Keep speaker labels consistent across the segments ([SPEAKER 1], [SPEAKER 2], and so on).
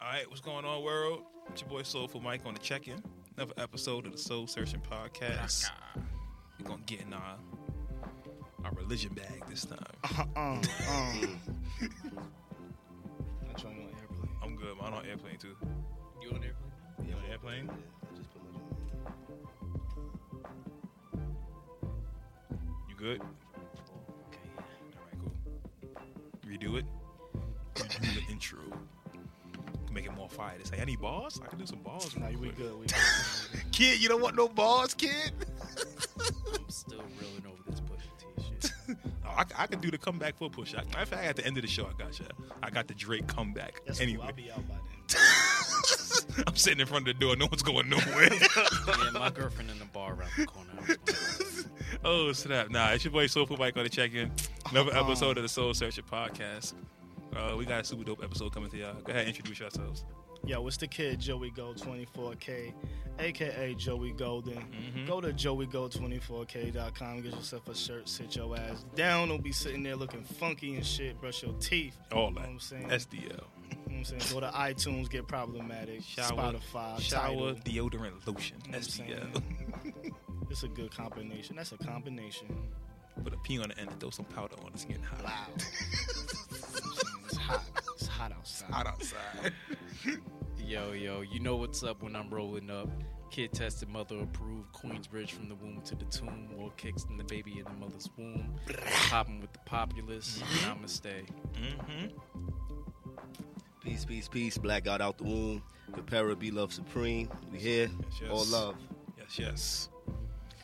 [SPEAKER 1] All right, what's going on, world? It's your boy Soulful Mike on the check in. Another episode of the Soul Searching Podcast. We're going to get in our, our religion bag this time.
[SPEAKER 2] um, um. I'm trying on airplane.
[SPEAKER 1] I'm good, man. I'm on airplane, too.
[SPEAKER 3] You on airplane?
[SPEAKER 1] You on airplane?
[SPEAKER 2] Yeah, I just put my joint in.
[SPEAKER 1] You good? All
[SPEAKER 3] Okay, yeah.
[SPEAKER 1] right, cool. Redo it. Redo the intro. Make it more fire. It's like, I need balls? I can do some balls.
[SPEAKER 2] Nah,
[SPEAKER 1] real
[SPEAKER 2] we
[SPEAKER 1] quick.
[SPEAKER 2] good. We good.
[SPEAKER 1] Kid, you don't want no balls, kid?
[SPEAKER 3] I'm still reeling over this Pusha T shit.
[SPEAKER 1] Oh, I, I could do the comeback for a push. I, matter of fact, at the end of the show, I got you. I got the Drake comeback.
[SPEAKER 2] That's
[SPEAKER 1] anyway,
[SPEAKER 2] cool. I'll be out by then.
[SPEAKER 1] I'm sitting in front of the door. No one's going nowhere.
[SPEAKER 3] yeah, my girlfriend in the bar around the corner. I was wondering.
[SPEAKER 1] oh snap! Nah, it's your boy Soulful Mike on the check-in. Another
[SPEAKER 2] Uh-uh.
[SPEAKER 1] episode of the Soul Searcher podcast. Uh, we got a super dope episode coming to y'all. Go ahead, introduce yourselves.
[SPEAKER 2] Yo, it's the kid Joey Gold 24K, aka Joey Golden.
[SPEAKER 1] Mhm.
[SPEAKER 2] Go to joeygold24k.com, get yourself a shirt, sit your ass down. Don't be sitting there looking funky and shit. Brush your teeth.
[SPEAKER 1] All
[SPEAKER 2] You know
[SPEAKER 1] that.
[SPEAKER 2] what I'm saying?
[SPEAKER 1] SDL.
[SPEAKER 2] You know what I'm saying? Go to iTunes, get problematic.
[SPEAKER 1] Shower-
[SPEAKER 2] Spotify,
[SPEAKER 1] Shower
[SPEAKER 2] Tidal.
[SPEAKER 1] deodorant lotion.
[SPEAKER 2] You know what I'm
[SPEAKER 1] SDL.
[SPEAKER 2] It's a good combination. That's a combination.
[SPEAKER 1] Put a pee on the end and throw some powder on. It's getting hot.
[SPEAKER 2] Wow. it's hot. It's hot outside.
[SPEAKER 1] Hot outside.
[SPEAKER 3] yo, yo, you know what's up when I'm rolling up. Kid tested, mother approved. Queensbridge from the womb to the tomb. More kicks than the baby in the mother's womb. Popping with the populace. Namaste.
[SPEAKER 1] hmm
[SPEAKER 4] Peace, peace, peace. Black God out the womb. The para be love supreme. We here.
[SPEAKER 1] Yes, yes.
[SPEAKER 4] All love.
[SPEAKER 1] Yes, yes.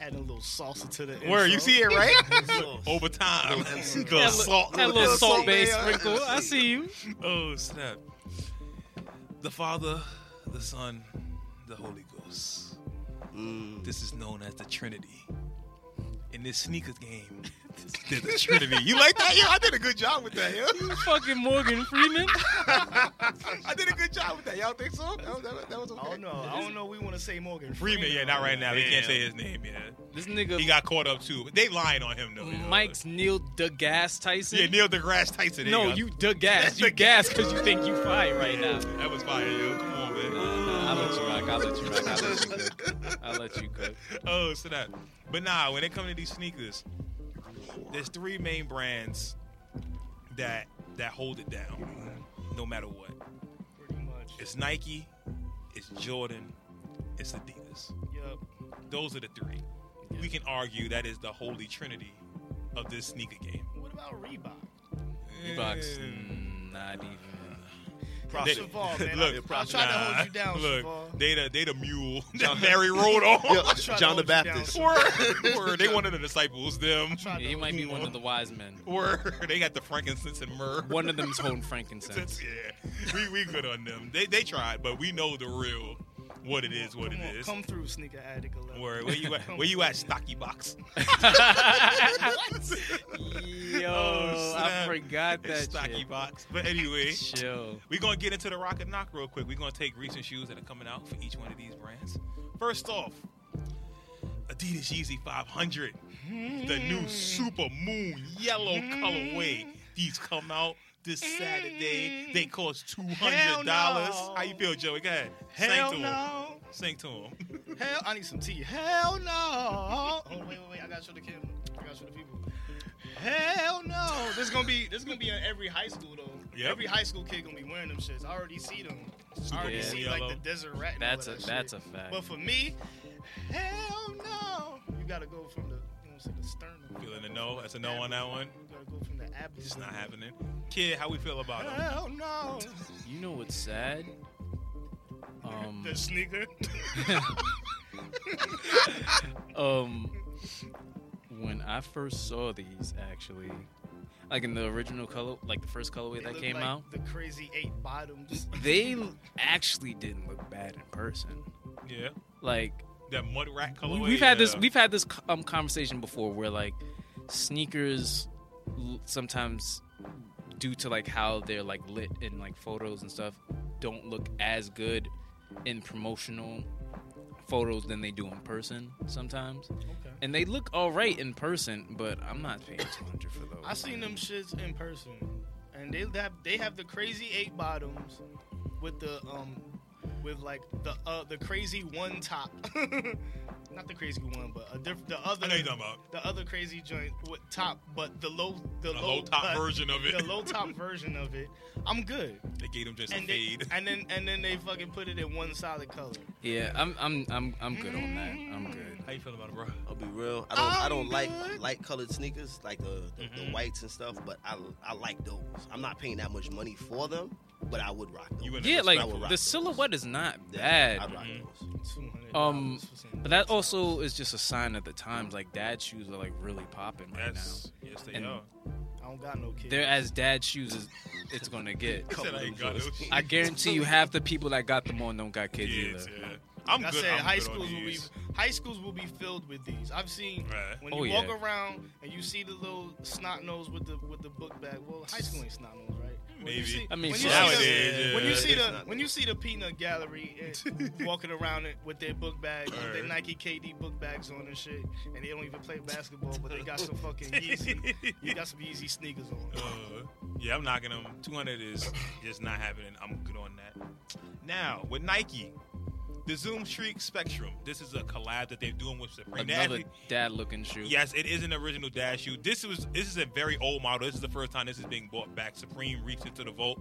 [SPEAKER 2] Adding a little salsa to the
[SPEAKER 1] Word, you
[SPEAKER 2] intro.
[SPEAKER 1] see it right?
[SPEAKER 4] Sauce.
[SPEAKER 1] Over time,
[SPEAKER 4] Little
[SPEAKER 1] the
[SPEAKER 3] That li-
[SPEAKER 1] salt,
[SPEAKER 3] that little salt
[SPEAKER 4] bay
[SPEAKER 3] base
[SPEAKER 4] on it.
[SPEAKER 3] sprinkle. I see you.
[SPEAKER 1] Oh snap! The Father, the Son, the Holy Ghost.
[SPEAKER 4] Mm.
[SPEAKER 1] This is known as the Trinity. In this sneakers game, there's a Trinity. You like that? Yeah, I did a good job with that. Yeah,
[SPEAKER 3] You fucking Morgan Freeman.
[SPEAKER 1] I did a good job with that. Y'all think so? That was, that was- that was okay.
[SPEAKER 2] I don't know. I don't know. We want to say Morgan
[SPEAKER 1] Freeman, yeah, not right now. We can't
[SPEAKER 3] Damn.
[SPEAKER 1] say his name. Yeah,
[SPEAKER 3] This
[SPEAKER 1] he
[SPEAKER 3] nigga
[SPEAKER 1] got caught up too. But they lying on him though. you know.
[SPEAKER 3] Mike's Neil deGasse Tyson.
[SPEAKER 1] Yeah, Neil deGrasse Tyson. there
[SPEAKER 3] no,
[SPEAKER 1] go.
[SPEAKER 3] you deGasse. You gas because you think you fine right now.
[SPEAKER 1] That was fire, yo. Come on, man.
[SPEAKER 3] I'll let you rock. I'll let you rock. I'll let you cook. I'll let you cook.
[SPEAKER 1] Oh, so that. But nah, when it comes to these sneakers, there's three main brands that that hold it down, no matter what.
[SPEAKER 2] Pretty much.
[SPEAKER 1] It's Nike, it's Jordan, it's Adidas.
[SPEAKER 2] Yup.
[SPEAKER 1] Those are the three. We can argue that is the holy trinity of this sneaker game.
[SPEAKER 2] What about Reebok?
[SPEAKER 3] Reeboks,
[SPEAKER 1] Mm.
[SPEAKER 3] mm, not even. mm.
[SPEAKER 1] They-
[SPEAKER 2] Cheval, man.
[SPEAKER 1] look,
[SPEAKER 2] I, I tried to hold you down,
[SPEAKER 1] look,
[SPEAKER 2] Cheval.
[SPEAKER 1] they the they the mule that Mary rode on.
[SPEAKER 4] Yo,
[SPEAKER 2] I tried to
[SPEAKER 4] John
[SPEAKER 2] hold
[SPEAKER 4] the
[SPEAKER 2] you down.
[SPEAKER 4] Baptist.
[SPEAKER 1] Word, word. They one of the disciples. Them.
[SPEAKER 2] Tried
[SPEAKER 3] Yeah,
[SPEAKER 2] to
[SPEAKER 3] he might be
[SPEAKER 2] hold
[SPEAKER 3] one
[SPEAKER 2] you
[SPEAKER 3] of the wise men.
[SPEAKER 1] Word. They got the frankincense and myrrh.
[SPEAKER 3] One of them's holding frankincense.
[SPEAKER 1] That's- yeah, we we good on them. They they tried, but we know the real what it is, what
[SPEAKER 2] come
[SPEAKER 1] it
[SPEAKER 2] on,
[SPEAKER 1] is.
[SPEAKER 2] Come through, sneaker addict. 11.
[SPEAKER 1] Where where you at?
[SPEAKER 2] Come
[SPEAKER 1] Where you
[SPEAKER 2] on.
[SPEAKER 1] at? Stocky box.
[SPEAKER 3] Yo,
[SPEAKER 1] Oh,
[SPEAKER 3] I
[SPEAKER 1] snap.
[SPEAKER 3] forgot
[SPEAKER 1] It's
[SPEAKER 3] that
[SPEAKER 1] stocky
[SPEAKER 3] shit.
[SPEAKER 1] box. But anyway,
[SPEAKER 3] Chill.
[SPEAKER 1] we're gonna get into the rock and knock real quick. We're gonna take recent shoes that are coming out for each one of these brands. First off, Adidas Yeezy 500, the new
[SPEAKER 2] Hmm.
[SPEAKER 1] Super Moon yellow colorway. These come out this Saturday. They cost two
[SPEAKER 2] Hmm. Hell
[SPEAKER 1] hundred dollars.
[SPEAKER 2] no.
[SPEAKER 1] How you feel, Joey? Go ahead. Sing
[SPEAKER 2] Hell
[SPEAKER 1] to him.
[SPEAKER 2] no.
[SPEAKER 1] Sing to him.
[SPEAKER 2] Hell, I need some tea. Hell no. Oh wait, wait, wait. I gotta show the camera. I gotta show the people. Hell no. This is gonna be this is gonna be in every high school though.
[SPEAKER 1] Yep.
[SPEAKER 2] Every high school kid gonna be wearing them shits. I already see them. I already
[SPEAKER 3] Moon
[SPEAKER 2] see
[SPEAKER 1] yellow.
[SPEAKER 2] like the desert rat. and all
[SPEAKER 3] That's a
[SPEAKER 2] of that
[SPEAKER 3] that's
[SPEAKER 2] shit.
[SPEAKER 3] a fact.
[SPEAKER 2] But for me, hell no. You gotta go from the you know what I'm saying, the sternum.
[SPEAKER 1] Feeling a no. That's a no on that one.
[SPEAKER 2] You gotta go from the abdomen.
[SPEAKER 1] It's not happening. Kid, how we feel about him?
[SPEAKER 2] Hell no.
[SPEAKER 3] You know what's sad? Um,
[SPEAKER 2] The sneaker.
[SPEAKER 3] um, when I first saw these, actually, like in the original color, like the first colorway
[SPEAKER 2] They
[SPEAKER 3] that
[SPEAKER 2] look
[SPEAKER 3] came
[SPEAKER 2] like
[SPEAKER 3] out,
[SPEAKER 2] The crazy eight bottoms.
[SPEAKER 3] they actually didn't look bad in person.
[SPEAKER 1] Yeah.
[SPEAKER 3] Like
[SPEAKER 1] That mud rat
[SPEAKER 3] we,
[SPEAKER 1] colorway. uh,
[SPEAKER 3] we've had this
[SPEAKER 1] yeah.
[SPEAKER 3] we've had this co- um, conversation before where like sneakers l- sometimes due to like how they're like lit in like photos and stuff don't look as good in promotional photos than they do in person sometimes
[SPEAKER 2] Okay.
[SPEAKER 3] and they look all right in person but i'm not paying 200 for those
[SPEAKER 2] I seen them shits in person, and they have they have the crazy eight bottoms, with the um with like the uh the crazy one top. Not the crazy one, but a diff- the other
[SPEAKER 1] I know you're talking about
[SPEAKER 2] the other crazy joint with top, but the low the,
[SPEAKER 1] the low top
[SPEAKER 2] cut-
[SPEAKER 1] version of it.
[SPEAKER 2] The low top version of it. I'm good.
[SPEAKER 1] they gave them just a
[SPEAKER 2] And they,
[SPEAKER 1] fade.
[SPEAKER 2] and then and then they fucking put it in one solid color.
[SPEAKER 3] Yeah, I'm I'm I'm I'm good on that. I'm good.
[SPEAKER 1] How you feel about it, bro?
[SPEAKER 4] I'll be real. I don't. I don't
[SPEAKER 2] I'm
[SPEAKER 4] like
[SPEAKER 2] good.
[SPEAKER 4] light colored sneakers, like the, the, the
[SPEAKER 1] Mhm.
[SPEAKER 4] whites and stuff. But I I like those. I'm not paying that much money for them, but I would rock those.
[SPEAKER 1] You wouldn't-
[SPEAKER 3] Yeah, like
[SPEAKER 4] I would rock
[SPEAKER 3] the
[SPEAKER 4] those.
[SPEAKER 3] silhouette is not
[SPEAKER 4] Yeah,
[SPEAKER 3] bad,
[SPEAKER 4] I'd rock
[SPEAKER 1] Mhm.
[SPEAKER 4] those.
[SPEAKER 2] $200
[SPEAKER 3] Um,
[SPEAKER 2] for some
[SPEAKER 3] but that
[SPEAKER 2] low
[SPEAKER 3] also is just a sign of the times. Like dad shoes are like really popping right
[SPEAKER 1] Yes, yes they
[SPEAKER 3] And-
[SPEAKER 1] are.
[SPEAKER 2] tops. I don't got no
[SPEAKER 3] now.
[SPEAKER 2] kids.
[SPEAKER 3] They're as dad shoes as it's gonna get.
[SPEAKER 1] He said I ain't got no shit.
[SPEAKER 3] I guarantee you, half the people that got them on don't got kids
[SPEAKER 1] Kids,
[SPEAKER 3] either.
[SPEAKER 1] yeah. I'm
[SPEAKER 2] Like
[SPEAKER 1] good.
[SPEAKER 2] I said
[SPEAKER 1] I'm good
[SPEAKER 2] high
[SPEAKER 1] on
[SPEAKER 2] schools will be
[SPEAKER 1] these.
[SPEAKER 2] high schools will be filled with these. I've seen
[SPEAKER 1] Right.
[SPEAKER 2] when
[SPEAKER 3] Oh,
[SPEAKER 2] you
[SPEAKER 3] yeah.
[SPEAKER 2] walk around and you see the little snot nose with the with the book bag. Well, high school ain't snot nose, right? When you
[SPEAKER 1] Maybe.
[SPEAKER 2] see-
[SPEAKER 3] I mean,
[SPEAKER 2] when you see
[SPEAKER 1] nowadays,
[SPEAKER 2] the-
[SPEAKER 1] yeah.
[SPEAKER 2] when you see
[SPEAKER 4] it's
[SPEAKER 2] the
[SPEAKER 4] not-
[SPEAKER 2] when you see the peanut gallery and walking around it with their book bag, with their
[SPEAKER 1] Word.
[SPEAKER 2] Nike KD book bags on and shit, and they don't even play basketball, but they got some fucking Yeezy, you got some Yeezy sneakers on.
[SPEAKER 1] Uh, yeah, I'm knocking them. 200 is just not happening. I'm good on that. Now with Nike, the Zoom Shriek Spectrum. This is a collab that they're doing with Supreme. They
[SPEAKER 3] Another
[SPEAKER 1] actually-
[SPEAKER 3] dad looking shoe.
[SPEAKER 1] Yes, it is an original Dash shoe. This was this is a very old model. This is the first time this is being bought back. Supreme reached into the vault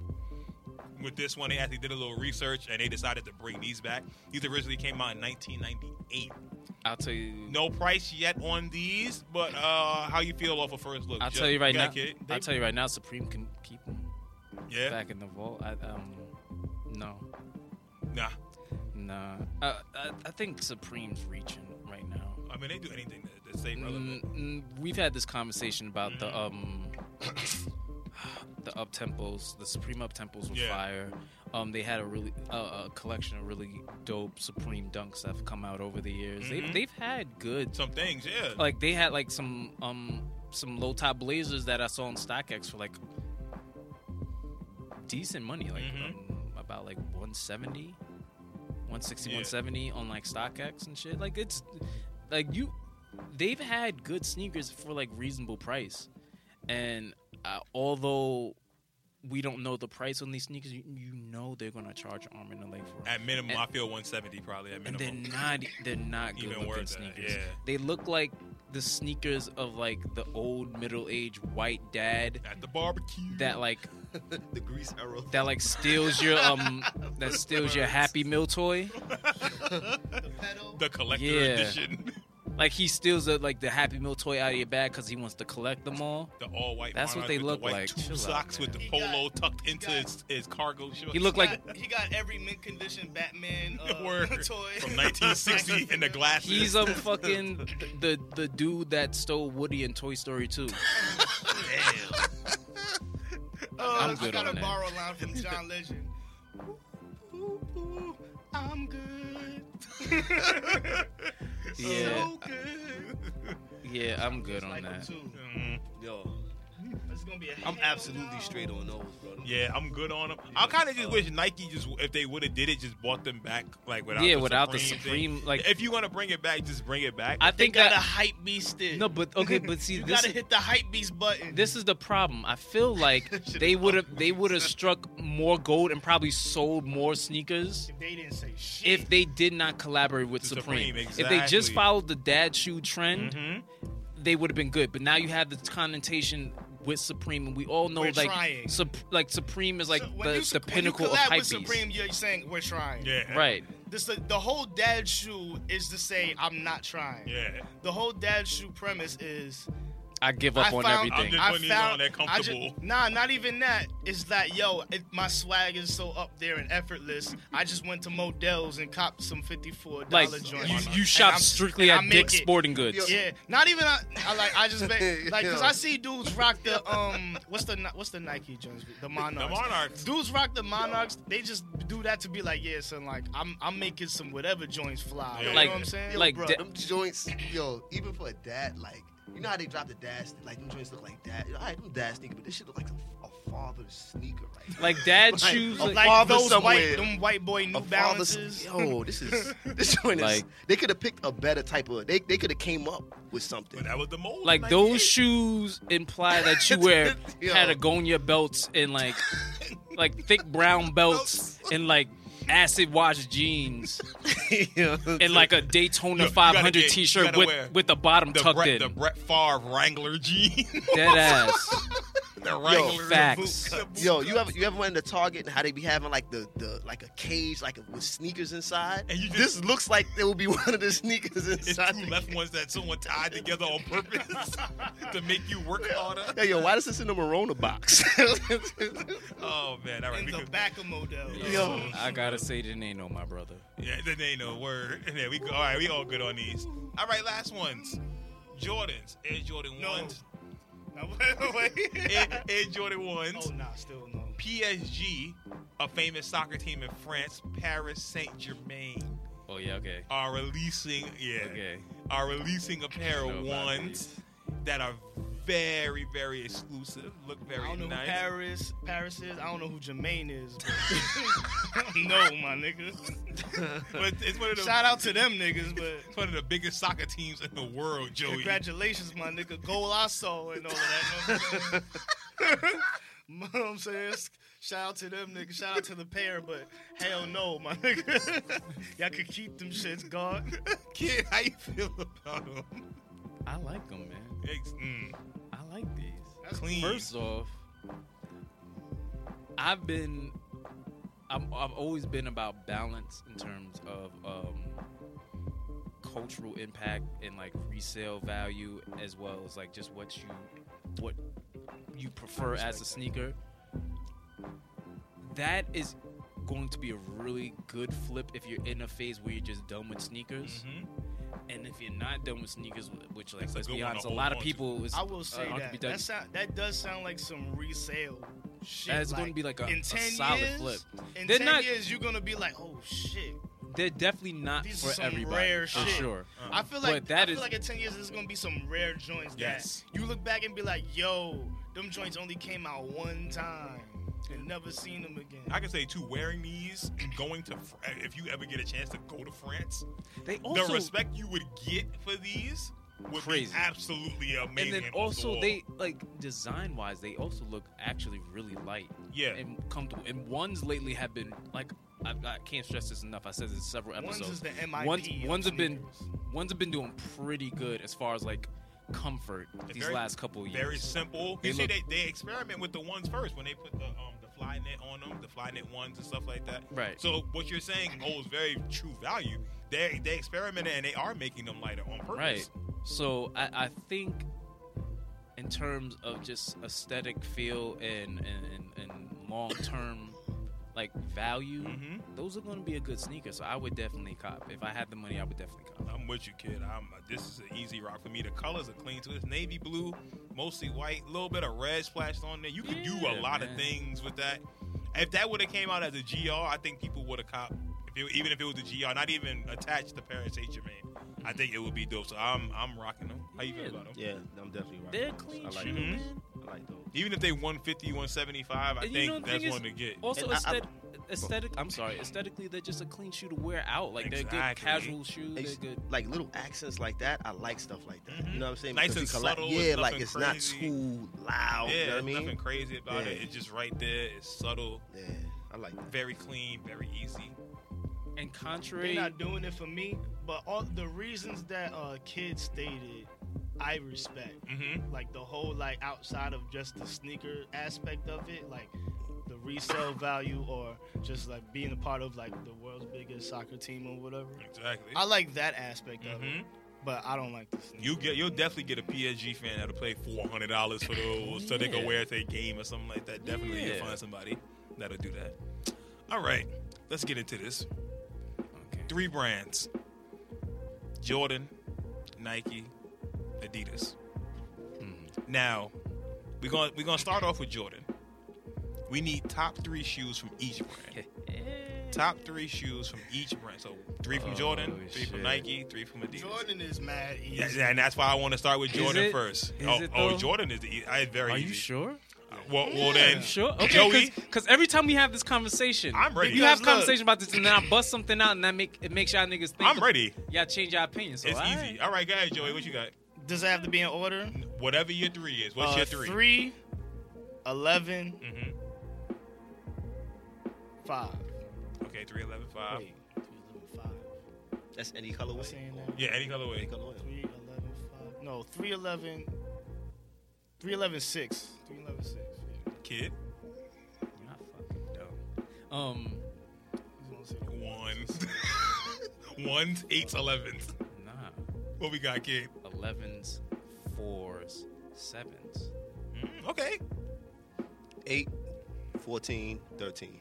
[SPEAKER 1] with this one. They actually did a little research and they decided to bring these back. These originally came out in 1998.
[SPEAKER 3] I'll tell you.
[SPEAKER 1] No price yet on these, but uh, how you feel off a first look?
[SPEAKER 3] I'll
[SPEAKER 1] Jeff?
[SPEAKER 3] tell you right
[SPEAKER 1] got a
[SPEAKER 3] now.
[SPEAKER 1] kid?
[SPEAKER 3] I'll tell you right now. Supreme can keep them
[SPEAKER 1] Yeah,
[SPEAKER 3] back in the vault. I, um, no,
[SPEAKER 1] nah.
[SPEAKER 3] nah. I, I, I think Supreme's reaching right now.
[SPEAKER 1] I mean, they do anything that, that stay relevant.
[SPEAKER 3] Mm, mm, we've had this conversation about the um the up temples the supreme up temples were
[SPEAKER 1] Yeah.
[SPEAKER 3] fire um they had a really uh, a collection of really dope supreme dunks that have come out over the years
[SPEAKER 1] Mhm.
[SPEAKER 3] they've, they've had good
[SPEAKER 1] Some things, yeah.
[SPEAKER 3] like they had like some um some low top blazers that i saw on stockx for like decent money like
[SPEAKER 1] Mhm.
[SPEAKER 3] um, about like 170 160
[SPEAKER 1] Yeah.
[SPEAKER 3] 170 on like stockx and shit like it's like you they've had good sneakers for like reasonable price and uh, although we don't know the price on these sneakers you, you know they're gonna charge an arm and a leg for 'em.
[SPEAKER 1] At minimum,
[SPEAKER 3] and-
[SPEAKER 1] I feel 170 probably. At
[SPEAKER 3] and
[SPEAKER 1] minimum,
[SPEAKER 3] they're not e, they're not good
[SPEAKER 1] even uh,
[SPEAKER 3] looking
[SPEAKER 1] worth
[SPEAKER 3] sneakers
[SPEAKER 1] that.
[SPEAKER 3] they look like the sneakers of like the old middle-aged white dad
[SPEAKER 1] Yeah, at the barbecue.
[SPEAKER 3] that like
[SPEAKER 4] the grease arrow.
[SPEAKER 3] that like steals your um that steals your Happy Meal toy.
[SPEAKER 2] The pedal.
[SPEAKER 1] the collector
[SPEAKER 3] Yeah.
[SPEAKER 1] edition,
[SPEAKER 3] Like he steals the, like the Happy Meal toy out of your bag because he wants to collect them all.
[SPEAKER 1] the all white.
[SPEAKER 3] That's what they look
[SPEAKER 1] the white
[SPEAKER 3] like.
[SPEAKER 1] tube
[SPEAKER 3] Chill out,
[SPEAKER 1] socks with
[SPEAKER 3] man.
[SPEAKER 1] the
[SPEAKER 2] He
[SPEAKER 1] polo
[SPEAKER 2] got-
[SPEAKER 1] tucked into
[SPEAKER 2] got-
[SPEAKER 1] his, his cargo shorts.
[SPEAKER 3] He looked like
[SPEAKER 2] He got- he got every mint condition Batman uh,
[SPEAKER 1] Word.
[SPEAKER 2] toy
[SPEAKER 1] from 1960 in the glasses.
[SPEAKER 3] he's um fucking the the dude that stole Woody in Toy Story 2.
[SPEAKER 2] Uh,
[SPEAKER 3] I'm good
[SPEAKER 2] I gotta
[SPEAKER 3] on that.
[SPEAKER 2] borrow a line from John Legend. Ooh, ooh, ooh, I'm good.
[SPEAKER 3] Yeah,
[SPEAKER 2] So good.
[SPEAKER 3] yeah, I'm good on
[SPEAKER 2] Like him
[SPEAKER 3] that.
[SPEAKER 2] too.
[SPEAKER 1] Mm,
[SPEAKER 4] Yo,
[SPEAKER 2] It's gonna be a
[SPEAKER 4] I'm
[SPEAKER 2] hell
[SPEAKER 4] absolutely
[SPEAKER 2] no.
[SPEAKER 4] straight on those, bro.
[SPEAKER 1] yeah, I'm good on them. I kind of just wish Nike just if they would have did it, just bought them back like without
[SPEAKER 3] Yeah,
[SPEAKER 1] the
[SPEAKER 3] without the
[SPEAKER 1] Supreme thing.
[SPEAKER 3] Supreme like
[SPEAKER 1] If you want to bring it back, just bring it back.
[SPEAKER 3] I
[SPEAKER 2] They
[SPEAKER 3] think
[SPEAKER 2] gotta
[SPEAKER 3] that
[SPEAKER 2] hype beast it.
[SPEAKER 3] no, but okay, but see
[SPEAKER 2] you
[SPEAKER 3] this
[SPEAKER 2] gotta hit the hype beast button.
[SPEAKER 3] this is the problem. I feel like
[SPEAKER 2] Should've
[SPEAKER 3] they would have they would have struck more gold and probably sold more sneakers
[SPEAKER 2] if they didn't say shit.
[SPEAKER 3] if they did not collaborate with
[SPEAKER 1] To
[SPEAKER 3] Supreme.
[SPEAKER 1] Supreme,
[SPEAKER 3] If they just
[SPEAKER 1] exactly.
[SPEAKER 3] followed the dad shoe trend,
[SPEAKER 1] Mhm.
[SPEAKER 2] Mm-hmm.
[SPEAKER 3] they would have been good. But now you have this connotation with Supreme, and we all know
[SPEAKER 2] We're
[SPEAKER 3] like
[SPEAKER 2] trying.
[SPEAKER 3] Sup- like Supreme is like
[SPEAKER 2] So when
[SPEAKER 3] the,
[SPEAKER 2] you-
[SPEAKER 3] the
[SPEAKER 2] when you
[SPEAKER 3] pinnacle of
[SPEAKER 2] collab
[SPEAKER 3] hype.
[SPEAKER 2] with Supreme, you're saying we're trying.
[SPEAKER 1] Yeah,
[SPEAKER 3] Right.
[SPEAKER 2] This the, the whole dad shoe is to say I'm not trying.
[SPEAKER 1] Yeah,
[SPEAKER 2] The whole dad shoe premise is
[SPEAKER 3] I give up
[SPEAKER 2] I
[SPEAKER 3] on
[SPEAKER 2] found-
[SPEAKER 1] I'm
[SPEAKER 3] everything.
[SPEAKER 1] just- putting these on, they're
[SPEAKER 2] I ju-
[SPEAKER 1] comfortable.
[SPEAKER 2] nah, not even that. It's that yo, it, my swag is so up there and effortless. I just went to Modell's and copped some fifty four
[SPEAKER 3] like
[SPEAKER 2] dollar joint.
[SPEAKER 3] you,
[SPEAKER 1] not?
[SPEAKER 3] you
[SPEAKER 1] And
[SPEAKER 3] shop
[SPEAKER 2] I'm-
[SPEAKER 3] strictly
[SPEAKER 2] and I
[SPEAKER 3] at
[SPEAKER 2] make
[SPEAKER 3] Dick's
[SPEAKER 2] it.
[SPEAKER 3] Sporting Goods.
[SPEAKER 2] Yeah, not even I, I like I just bet, like because
[SPEAKER 4] Yeah.
[SPEAKER 2] I see dudes rock the um what's the Ni- what's the Nike joints the
[SPEAKER 1] the
[SPEAKER 2] Monarchs.
[SPEAKER 1] Monarchs.
[SPEAKER 2] Dudes rock the Monarchs. They just do that to be like, yeah, son. Like I'm, I'm making some whatever joints fly. You
[SPEAKER 1] Yeah.
[SPEAKER 2] know
[SPEAKER 3] Like-
[SPEAKER 2] what I'm saying?
[SPEAKER 3] like
[SPEAKER 4] bro,
[SPEAKER 3] da-
[SPEAKER 4] them joints, yo, even for a dad, like, you know how they drop the dash, like them joints look like dad. All right, them dad sneakers, but this shit look like some, a father's sneaker right now.
[SPEAKER 3] Like dad
[SPEAKER 4] Like,
[SPEAKER 3] shoes.
[SPEAKER 4] a
[SPEAKER 3] Like,
[SPEAKER 2] Like
[SPEAKER 4] Father
[SPEAKER 2] those
[SPEAKER 4] somewhere.
[SPEAKER 2] white, them white boy New
[SPEAKER 4] A father's-
[SPEAKER 2] Balances.
[SPEAKER 4] Yo, this is this joint is.
[SPEAKER 3] Like-
[SPEAKER 4] they could have picked a better type of. They they could have came up with something.
[SPEAKER 1] But that was the mold.
[SPEAKER 3] like
[SPEAKER 1] in
[SPEAKER 3] those
[SPEAKER 1] 98.
[SPEAKER 3] shoes imply that you wear
[SPEAKER 4] Yo.
[SPEAKER 3] Patagonia belts and like like thick brown belts and like acid wash jeans and like a Daytona
[SPEAKER 1] Yo, you gotta
[SPEAKER 3] 500
[SPEAKER 1] get- you
[SPEAKER 3] t-shirt
[SPEAKER 1] gotta wear
[SPEAKER 3] with with the bottom
[SPEAKER 1] the
[SPEAKER 3] tucked
[SPEAKER 1] Brett,
[SPEAKER 3] in.
[SPEAKER 1] the Brett Favre Wrangler jeans,
[SPEAKER 3] Dead ass.
[SPEAKER 1] the Wrangler
[SPEAKER 3] facts.
[SPEAKER 1] the boot
[SPEAKER 4] Yo,
[SPEAKER 1] cut.
[SPEAKER 4] you ever you ever went to Target and how they be having like the the like a cage like with sneakers inside?
[SPEAKER 1] And you just-
[SPEAKER 4] this looks like it would be one of the sneakers
[SPEAKER 1] It's
[SPEAKER 4] inside.
[SPEAKER 1] two left ones that someone tied together on purpose to make you work harder.
[SPEAKER 4] Hey yo, why is this in the Marona box?
[SPEAKER 1] Oh man, all right.
[SPEAKER 2] In
[SPEAKER 1] we
[SPEAKER 2] the
[SPEAKER 1] could-
[SPEAKER 2] back of Modell.
[SPEAKER 4] Yo.
[SPEAKER 3] I gotta say the name on my brother.
[SPEAKER 1] yeah, that ain't no word. Yeah, we all right. We all good on these. All right, last ones. Jordans, Air Jordan
[SPEAKER 2] No.
[SPEAKER 1] ones,
[SPEAKER 2] Now, wait, wait.
[SPEAKER 1] Air, Air Jordan ones.
[SPEAKER 2] Oh, nah, still no.
[SPEAKER 1] PSG, a famous soccer team in France, Paris Saint Germain,
[SPEAKER 3] Oh yeah, okay.
[SPEAKER 1] are releasing yeah
[SPEAKER 3] Okay.
[SPEAKER 1] are releasing a pair
[SPEAKER 3] know
[SPEAKER 1] of
[SPEAKER 3] about
[SPEAKER 1] ones that are very very exclusive. Look very
[SPEAKER 2] I don't know
[SPEAKER 1] nice.
[SPEAKER 2] who Paris Paris is. I don't know who Jermaine is. but- no, my nigga.
[SPEAKER 1] But it's one of the
[SPEAKER 2] Shout out to them niggas, but
[SPEAKER 1] it's one of the biggest soccer teams in the world, Joey.
[SPEAKER 2] congratulations, my nigga. Goal I saw and all of that. You know what I'm saying? Shout out to them niggas. Shout out to the pair, but hell no, my nigga. Y'all could keep them shits, God.
[SPEAKER 1] Kid, how you feel about them?
[SPEAKER 3] I like them, man.
[SPEAKER 1] Ex- mm,
[SPEAKER 3] I like these.
[SPEAKER 1] clean.
[SPEAKER 3] First off, I've been, I'm, I've always been about balance in terms of um, cultural impact and like resale value, as well as like just what you, what you prefer as a sneaker. That is going to be a really good flip if you're in a phase where you're just done with sneakers,
[SPEAKER 1] Mhm.
[SPEAKER 3] and if you're not done with sneakers, which like
[SPEAKER 1] That's a
[SPEAKER 3] let's
[SPEAKER 1] good
[SPEAKER 3] be
[SPEAKER 1] one to
[SPEAKER 3] honest, a
[SPEAKER 1] hold
[SPEAKER 3] lot
[SPEAKER 1] on
[SPEAKER 3] of
[SPEAKER 1] to.
[SPEAKER 3] people is
[SPEAKER 2] I will say
[SPEAKER 3] uh,
[SPEAKER 2] that.
[SPEAKER 3] RKBW.
[SPEAKER 2] That, sound, that does sound like some resale shit.
[SPEAKER 3] That's
[SPEAKER 2] like,
[SPEAKER 3] going to be like a,
[SPEAKER 2] in
[SPEAKER 3] a
[SPEAKER 2] 10
[SPEAKER 3] solid
[SPEAKER 2] years,
[SPEAKER 3] flip.
[SPEAKER 2] In
[SPEAKER 3] They're
[SPEAKER 2] 10
[SPEAKER 3] not-
[SPEAKER 2] years, you're going to be like, oh, shit.
[SPEAKER 3] They're definitely not
[SPEAKER 2] These are
[SPEAKER 3] for
[SPEAKER 2] some
[SPEAKER 3] everybody,
[SPEAKER 2] rare
[SPEAKER 3] for
[SPEAKER 2] shit.
[SPEAKER 3] sure.
[SPEAKER 1] Uh,
[SPEAKER 2] I feel
[SPEAKER 3] But
[SPEAKER 2] like
[SPEAKER 3] that
[SPEAKER 2] I feel
[SPEAKER 3] is-
[SPEAKER 2] like in ten years there's gonna be some rare joints
[SPEAKER 1] Yes.
[SPEAKER 2] that you look back and be like, yo, them joints only came out one time and never seen them again.
[SPEAKER 1] I can say too, wearing these and going to Fr- if you ever get a chance to go to France,
[SPEAKER 3] They
[SPEAKER 1] the
[SPEAKER 3] also
[SPEAKER 1] respect you would get for these would
[SPEAKER 3] Crazy.
[SPEAKER 1] be absolutely
[SPEAKER 3] and
[SPEAKER 1] amazing.
[SPEAKER 3] then
[SPEAKER 1] off the
[SPEAKER 3] also
[SPEAKER 1] wall.
[SPEAKER 3] they like design wise, they also look actually really light
[SPEAKER 1] yeah,
[SPEAKER 3] and comfortable. And ones lately have been like I, I can't stress this enough. I said this in several
[SPEAKER 2] ones
[SPEAKER 3] episodes.
[SPEAKER 2] is the MIP.
[SPEAKER 3] ones
[SPEAKER 2] of
[SPEAKER 3] ones have been
[SPEAKER 2] sneakers.
[SPEAKER 3] ones have been doing pretty good as far as like comfort these
[SPEAKER 1] very-
[SPEAKER 3] last couple of years.
[SPEAKER 1] very simple.
[SPEAKER 3] They
[SPEAKER 1] you see,
[SPEAKER 3] look-
[SPEAKER 1] they, they experiment with the ones first when they put the um the fly net on them, the fly net ones and stuff like that.
[SPEAKER 3] right.
[SPEAKER 1] So what you're saying holds very true value. They they experimented and they are making them lighter on purpose.
[SPEAKER 3] Right. So I, I think in terms of just aesthetic feel and and, and, and long term like value,
[SPEAKER 1] Mhm.
[SPEAKER 3] those are going to be a good sneaker. So I would definitely cop. If I had the money, I would definitely cop.
[SPEAKER 1] I'm with you, kid. I'm. uh, This is an easy rock for me. The colors are clean too. It's navy blue, mostly white, a little bit of red splashed on there. You could do a
[SPEAKER 3] Yeah,
[SPEAKER 1] lot
[SPEAKER 3] man.
[SPEAKER 1] of things with that. If that would have came out as a GR, I think people would have copped. If it, even if it was a GR, not even attached to Paris Saint Germain, I think it would be dope. So I'm I'm rocking them. How you feel
[SPEAKER 3] Yeah.
[SPEAKER 1] about them?
[SPEAKER 4] yeah, I'm definitely right.
[SPEAKER 3] They're clean
[SPEAKER 4] I like
[SPEAKER 3] shoe,
[SPEAKER 1] those.
[SPEAKER 3] man.
[SPEAKER 4] I like those.
[SPEAKER 1] Even if they 150, 175, I
[SPEAKER 3] And you know
[SPEAKER 1] think
[SPEAKER 3] the
[SPEAKER 1] that's
[SPEAKER 3] thing is- oh,
[SPEAKER 1] one to get.
[SPEAKER 3] Also,
[SPEAKER 4] And I- I-
[SPEAKER 3] aesthetic, aesthetic. I'm sorry, aesthetically, they're just a clean shoe to wear out. Like they're good
[SPEAKER 1] Exactly.
[SPEAKER 3] casual shoe. They're
[SPEAKER 4] Ex-
[SPEAKER 3] good.
[SPEAKER 4] Like little accents like that, I like stuff like that.
[SPEAKER 1] Mhm.
[SPEAKER 4] You know what I'm saying?
[SPEAKER 1] Nice
[SPEAKER 4] Because
[SPEAKER 1] and
[SPEAKER 4] you collect-
[SPEAKER 1] subtle,
[SPEAKER 4] Yeah,
[SPEAKER 1] it's
[SPEAKER 4] like
[SPEAKER 1] nothing
[SPEAKER 4] it's not
[SPEAKER 1] crazy.
[SPEAKER 4] too loud.
[SPEAKER 1] yeah,
[SPEAKER 4] you know what I
[SPEAKER 1] there's
[SPEAKER 4] mean?
[SPEAKER 1] nothing crazy about it.
[SPEAKER 4] Yeah.
[SPEAKER 1] It's just right there. It's subtle,
[SPEAKER 4] Yeah, I like that.
[SPEAKER 1] very clean, very easy.
[SPEAKER 3] And
[SPEAKER 2] They're
[SPEAKER 3] contrary,
[SPEAKER 2] not doing it for me, but all the reasons that uh kids stated, I respect.
[SPEAKER 1] Mm-hmm.
[SPEAKER 2] Like the whole like outside of just the sneaker aspect of it, like the resale value or just like being a part of like the world's biggest soccer team or whatever.
[SPEAKER 1] Exactly.
[SPEAKER 2] I like that aspect of
[SPEAKER 1] Mhm.
[SPEAKER 2] it, but I don't like this.
[SPEAKER 1] You get, you'll definitely get a PSG fan that'll pay four hundred dollars for those, so they
[SPEAKER 3] Yeah.
[SPEAKER 1] can wear it to a game or something like that. Definitely,
[SPEAKER 3] Yeah.
[SPEAKER 1] you'll find somebody that'll do that. All right, let's get into this.
[SPEAKER 3] Okay.
[SPEAKER 1] Three brands: Jordan, Nike, Adidas.
[SPEAKER 3] Mhm.
[SPEAKER 1] Now, we're gonna we're gonna start off with Jordan. We need top three shoes from each brand. top three shoes from each brand. So three from
[SPEAKER 3] Oh,
[SPEAKER 1] Jordan, three from
[SPEAKER 3] shit.
[SPEAKER 1] Nike, three from Adidas.
[SPEAKER 2] Jordan is mad easy.
[SPEAKER 1] Yeah, and that's why I want to start with
[SPEAKER 3] Is
[SPEAKER 1] Jordan
[SPEAKER 3] it?
[SPEAKER 1] first.
[SPEAKER 3] Is
[SPEAKER 1] oh,
[SPEAKER 3] it,
[SPEAKER 1] oh,
[SPEAKER 3] though?
[SPEAKER 1] Jordan is e- I, very
[SPEAKER 3] Are
[SPEAKER 1] easy.
[SPEAKER 3] you sure?
[SPEAKER 1] Uh, Well, well then,
[SPEAKER 3] Sure. Okay.
[SPEAKER 1] Joey.
[SPEAKER 3] Because every time we have this conversation,
[SPEAKER 1] I'm ready.
[SPEAKER 3] You
[SPEAKER 2] Because,
[SPEAKER 3] have
[SPEAKER 2] look-
[SPEAKER 3] conversation about this, and then I bust something out, and that make it makes y'all niggas think.
[SPEAKER 1] I'm ready.
[SPEAKER 3] Y'all change your opinion. So
[SPEAKER 1] It's
[SPEAKER 3] all
[SPEAKER 1] easy.
[SPEAKER 3] right.
[SPEAKER 1] All right, guys, Joey, what you got?
[SPEAKER 2] Does it have to be in order?
[SPEAKER 1] Whatever your three is, what's
[SPEAKER 2] Uh,
[SPEAKER 1] your 3
[SPEAKER 2] Three, 11,
[SPEAKER 1] Mm-hmm.
[SPEAKER 2] five.
[SPEAKER 1] Okay, three, eleven, five.
[SPEAKER 2] Wait, three, 11, five.
[SPEAKER 4] That's Eddie
[SPEAKER 2] Am I
[SPEAKER 4] Colorway.
[SPEAKER 2] saying that?
[SPEAKER 1] Yeah, any color
[SPEAKER 4] Eddie
[SPEAKER 1] way.
[SPEAKER 4] Colorway.
[SPEAKER 2] Three, 11, five. No, three, 11, three, 11, six. Three, 11, six. Yeah.
[SPEAKER 1] Kid,
[SPEAKER 3] You're not fucking dumb. Um.
[SPEAKER 2] I was gonna say that.
[SPEAKER 1] one, ones, eights, elevens.
[SPEAKER 3] Nah.
[SPEAKER 1] What we got, kid?
[SPEAKER 3] Elevens, fours, sevens.
[SPEAKER 1] Mm, okay.
[SPEAKER 4] 8, 14, 13.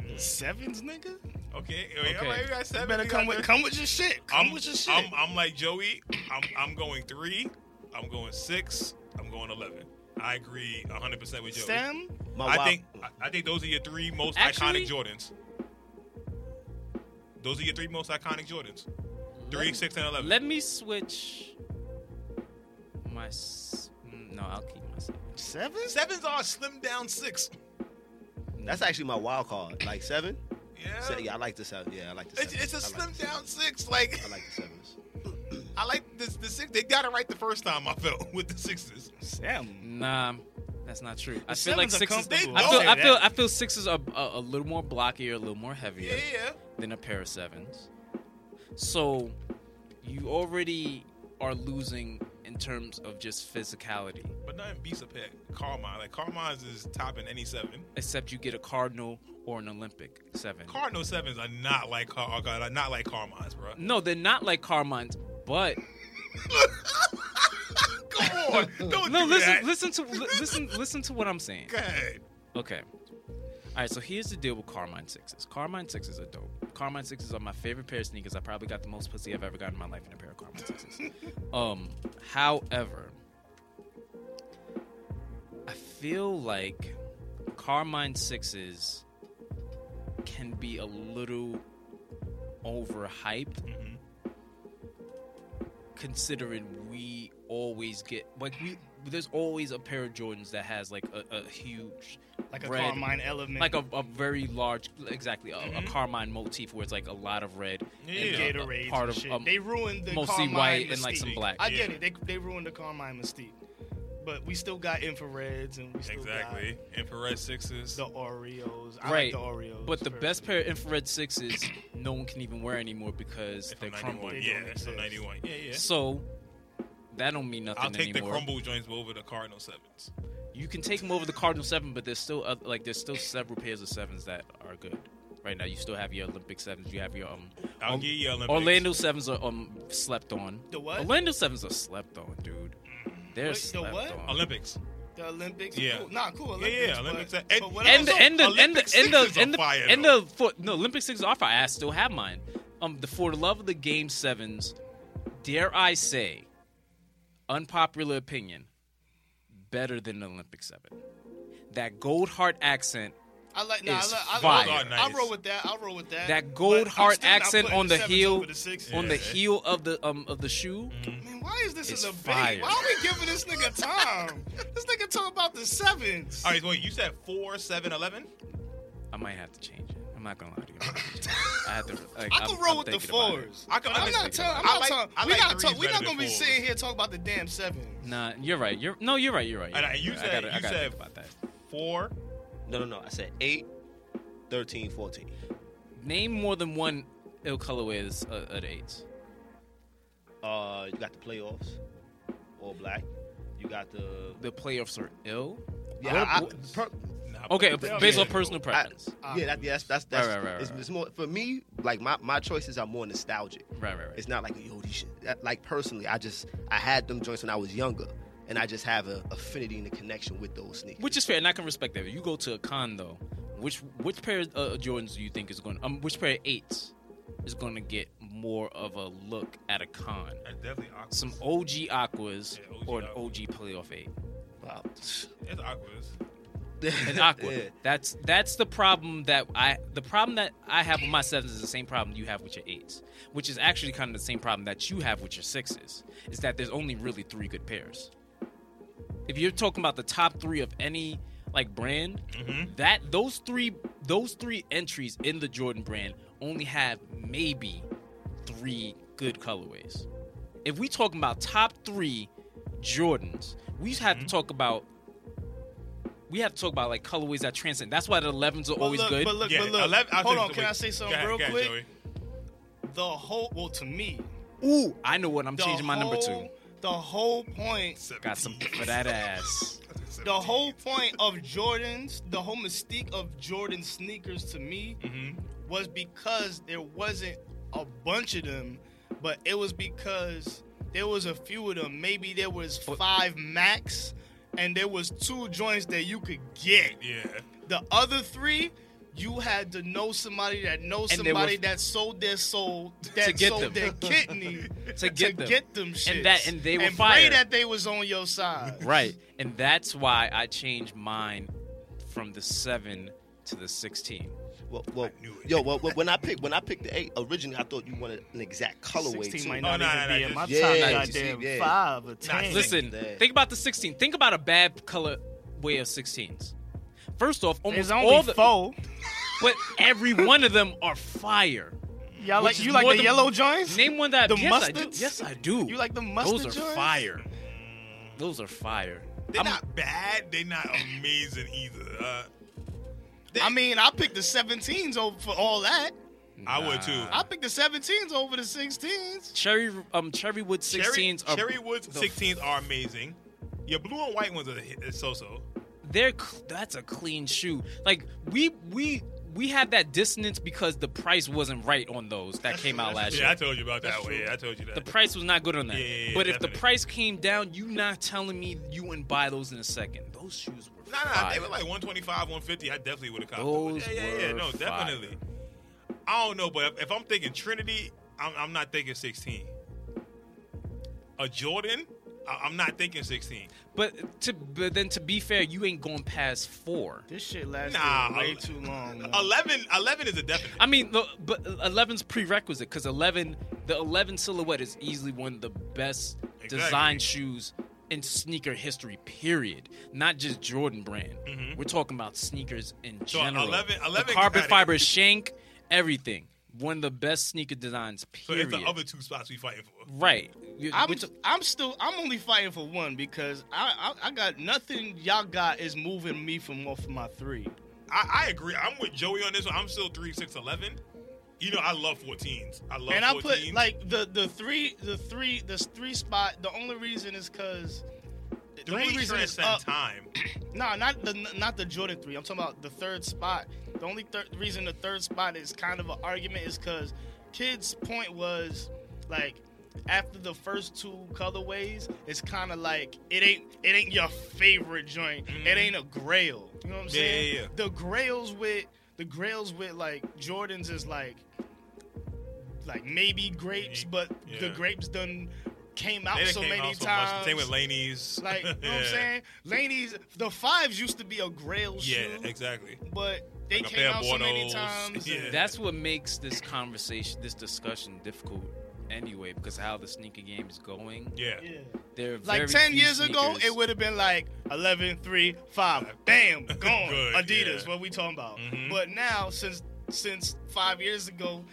[SPEAKER 1] Mm.
[SPEAKER 2] Sevens, nigga.
[SPEAKER 1] Okay. Wait,
[SPEAKER 3] Okay.
[SPEAKER 1] All right, we got seven.
[SPEAKER 2] You better
[SPEAKER 1] we
[SPEAKER 2] come
[SPEAKER 1] got
[SPEAKER 2] with
[SPEAKER 1] three.
[SPEAKER 2] come with your shit. Come
[SPEAKER 1] I'm,
[SPEAKER 2] with your shit.
[SPEAKER 1] I'm, I'm like Joey. I'm, I'm going three. I'm going six. I'm going eleven. I agree 100 percent with Joey.
[SPEAKER 2] Stem.
[SPEAKER 4] My mm.
[SPEAKER 1] I
[SPEAKER 4] wife-
[SPEAKER 1] think I- I think those are your three most
[SPEAKER 3] Actually-
[SPEAKER 1] iconic Jordans. Those are your three most iconic Jordans. Three,
[SPEAKER 3] Let-
[SPEAKER 1] six, and eleven.
[SPEAKER 3] Let me switch. My s- mm, no, I'll keep my seven.
[SPEAKER 2] Sevens.
[SPEAKER 1] Sevens are slim down six.
[SPEAKER 4] That's actually my wild card. Like 7?
[SPEAKER 1] Yeah.
[SPEAKER 4] Se- yeah, I like the 7. Yeah, I like the 7.
[SPEAKER 1] It's, it's a
[SPEAKER 4] I like
[SPEAKER 1] slim
[SPEAKER 4] the
[SPEAKER 1] down
[SPEAKER 4] sevens.
[SPEAKER 1] six. Like
[SPEAKER 4] I like the 7s.
[SPEAKER 1] I like this. The six. They got it right the first time. I felt with the sixes.
[SPEAKER 2] Stem.
[SPEAKER 3] Nah, that's not true. I
[SPEAKER 2] The
[SPEAKER 3] feel like
[SPEAKER 2] sevens are
[SPEAKER 3] sixes. I feel
[SPEAKER 2] comfortable.
[SPEAKER 1] Don't
[SPEAKER 3] I
[SPEAKER 2] say
[SPEAKER 3] feel
[SPEAKER 2] that.
[SPEAKER 3] I feel sixes are a, a little more blockier, a little more
[SPEAKER 1] Yeah,
[SPEAKER 3] heavier
[SPEAKER 1] yeah.
[SPEAKER 3] than a pair of sevens. So you already are losing in terms of just physicality.
[SPEAKER 1] But nothing beats a pack. Carmine. Like Carmine's is topping any seven.
[SPEAKER 3] Except you get a cardinal or an Olympic seven.
[SPEAKER 1] Cardinal sevens are not like Car- oh God, are not like Carmine's, bro.
[SPEAKER 3] no, they're not like Carmines, but
[SPEAKER 1] Come on. Don't
[SPEAKER 3] no.
[SPEAKER 1] do
[SPEAKER 3] Listen,
[SPEAKER 1] that.
[SPEAKER 3] listen to li- listen listen to what I'm saying.
[SPEAKER 1] Go ahead.
[SPEAKER 3] Okay. All right, so here's the deal with Carmine Sixes. Carmine Sixes are dope. Carmine Sixes are my favorite pair of sneakers. I probably got the most pussy I've ever gotten in my life in a pair of Carmine Sixes. um, however, I feel like Carmine Sixes can be a little overhyped
[SPEAKER 2] Mm-hmm.
[SPEAKER 1] Mhm.
[SPEAKER 3] considering we always get like we there's always a pair of Jordans that has like a, a huge
[SPEAKER 2] Like a
[SPEAKER 3] red-
[SPEAKER 2] Carmine element.
[SPEAKER 3] like a, a very large exactly a, a Carmine motif where it's like a lot of red
[SPEAKER 1] Mm-hmm. Yeah.
[SPEAKER 3] and a- a
[SPEAKER 2] Gatorade.
[SPEAKER 3] part
[SPEAKER 2] and
[SPEAKER 3] of
[SPEAKER 2] shit.
[SPEAKER 3] um,
[SPEAKER 2] they ruined the
[SPEAKER 3] mostly
[SPEAKER 2] Carmine
[SPEAKER 3] white and like
[SPEAKER 2] mystique.
[SPEAKER 3] some black.
[SPEAKER 2] I get
[SPEAKER 1] Yeah.
[SPEAKER 2] it. They they ruined the Carmine mystique, but we still got infrareds and we still
[SPEAKER 1] Exactly. Infrared sixes.
[SPEAKER 2] got the Oreos. I
[SPEAKER 3] Right.
[SPEAKER 2] like the Oreos.
[SPEAKER 3] but the best
[SPEAKER 2] personally.
[SPEAKER 3] pair of infrared sixes no one can even wear anymore because
[SPEAKER 1] If
[SPEAKER 3] they're
[SPEAKER 1] I'm 91.
[SPEAKER 3] crumbled.
[SPEAKER 2] They
[SPEAKER 1] Yeah,
[SPEAKER 2] don't
[SPEAKER 1] if I'm
[SPEAKER 2] exist.
[SPEAKER 1] 91. Yeah, yeah.
[SPEAKER 3] So that don't mean nothing
[SPEAKER 1] I'll take
[SPEAKER 3] anymore.
[SPEAKER 1] the crumble joints over the Cardinal sevens.
[SPEAKER 3] You can take them over the Cardinal Seven, but there's still oth- like there's still several pairs of sevens that are good. Right now, you still have your Olympic sevens. You have your um,
[SPEAKER 1] I'll
[SPEAKER 3] um,
[SPEAKER 1] give you Olympics.
[SPEAKER 3] Orlando sevens are um slept on.
[SPEAKER 2] The what?
[SPEAKER 3] Orlando sevens are slept on, dude. They're
[SPEAKER 2] Wait, the
[SPEAKER 3] slept
[SPEAKER 2] what?
[SPEAKER 3] on.
[SPEAKER 1] Olympics.
[SPEAKER 2] The Olympics.
[SPEAKER 1] Yeah.
[SPEAKER 2] Cool. Nah, cool.
[SPEAKER 1] Yeah, yeah,
[SPEAKER 2] Olympics,
[SPEAKER 1] Olympics.
[SPEAKER 2] But,
[SPEAKER 1] And-
[SPEAKER 2] but what
[SPEAKER 3] and
[SPEAKER 2] else?
[SPEAKER 3] the and the and
[SPEAKER 1] Olympic
[SPEAKER 3] the and the
[SPEAKER 1] sixes are
[SPEAKER 3] and the,
[SPEAKER 1] fire,
[SPEAKER 3] and
[SPEAKER 1] though.
[SPEAKER 3] the for, no Olympic sixes are fire. I still have mine. Um, the for the love of the game sevens, dare I say, unpopular opinion, better than the Olympic seven. That gold heart accent,
[SPEAKER 2] I like. Nah, I,
[SPEAKER 3] is
[SPEAKER 2] like I,
[SPEAKER 3] fire.
[SPEAKER 1] Those are nice.
[SPEAKER 2] I roll with that. I roll with that.
[SPEAKER 3] that gold
[SPEAKER 2] But I'm
[SPEAKER 3] heart
[SPEAKER 2] still not
[SPEAKER 3] accent
[SPEAKER 2] putting
[SPEAKER 3] on the
[SPEAKER 2] sevens
[SPEAKER 3] heel,
[SPEAKER 2] over the Mm-hmm. sixes.
[SPEAKER 3] on the
[SPEAKER 1] Yeah.
[SPEAKER 3] heel of the um of the shoe.
[SPEAKER 2] Man, why is this
[SPEAKER 3] It's
[SPEAKER 2] a debate?
[SPEAKER 3] fire.
[SPEAKER 2] Why are we giving this nigga time? this nigga talk about the sevens.
[SPEAKER 1] All right, wait. You said four, seven, eleven.
[SPEAKER 3] I might have to change it. I'm not gonna lie to you. I might have to change it. I have to. Like,
[SPEAKER 2] I can
[SPEAKER 3] I'm-
[SPEAKER 2] roll
[SPEAKER 3] I'm
[SPEAKER 2] with the
[SPEAKER 3] thinking about it.
[SPEAKER 2] fours.
[SPEAKER 1] I can-
[SPEAKER 2] But
[SPEAKER 1] I
[SPEAKER 2] I'm
[SPEAKER 1] can
[SPEAKER 2] not
[SPEAKER 1] see
[SPEAKER 2] telling.
[SPEAKER 1] that.
[SPEAKER 2] I'm
[SPEAKER 1] I
[SPEAKER 2] not
[SPEAKER 1] like-
[SPEAKER 2] telling.
[SPEAKER 1] I
[SPEAKER 2] We
[SPEAKER 1] like
[SPEAKER 2] gotta
[SPEAKER 1] threes
[SPEAKER 2] talk. We're
[SPEAKER 1] better
[SPEAKER 2] not
[SPEAKER 1] than
[SPEAKER 2] gonna be
[SPEAKER 1] fours.
[SPEAKER 2] sitting here talking about the damn sevens.
[SPEAKER 3] Nah, you're right. You're no, you're right. You're right. You're
[SPEAKER 1] And I-
[SPEAKER 3] right.
[SPEAKER 1] you
[SPEAKER 3] I
[SPEAKER 1] said-
[SPEAKER 3] gotta- I
[SPEAKER 1] you
[SPEAKER 3] gotta
[SPEAKER 1] said-
[SPEAKER 3] think about that.
[SPEAKER 1] Four.
[SPEAKER 4] No, no, no. I said 8, 13, 14.
[SPEAKER 3] Name more than one ill colorway is uh, at eight.
[SPEAKER 4] Uh, you got the playoffs, all black. You got the.
[SPEAKER 3] The playoffs are ill.
[SPEAKER 4] Yeah,
[SPEAKER 3] What-
[SPEAKER 4] I-
[SPEAKER 3] what-
[SPEAKER 4] per-
[SPEAKER 1] Nah,
[SPEAKER 3] okay,
[SPEAKER 1] but-
[SPEAKER 3] based
[SPEAKER 1] yeah,
[SPEAKER 3] on personal preference.
[SPEAKER 4] I- yeah, that, yeah, that's that's that's.
[SPEAKER 3] uh, Right, right, right,
[SPEAKER 4] it's,
[SPEAKER 3] right.
[SPEAKER 4] it's more for me. Like my, my choices are more nostalgic.
[SPEAKER 3] right, right, right.
[SPEAKER 4] It's not like yo, these shit. that- Like personally, I just I had them joints when I was younger, and I just have an affinity and a connection with those sneakers.
[SPEAKER 3] Which is fair, and I can respect that. If you go to a con though, which which pair of uh, Jordans do you think is going? Um, which pair of eights is going to get more of a look at a con?
[SPEAKER 1] That's definitely awkward.
[SPEAKER 3] Some OG Aquas
[SPEAKER 1] Yeah, OG
[SPEAKER 3] or an
[SPEAKER 1] Aquas.
[SPEAKER 3] OG Playoff Eight?
[SPEAKER 4] Wow.
[SPEAKER 1] It's awkward.
[SPEAKER 3] An Aqua. That's that's the problem that I the problem that I have with my sevens is the same problem you have with your eights, which is actually kind of the same problem that you have with your sixes. Is that there's only really three good pairs. If you're talking about the top three of any like brand,
[SPEAKER 1] Mhm.
[SPEAKER 3] that those three those three entries in the Jordan brand only have maybe three good colorways. If we talking about top three Jordans, we have
[SPEAKER 2] Mm-hmm.
[SPEAKER 3] to talk about we have to talk about like colorways that transcend. That's why the 11s are always
[SPEAKER 2] look,
[SPEAKER 3] good.
[SPEAKER 2] But look,
[SPEAKER 1] Yeah,
[SPEAKER 2] but look.
[SPEAKER 1] 11 I'll
[SPEAKER 2] hold
[SPEAKER 1] take
[SPEAKER 2] on,
[SPEAKER 1] it
[SPEAKER 2] can
[SPEAKER 1] away.
[SPEAKER 2] I say something
[SPEAKER 1] Go ahead,
[SPEAKER 2] real
[SPEAKER 1] go ahead,
[SPEAKER 2] quick?
[SPEAKER 1] Joey.
[SPEAKER 2] The whole, well, to me,
[SPEAKER 3] Ooh, I know what I'm
[SPEAKER 2] the
[SPEAKER 3] changing my number
[SPEAKER 2] whole-
[SPEAKER 3] to.
[SPEAKER 2] The whole point
[SPEAKER 3] Got some for that ass.
[SPEAKER 2] the whole point of Jordans, the whole mystique of Jordan sneakers to me
[SPEAKER 1] Mhm.
[SPEAKER 3] Mm-hmm.
[SPEAKER 2] was because there wasn't a bunch of them, but it was because there was a few of them. Maybe there was five max, and there was two joints that you could get.
[SPEAKER 1] Yeah.
[SPEAKER 2] The other three, you had to know somebody that knows
[SPEAKER 3] And they were-
[SPEAKER 2] somebody that sold their soul, that
[SPEAKER 3] get
[SPEAKER 2] sold
[SPEAKER 3] them.
[SPEAKER 2] their kidney
[SPEAKER 3] To get them.
[SPEAKER 2] shits.
[SPEAKER 3] And that- and they were
[SPEAKER 2] and pray
[SPEAKER 3] fire.
[SPEAKER 2] that they was on your side.
[SPEAKER 3] Right. And that's why I changed mine from the 7 to the 16.
[SPEAKER 4] Well, well,
[SPEAKER 1] I knew it.
[SPEAKER 4] yo, well, well, when I picked when I picked the eight originally, I thought you wanted an exact colorway.
[SPEAKER 2] 16
[SPEAKER 4] too.
[SPEAKER 2] might
[SPEAKER 1] Oh,
[SPEAKER 2] not
[SPEAKER 1] nah,
[SPEAKER 2] even
[SPEAKER 1] nah,
[SPEAKER 2] be
[SPEAKER 1] nah,
[SPEAKER 2] in my
[SPEAKER 4] just-
[SPEAKER 2] top
[SPEAKER 4] Yeah,
[SPEAKER 2] goddamn
[SPEAKER 4] yeah.
[SPEAKER 2] five or ten.
[SPEAKER 1] Nah,
[SPEAKER 3] Listen,
[SPEAKER 4] Dang.
[SPEAKER 3] think about the 16. Think about a bad color way of 16s. First off, almost
[SPEAKER 2] there's only
[SPEAKER 3] all the
[SPEAKER 2] four.
[SPEAKER 3] but every one of them are fire.
[SPEAKER 2] Y'all
[SPEAKER 3] Which
[SPEAKER 2] like
[SPEAKER 3] is
[SPEAKER 2] you like
[SPEAKER 3] more
[SPEAKER 2] the
[SPEAKER 3] than-
[SPEAKER 2] yellow joints?
[SPEAKER 3] Name one that
[SPEAKER 2] The
[SPEAKER 3] yes, I do.
[SPEAKER 2] mustards?
[SPEAKER 3] Yes, I do.
[SPEAKER 2] You like the mustard
[SPEAKER 3] Those are
[SPEAKER 2] joints?
[SPEAKER 3] fire. Those are fire.
[SPEAKER 1] They're
[SPEAKER 3] I'm-
[SPEAKER 1] not bad. They're not amazing either. Uh,
[SPEAKER 2] I mean, I picked the 17s over for all that.
[SPEAKER 1] I would too.
[SPEAKER 3] Nah.
[SPEAKER 2] I picked the 17s over the 16s.
[SPEAKER 3] Cherry um cherry wood 16s
[SPEAKER 1] Cherry,
[SPEAKER 3] are
[SPEAKER 1] Cherry Woods
[SPEAKER 3] the
[SPEAKER 1] 16s are amazing. Your blue and white ones are hit- so-so.
[SPEAKER 3] they're cl- that's a clean shoe. Like we we we had that dissonance because the price wasn't right on those that came out last
[SPEAKER 1] Yeah, I
[SPEAKER 3] year.
[SPEAKER 1] told you about that one. Yeah, I told you
[SPEAKER 3] The
[SPEAKER 1] that.
[SPEAKER 3] price was not good on that.
[SPEAKER 1] Yeah, yeah, yeah,
[SPEAKER 3] but if
[SPEAKER 1] definitely.
[SPEAKER 3] the price came down, you not telling me you wouldn't buy those in a second. Those shoes were
[SPEAKER 1] Nah, nah,
[SPEAKER 3] fire.
[SPEAKER 1] they were like 125, 150. I definitely would have copped
[SPEAKER 3] Those
[SPEAKER 1] them. Yeah, yeah, yeah.
[SPEAKER 3] were
[SPEAKER 1] No,
[SPEAKER 3] fire.
[SPEAKER 1] definitely. I don't know, but if, if I'm thinking Trinity, I'm, I'm not thinking 16. A Jordan, I, I'm not thinking 16.
[SPEAKER 3] But to but then to be fair, you ain't going past four.
[SPEAKER 2] This shit lasted
[SPEAKER 1] Nah,
[SPEAKER 2] way
[SPEAKER 1] I-
[SPEAKER 2] too long. man.
[SPEAKER 1] 11, 11 is a definite.
[SPEAKER 3] I mean, look, but 11's prerequisite because 11, the 11 silhouette is easily one of the best
[SPEAKER 1] Exactly.
[SPEAKER 3] design shoes in sneaker history. Period. Not just Jordan brand.
[SPEAKER 1] Mhm.
[SPEAKER 3] We're talking about sneakers in
[SPEAKER 1] So,
[SPEAKER 3] general.
[SPEAKER 1] 11 11
[SPEAKER 3] the carbon
[SPEAKER 1] got it.
[SPEAKER 3] fiber shank, everything. One of the best sneaker designs.
[SPEAKER 1] so
[SPEAKER 3] Period.
[SPEAKER 1] it's the other two spots we fighting for.
[SPEAKER 3] right. You-
[SPEAKER 2] I'm,
[SPEAKER 3] we're t-
[SPEAKER 2] I'm still I'm only fighting for one because I, I I got nothing y'all got is moving me from off of my three.
[SPEAKER 1] I, I agree. I'm with Joey on this one. I'm still 3, 6, 11. You know, I love 14s. I love
[SPEAKER 2] and
[SPEAKER 1] 14s.
[SPEAKER 2] I put like the the three the three the three spot. The only reason is because the
[SPEAKER 1] Three
[SPEAKER 2] only reason is
[SPEAKER 1] transcend
[SPEAKER 2] up.
[SPEAKER 1] time.
[SPEAKER 2] No, not the not the Jordan three. I'm talking about the third spot. The only thir- reason the third spot is kind of an argument is because kids' point was like after the first two colorways, it's kind of like it ain't it ain't your favorite joint. It ain't a Grail. You know what I'm
[SPEAKER 1] Mm-hmm. Yeah,
[SPEAKER 2] saying?
[SPEAKER 1] yeah, yeah.
[SPEAKER 2] The Grails with the Grails with like Jordans is like like maybe grapes, but the
[SPEAKER 1] Yeah.
[SPEAKER 2] grapes done came out
[SPEAKER 1] They done
[SPEAKER 2] so
[SPEAKER 1] came
[SPEAKER 2] many
[SPEAKER 1] out so
[SPEAKER 2] times.
[SPEAKER 1] much. Same with Laney's.
[SPEAKER 2] Like, you know what I'm
[SPEAKER 1] Yeah.
[SPEAKER 2] saying? Ladies, the fives used to be a grail
[SPEAKER 1] Yeah,
[SPEAKER 2] shoe,
[SPEAKER 1] exactly.
[SPEAKER 2] but they
[SPEAKER 1] Like a
[SPEAKER 2] came
[SPEAKER 1] pair of
[SPEAKER 2] out so many
[SPEAKER 1] Bordeaux.
[SPEAKER 2] times.
[SPEAKER 1] Yeah.
[SPEAKER 2] and-
[SPEAKER 3] That's what makes this conversation, this discussion, difficult. Anyway, because how the sneaker game is going,
[SPEAKER 1] Yeah.
[SPEAKER 2] Yeah.
[SPEAKER 3] there are
[SPEAKER 2] Like
[SPEAKER 3] very
[SPEAKER 2] 10
[SPEAKER 3] few
[SPEAKER 2] years ago,
[SPEAKER 3] sneakers-
[SPEAKER 2] it would have been like 11, 3, 5. Bam, gone.
[SPEAKER 1] Good,
[SPEAKER 2] Adidas,
[SPEAKER 1] yeah.
[SPEAKER 2] what we talking about.
[SPEAKER 1] Mhm.
[SPEAKER 2] But now, since since five years ago,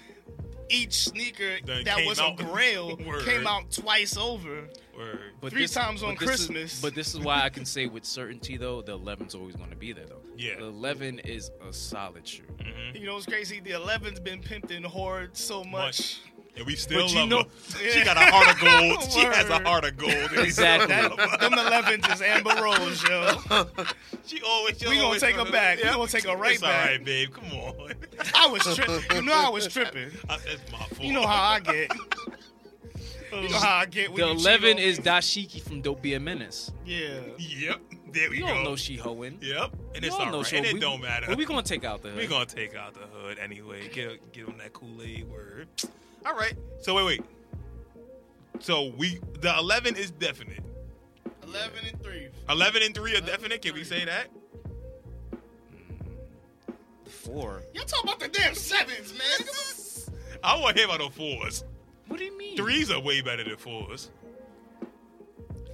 [SPEAKER 2] each sneaker
[SPEAKER 1] Done
[SPEAKER 2] that
[SPEAKER 1] came
[SPEAKER 2] was a
[SPEAKER 1] out.
[SPEAKER 2] grail
[SPEAKER 1] Word.
[SPEAKER 2] came out twice over.
[SPEAKER 1] Word.
[SPEAKER 2] three times on
[SPEAKER 3] this is-
[SPEAKER 2] Christmas.
[SPEAKER 3] but this is why I can say with certainty, though, the 11's always going to be there, though.
[SPEAKER 1] Yeah.
[SPEAKER 3] The 11 is a solid shoe.
[SPEAKER 1] Mhm.
[SPEAKER 2] You know what's crazy? The 11's been pimped and hoard so much.
[SPEAKER 1] Much. And we still
[SPEAKER 3] But you
[SPEAKER 1] love
[SPEAKER 3] know-
[SPEAKER 1] her. She got a heart of gold. she has a
[SPEAKER 2] Word.
[SPEAKER 1] heart of gold. We still
[SPEAKER 3] Exactly.
[SPEAKER 1] love her.
[SPEAKER 2] That, them 11's is Amber Rose, yo.
[SPEAKER 1] She always. She
[SPEAKER 2] We gonna
[SPEAKER 1] always
[SPEAKER 2] take her
[SPEAKER 1] love
[SPEAKER 2] back. We gonna take her right
[SPEAKER 1] it's all
[SPEAKER 2] back.
[SPEAKER 1] right, babe. Come on.
[SPEAKER 2] I was tripping. You know I was tripping.
[SPEAKER 1] I- That's my fault.
[SPEAKER 2] You know how I get. You know how I get. When
[SPEAKER 3] The
[SPEAKER 2] you cheat
[SPEAKER 3] 11
[SPEAKER 2] on
[SPEAKER 3] is
[SPEAKER 2] me.
[SPEAKER 3] Dashiki from Don't Be a Menace.
[SPEAKER 2] Yeah.
[SPEAKER 1] Yep. There we
[SPEAKER 3] You
[SPEAKER 1] go.
[SPEAKER 3] don't know she hoeing.
[SPEAKER 1] Yep. And
[SPEAKER 3] You
[SPEAKER 1] it's
[SPEAKER 3] don't
[SPEAKER 1] all
[SPEAKER 3] know
[SPEAKER 1] right.
[SPEAKER 3] she
[SPEAKER 1] And it
[SPEAKER 3] hoeing.
[SPEAKER 1] don't matter.
[SPEAKER 3] Well, we going to take out the
[SPEAKER 1] We
[SPEAKER 3] hood.
[SPEAKER 1] gonna take out the hood anyway. Get get on that Kool Aid word. All right. So wait, wait. So we the eleven is definite.
[SPEAKER 2] Eleven and three.
[SPEAKER 1] Eleven and three are
[SPEAKER 2] 11
[SPEAKER 1] definite. Can we
[SPEAKER 2] three.
[SPEAKER 1] say that?
[SPEAKER 3] Four.
[SPEAKER 2] Y'all talking about the damn sevens, man.
[SPEAKER 1] I don't want to hear about the fours.
[SPEAKER 3] What do you mean?
[SPEAKER 1] Threes are way better than fours.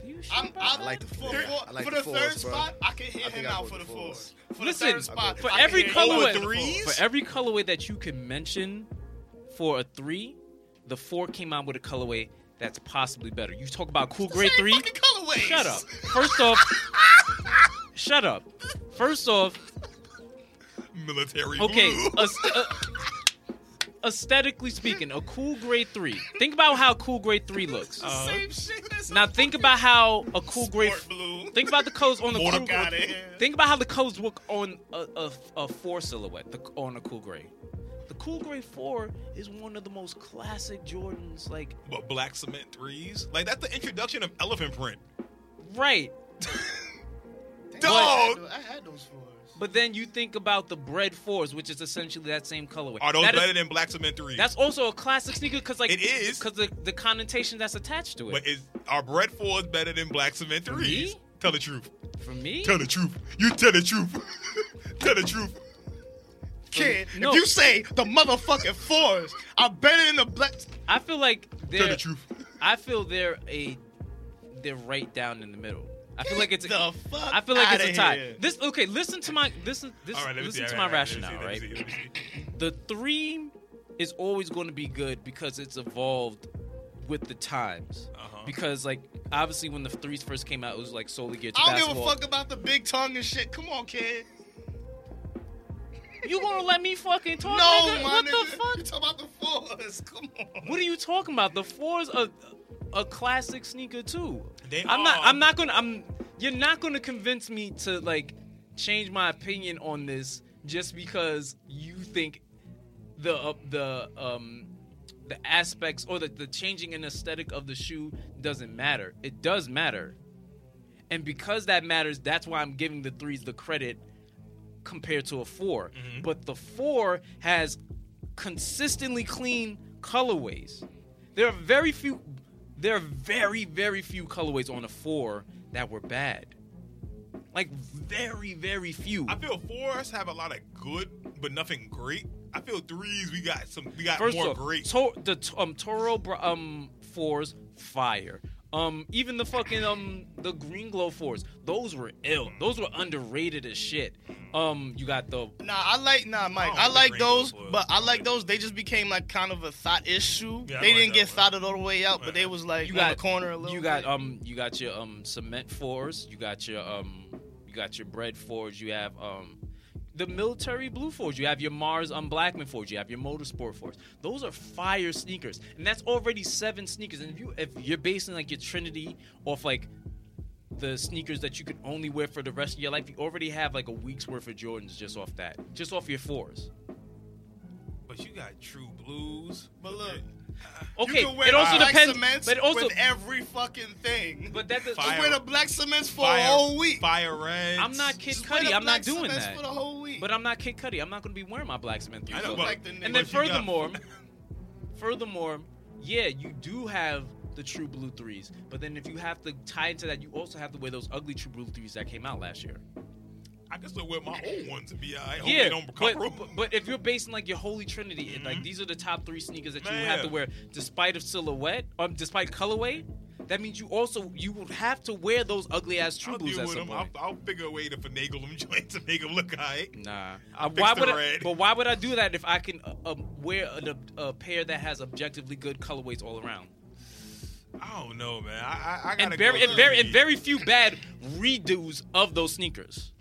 [SPEAKER 3] You you shit,
[SPEAKER 2] I'm,
[SPEAKER 3] bro?
[SPEAKER 2] I,
[SPEAKER 4] I like the
[SPEAKER 2] for,
[SPEAKER 4] fours.
[SPEAKER 2] for,
[SPEAKER 4] I like
[SPEAKER 2] for
[SPEAKER 4] the
[SPEAKER 2] the,
[SPEAKER 4] fours,
[SPEAKER 2] third
[SPEAKER 4] bro.
[SPEAKER 2] spot, I can
[SPEAKER 4] I
[SPEAKER 2] hear him
[SPEAKER 4] think I
[SPEAKER 2] out
[SPEAKER 4] go
[SPEAKER 2] for the
[SPEAKER 4] with the
[SPEAKER 2] fours.
[SPEAKER 4] fours.
[SPEAKER 2] For the
[SPEAKER 3] Listen,
[SPEAKER 2] third spot,
[SPEAKER 4] for
[SPEAKER 2] I can
[SPEAKER 3] every
[SPEAKER 2] hear him
[SPEAKER 1] colorway-
[SPEAKER 2] with the
[SPEAKER 1] threes?
[SPEAKER 2] fours.
[SPEAKER 3] For every colorway that you can mention for a three, the four came out with a colorway that's possibly better. You talk about cool gray
[SPEAKER 2] Same
[SPEAKER 3] three.
[SPEAKER 2] fucking colorways.
[SPEAKER 3] Shut up. First off, shut up. First off,
[SPEAKER 1] Military.
[SPEAKER 3] okay.
[SPEAKER 1] blue.
[SPEAKER 3] aes- uh, aesthetically speaking, a cool gray three. Think about how cool gray three looks.
[SPEAKER 1] Uh,
[SPEAKER 2] Same shit. That's
[SPEAKER 3] now think about how a cool
[SPEAKER 2] sport
[SPEAKER 3] gray.
[SPEAKER 2] blue.
[SPEAKER 3] Think about the codes on the
[SPEAKER 1] Mortar
[SPEAKER 3] cool.
[SPEAKER 2] Got it.
[SPEAKER 3] Think about how the codes look on a, a, a four silhouette the, on a cool gray. The cool gray four is one of the most classic Jordans. Like
[SPEAKER 1] But black cement threes. Like that's the introduction of elephant print.
[SPEAKER 3] right,
[SPEAKER 1] Dog.
[SPEAKER 2] I had those fours.
[SPEAKER 3] but then you think about the bread fours, which is essentially that same colorway.
[SPEAKER 1] Are those
[SPEAKER 3] That is-
[SPEAKER 1] better than black cement threes?
[SPEAKER 3] That's also a classic sneaker because like
[SPEAKER 1] It is.
[SPEAKER 3] because the, the connotation that's attached to
[SPEAKER 1] but
[SPEAKER 3] it.
[SPEAKER 1] is are bread fours better than black cement
[SPEAKER 3] me?
[SPEAKER 1] threes? Tell the truth.
[SPEAKER 3] For me,
[SPEAKER 1] Tell the truth. You tell the truth. tell the truth.
[SPEAKER 2] Kid,
[SPEAKER 3] No.
[SPEAKER 2] if you say the motherfucking fours are better than the black,
[SPEAKER 3] I feel like
[SPEAKER 1] Tell
[SPEAKER 3] they're.
[SPEAKER 1] the truth.
[SPEAKER 3] I feel they're a they're right down in the middle. I feel like it's
[SPEAKER 2] the fuck.
[SPEAKER 3] I feel like
[SPEAKER 2] outta
[SPEAKER 3] it's a tie.
[SPEAKER 2] Here.
[SPEAKER 3] This okay? Listen to my listen this
[SPEAKER 1] All right, let me
[SPEAKER 3] listen
[SPEAKER 1] see.
[SPEAKER 3] to
[SPEAKER 1] All
[SPEAKER 3] my
[SPEAKER 1] right, all right, let me
[SPEAKER 3] rationale.
[SPEAKER 1] see, let me
[SPEAKER 3] right,
[SPEAKER 1] see, let me see.
[SPEAKER 3] the three is always going to be good because it's evolved with the times.
[SPEAKER 1] Uh-huh.
[SPEAKER 3] Because like obviously when the threes first came out, it was like solely geared to
[SPEAKER 2] I don't give
[SPEAKER 3] basketball.
[SPEAKER 2] a fuck about the big tongue and shit. Come on, kid.
[SPEAKER 3] You gonna let me fucking talk?
[SPEAKER 2] no,
[SPEAKER 3] nigga?
[SPEAKER 2] my
[SPEAKER 3] what
[SPEAKER 2] nigga.
[SPEAKER 3] the fuck?
[SPEAKER 2] You talking about the fours? Come on.
[SPEAKER 3] What are you talking about? The fours are a classic sneaker too.
[SPEAKER 1] They
[SPEAKER 3] I'm not.
[SPEAKER 1] are.
[SPEAKER 3] I'm not gonna. I'm. You're not gonna convince me to like change my opinion on this just because you think the uh, the um the aspects or the, the changing in aesthetic of the shoe doesn't matter. It does matter, and because that matters, that's why I'm giving the threes the credit compared to a 4 But the four has consistently clean colorways. There are very few. There are very very few colorways on a four that were bad. Like very very few.
[SPEAKER 1] I feel fours have a lot of good, but nothing great. I feel threes. We got some. We got
[SPEAKER 3] First
[SPEAKER 1] more
[SPEAKER 3] off,
[SPEAKER 1] great.
[SPEAKER 3] to- the t- um Toro br- um fours fire. Um, even the fucking um the green glow fours, those were ill. Those were underrated as shit. Um, you got the
[SPEAKER 2] Nah, I like nah, Mike.
[SPEAKER 1] don't
[SPEAKER 2] I,
[SPEAKER 1] like
[SPEAKER 2] like
[SPEAKER 1] rainbow
[SPEAKER 2] those,
[SPEAKER 1] foils.
[SPEAKER 2] but I like those. They just became like kind of a thought issue.
[SPEAKER 1] Yeah, I
[SPEAKER 2] they
[SPEAKER 1] like
[SPEAKER 2] didn't
[SPEAKER 1] that
[SPEAKER 2] get
[SPEAKER 1] one.
[SPEAKER 2] thoughted all the way out, but
[SPEAKER 1] Yeah.
[SPEAKER 2] they was like
[SPEAKER 3] You
[SPEAKER 2] on
[SPEAKER 3] got-
[SPEAKER 2] the corner a little.
[SPEAKER 3] you got
[SPEAKER 2] bit.
[SPEAKER 3] um you got your um cement fours you got your um you got your bread fours you have um the military blue fours you have your mars um blackman fours you have your motorsport fours those are fire sneakers and that's already seven sneakers and if you if you're basing like your trinity off like the sneakers that you could only wear for the rest of your life you already have like a week's worth of jordans just off that just off your fours
[SPEAKER 1] but you got true blues.
[SPEAKER 2] But look,
[SPEAKER 3] okay
[SPEAKER 2] you can wear
[SPEAKER 3] it also
[SPEAKER 2] black
[SPEAKER 3] depends
[SPEAKER 2] Cements
[SPEAKER 3] but it also
[SPEAKER 2] with every fucking thing.
[SPEAKER 3] but that does,
[SPEAKER 1] Fire.
[SPEAKER 2] Just wear the black cements for
[SPEAKER 1] fire,
[SPEAKER 2] a whole week.
[SPEAKER 1] Fire reds.
[SPEAKER 3] i'm not kid
[SPEAKER 2] Just wear the
[SPEAKER 3] cuddy i'm
[SPEAKER 2] black
[SPEAKER 3] not doing
[SPEAKER 2] cements
[SPEAKER 3] that
[SPEAKER 2] for the whole week.
[SPEAKER 3] But I'm not Kid Cudi. I'm not going to be wearing my black cement threes.
[SPEAKER 1] I know,
[SPEAKER 3] So-
[SPEAKER 1] but-
[SPEAKER 2] like the nigga.
[SPEAKER 3] and then
[SPEAKER 1] but you got-
[SPEAKER 3] furthermore, furthermore, yeah, you do have the true blue threes. But then if you have to tie into that, you also have to wear those ugly true blue threes that came out last year.
[SPEAKER 1] I can still wear my old ones and be alright.
[SPEAKER 3] yeah,
[SPEAKER 1] they don't
[SPEAKER 3] but,
[SPEAKER 1] cover 'em.
[SPEAKER 3] but but if you're basing like your holy trinity, and, like these are the top three sneakers that you
[SPEAKER 1] Man.
[SPEAKER 3] have to wear, despite of silhouette, um, despite colorway. That means you also you would have to wear those ugly ass true
[SPEAKER 1] I'll
[SPEAKER 3] blues
[SPEAKER 1] deal
[SPEAKER 3] at
[SPEAKER 1] with
[SPEAKER 3] some
[SPEAKER 1] them. I'll,
[SPEAKER 3] point.
[SPEAKER 1] I'll figure a way to finagle them joints to make them look alright.
[SPEAKER 3] Nah.
[SPEAKER 1] I'll fix
[SPEAKER 3] why
[SPEAKER 1] the
[SPEAKER 3] would I,
[SPEAKER 1] red.
[SPEAKER 3] but why would I do that if I can uh, um, wear a, a pair that has objectively good colorways all around?
[SPEAKER 1] I don't know, man. I, I, I gotta
[SPEAKER 3] And very,
[SPEAKER 1] go
[SPEAKER 3] and very, and
[SPEAKER 1] threes.
[SPEAKER 3] very few bad redos of those sneakers.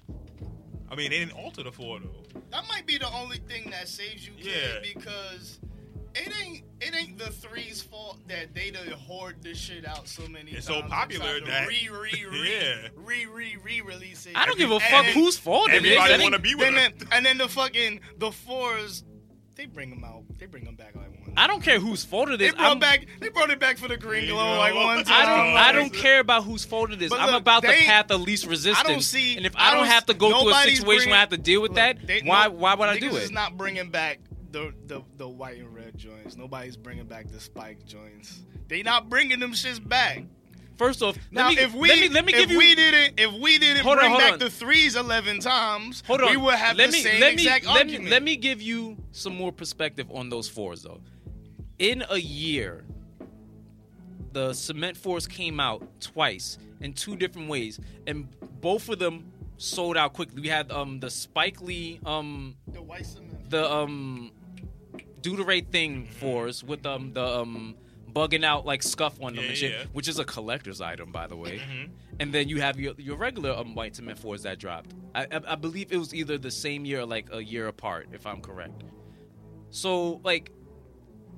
[SPEAKER 1] I mean, they didn't alter the four though.
[SPEAKER 2] That might be the only thing that saves you, kid,
[SPEAKER 1] Yeah.
[SPEAKER 2] because it ain't it ain't the three's fault that they done hoard this shit out so many
[SPEAKER 1] It's so
[SPEAKER 2] times. and
[SPEAKER 1] popular
[SPEAKER 2] tried to
[SPEAKER 1] that-
[SPEAKER 2] re re re
[SPEAKER 1] Yeah.
[SPEAKER 2] re re re release it.
[SPEAKER 3] I don't give a
[SPEAKER 2] And
[SPEAKER 3] fuck
[SPEAKER 2] then-
[SPEAKER 3] whose fault it is.
[SPEAKER 1] Everybody
[SPEAKER 3] I think-
[SPEAKER 1] wanna be with
[SPEAKER 2] then,
[SPEAKER 1] her.
[SPEAKER 2] then, and then the fucking the fours, they bring them out. They bring them back like one.
[SPEAKER 3] I don't care whose fault it
[SPEAKER 2] they
[SPEAKER 3] is.
[SPEAKER 2] brought
[SPEAKER 3] I'm,
[SPEAKER 2] back. They brought it back for the green
[SPEAKER 1] Green
[SPEAKER 2] glow like
[SPEAKER 1] glow.
[SPEAKER 2] one time.
[SPEAKER 3] I don't.
[SPEAKER 1] Oh,
[SPEAKER 3] I don't
[SPEAKER 1] it's-
[SPEAKER 3] care about whose fault it is.
[SPEAKER 2] But
[SPEAKER 3] I'm
[SPEAKER 2] look,
[SPEAKER 3] about the
[SPEAKER 2] they-
[SPEAKER 3] path of least resistance.
[SPEAKER 2] see-
[SPEAKER 3] And if
[SPEAKER 2] I
[SPEAKER 3] I don't
[SPEAKER 2] don't
[SPEAKER 3] have to go through a
[SPEAKER 2] nobody's
[SPEAKER 3] situation
[SPEAKER 2] bringing-
[SPEAKER 3] where I have to deal with
[SPEAKER 2] Look,
[SPEAKER 3] that,
[SPEAKER 2] they-
[SPEAKER 3] why?
[SPEAKER 2] no-
[SPEAKER 3] why would I do
[SPEAKER 2] niggas Is
[SPEAKER 3] it?
[SPEAKER 2] not bringing back the, the the white and red joints. Nobody's bringing back the spike joints. They not bringing them shits back.
[SPEAKER 3] First off,
[SPEAKER 2] Now,
[SPEAKER 3] let me,
[SPEAKER 2] if we
[SPEAKER 3] let me, let me
[SPEAKER 2] if
[SPEAKER 3] give you.
[SPEAKER 2] we didn't if we didn't
[SPEAKER 3] Hold on,
[SPEAKER 2] bring
[SPEAKER 3] hold
[SPEAKER 2] back
[SPEAKER 3] on.
[SPEAKER 2] the threes eleven times,
[SPEAKER 3] Hold on.
[SPEAKER 2] we would have
[SPEAKER 3] let
[SPEAKER 2] the
[SPEAKER 3] me,
[SPEAKER 2] same
[SPEAKER 3] let me,
[SPEAKER 2] exact
[SPEAKER 3] let
[SPEAKER 2] argument.
[SPEAKER 3] Me, let me give you some more perspective on those fours, though. In a year, the cement force came out twice in two different ways, and both of them sold out quickly. We had um the Spike Lee um
[SPEAKER 2] The white cement.
[SPEAKER 3] the um do the right thing
[SPEAKER 1] Mm-hmm.
[SPEAKER 3] for us with um the um bugging out like scuff on them
[SPEAKER 1] Yeah,
[SPEAKER 3] and shit,
[SPEAKER 1] yeah, Mm-hmm. yeah.
[SPEAKER 3] which is a collector's item by the way. And then you have your your regular um white cement fours that dropped. I, I I believe it was either the same year or like a year apart, if I'm correct. So like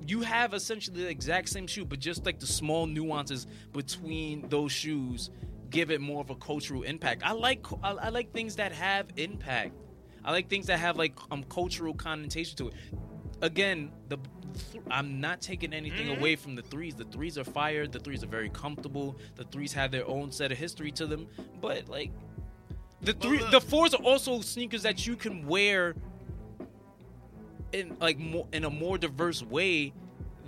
[SPEAKER 3] you have essentially the exact same shoe, but just like the small nuances between those shoes give it more of a cultural impact. I like I, I like things that have impact. I like things that have like um cultural connotation to it. Again, the I'm not taking anything
[SPEAKER 2] Mm-hmm.
[SPEAKER 3] away from the threes. The threes are fire. The threes are very comfortable. The threes have their own set of history to them. But like the
[SPEAKER 2] But
[SPEAKER 3] three,
[SPEAKER 2] look-
[SPEAKER 3] the fours are also sneakers that you can wear in like more, in a more diverse way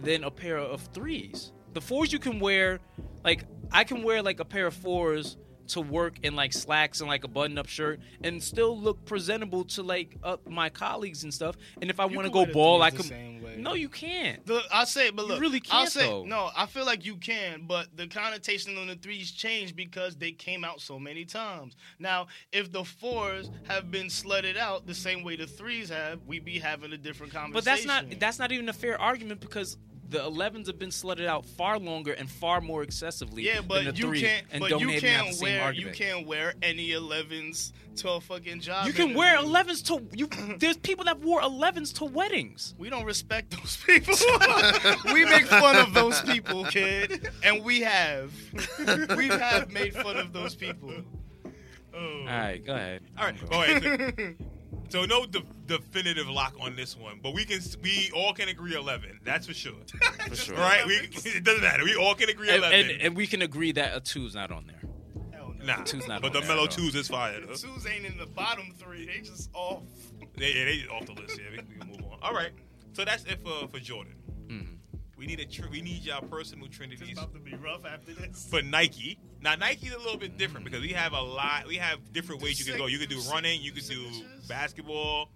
[SPEAKER 3] than a pair of threes. The fours you can wear, like I can wear like a pair of fours to work in like slacks and like a button-up shirt and still look presentable to like up my colleagues and stuff. And if I
[SPEAKER 2] You
[SPEAKER 3] want to
[SPEAKER 2] can
[SPEAKER 3] go
[SPEAKER 2] wear the
[SPEAKER 3] ball, I
[SPEAKER 2] threes the
[SPEAKER 3] can.
[SPEAKER 2] same way.
[SPEAKER 3] No, you can't.
[SPEAKER 2] The, I say, but
[SPEAKER 3] You
[SPEAKER 2] look,
[SPEAKER 3] really
[SPEAKER 2] I'll
[SPEAKER 3] can't,
[SPEAKER 2] say
[SPEAKER 3] though.
[SPEAKER 2] no. I feel like you can, but the connotation on the threes changed because they came out so many times. Now, if the fours have been slutted out the same way the threes have, we be having a different conversation.
[SPEAKER 3] But that's not that's not even a fair argument because the 11s have been slutted out far longer and far more excessively.
[SPEAKER 2] yeah,
[SPEAKER 3] than
[SPEAKER 2] but
[SPEAKER 3] the
[SPEAKER 2] you
[SPEAKER 3] three,
[SPEAKER 2] can't.
[SPEAKER 3] And
[SPEAKER 2] But
[SPEAKER 3] don't
[SPEAKER 2] you
[SPEAKER 3] even have the
[SPEAKER 2] can't
[SPEAKER 3] same
[SPEAKER 2] wear you
[SPEAKER 3] argument.
[SPEAKER 2] can't wear any 11s to a fucking job.
[SPEAKER 3] You can
[SPEAKER 2] interview.
[SPEAKER 3] wear 11s to you. There's people that wore 11s to weddings.
[SPEAKER 2] We don't respect those people. we make fun of those people, kid, and we have. we have made fun of those people.
[SPEAKER 3] All right, go ahead.
[SPEAKER 1] Oh. All right, go ahead. So no de- definitive lock on this one, but we can we all can agree eleven. That's for sure.
[SPEAKER 3] for sure.
[SPEAKER 1] All right, we, it doesn't matter. We all can agree
[SPEAKER 3] And,
[SPEAKER 1] eleven.
[SPEAKER 3] and, and we can agree that a two's not on there.
[SPEAKER 2] Hell no.
[SPEAKER 1] nah,
[SPEAKER 3] two's not
[SPEAKER 1] but
[SPEAKER 3] on
[SPEAKER 1] the
[SPEAKER 3] there
[SPEAKER 1] mellow
[SPEAKER 3] at all.
[SPEAKER 1] twos is fire. though.
[SPEAKER 2] Twos ain't in the bottom three. They just off.
[SPEAKER 1] They, yeah, they off the list. Yeah, we, we can move on. All right, so that's it for for Jordan. We need a tr- we need y'all personal
[SPEAKER 2] It's
[SPEAKER 1] trinities
[SPEAKER 2] about to be rough after this.
[SPEAKER 1] for Nike. Now Nike's a little bit different because we have a lot. We have different ways you can go. You can do running. You can do basketball.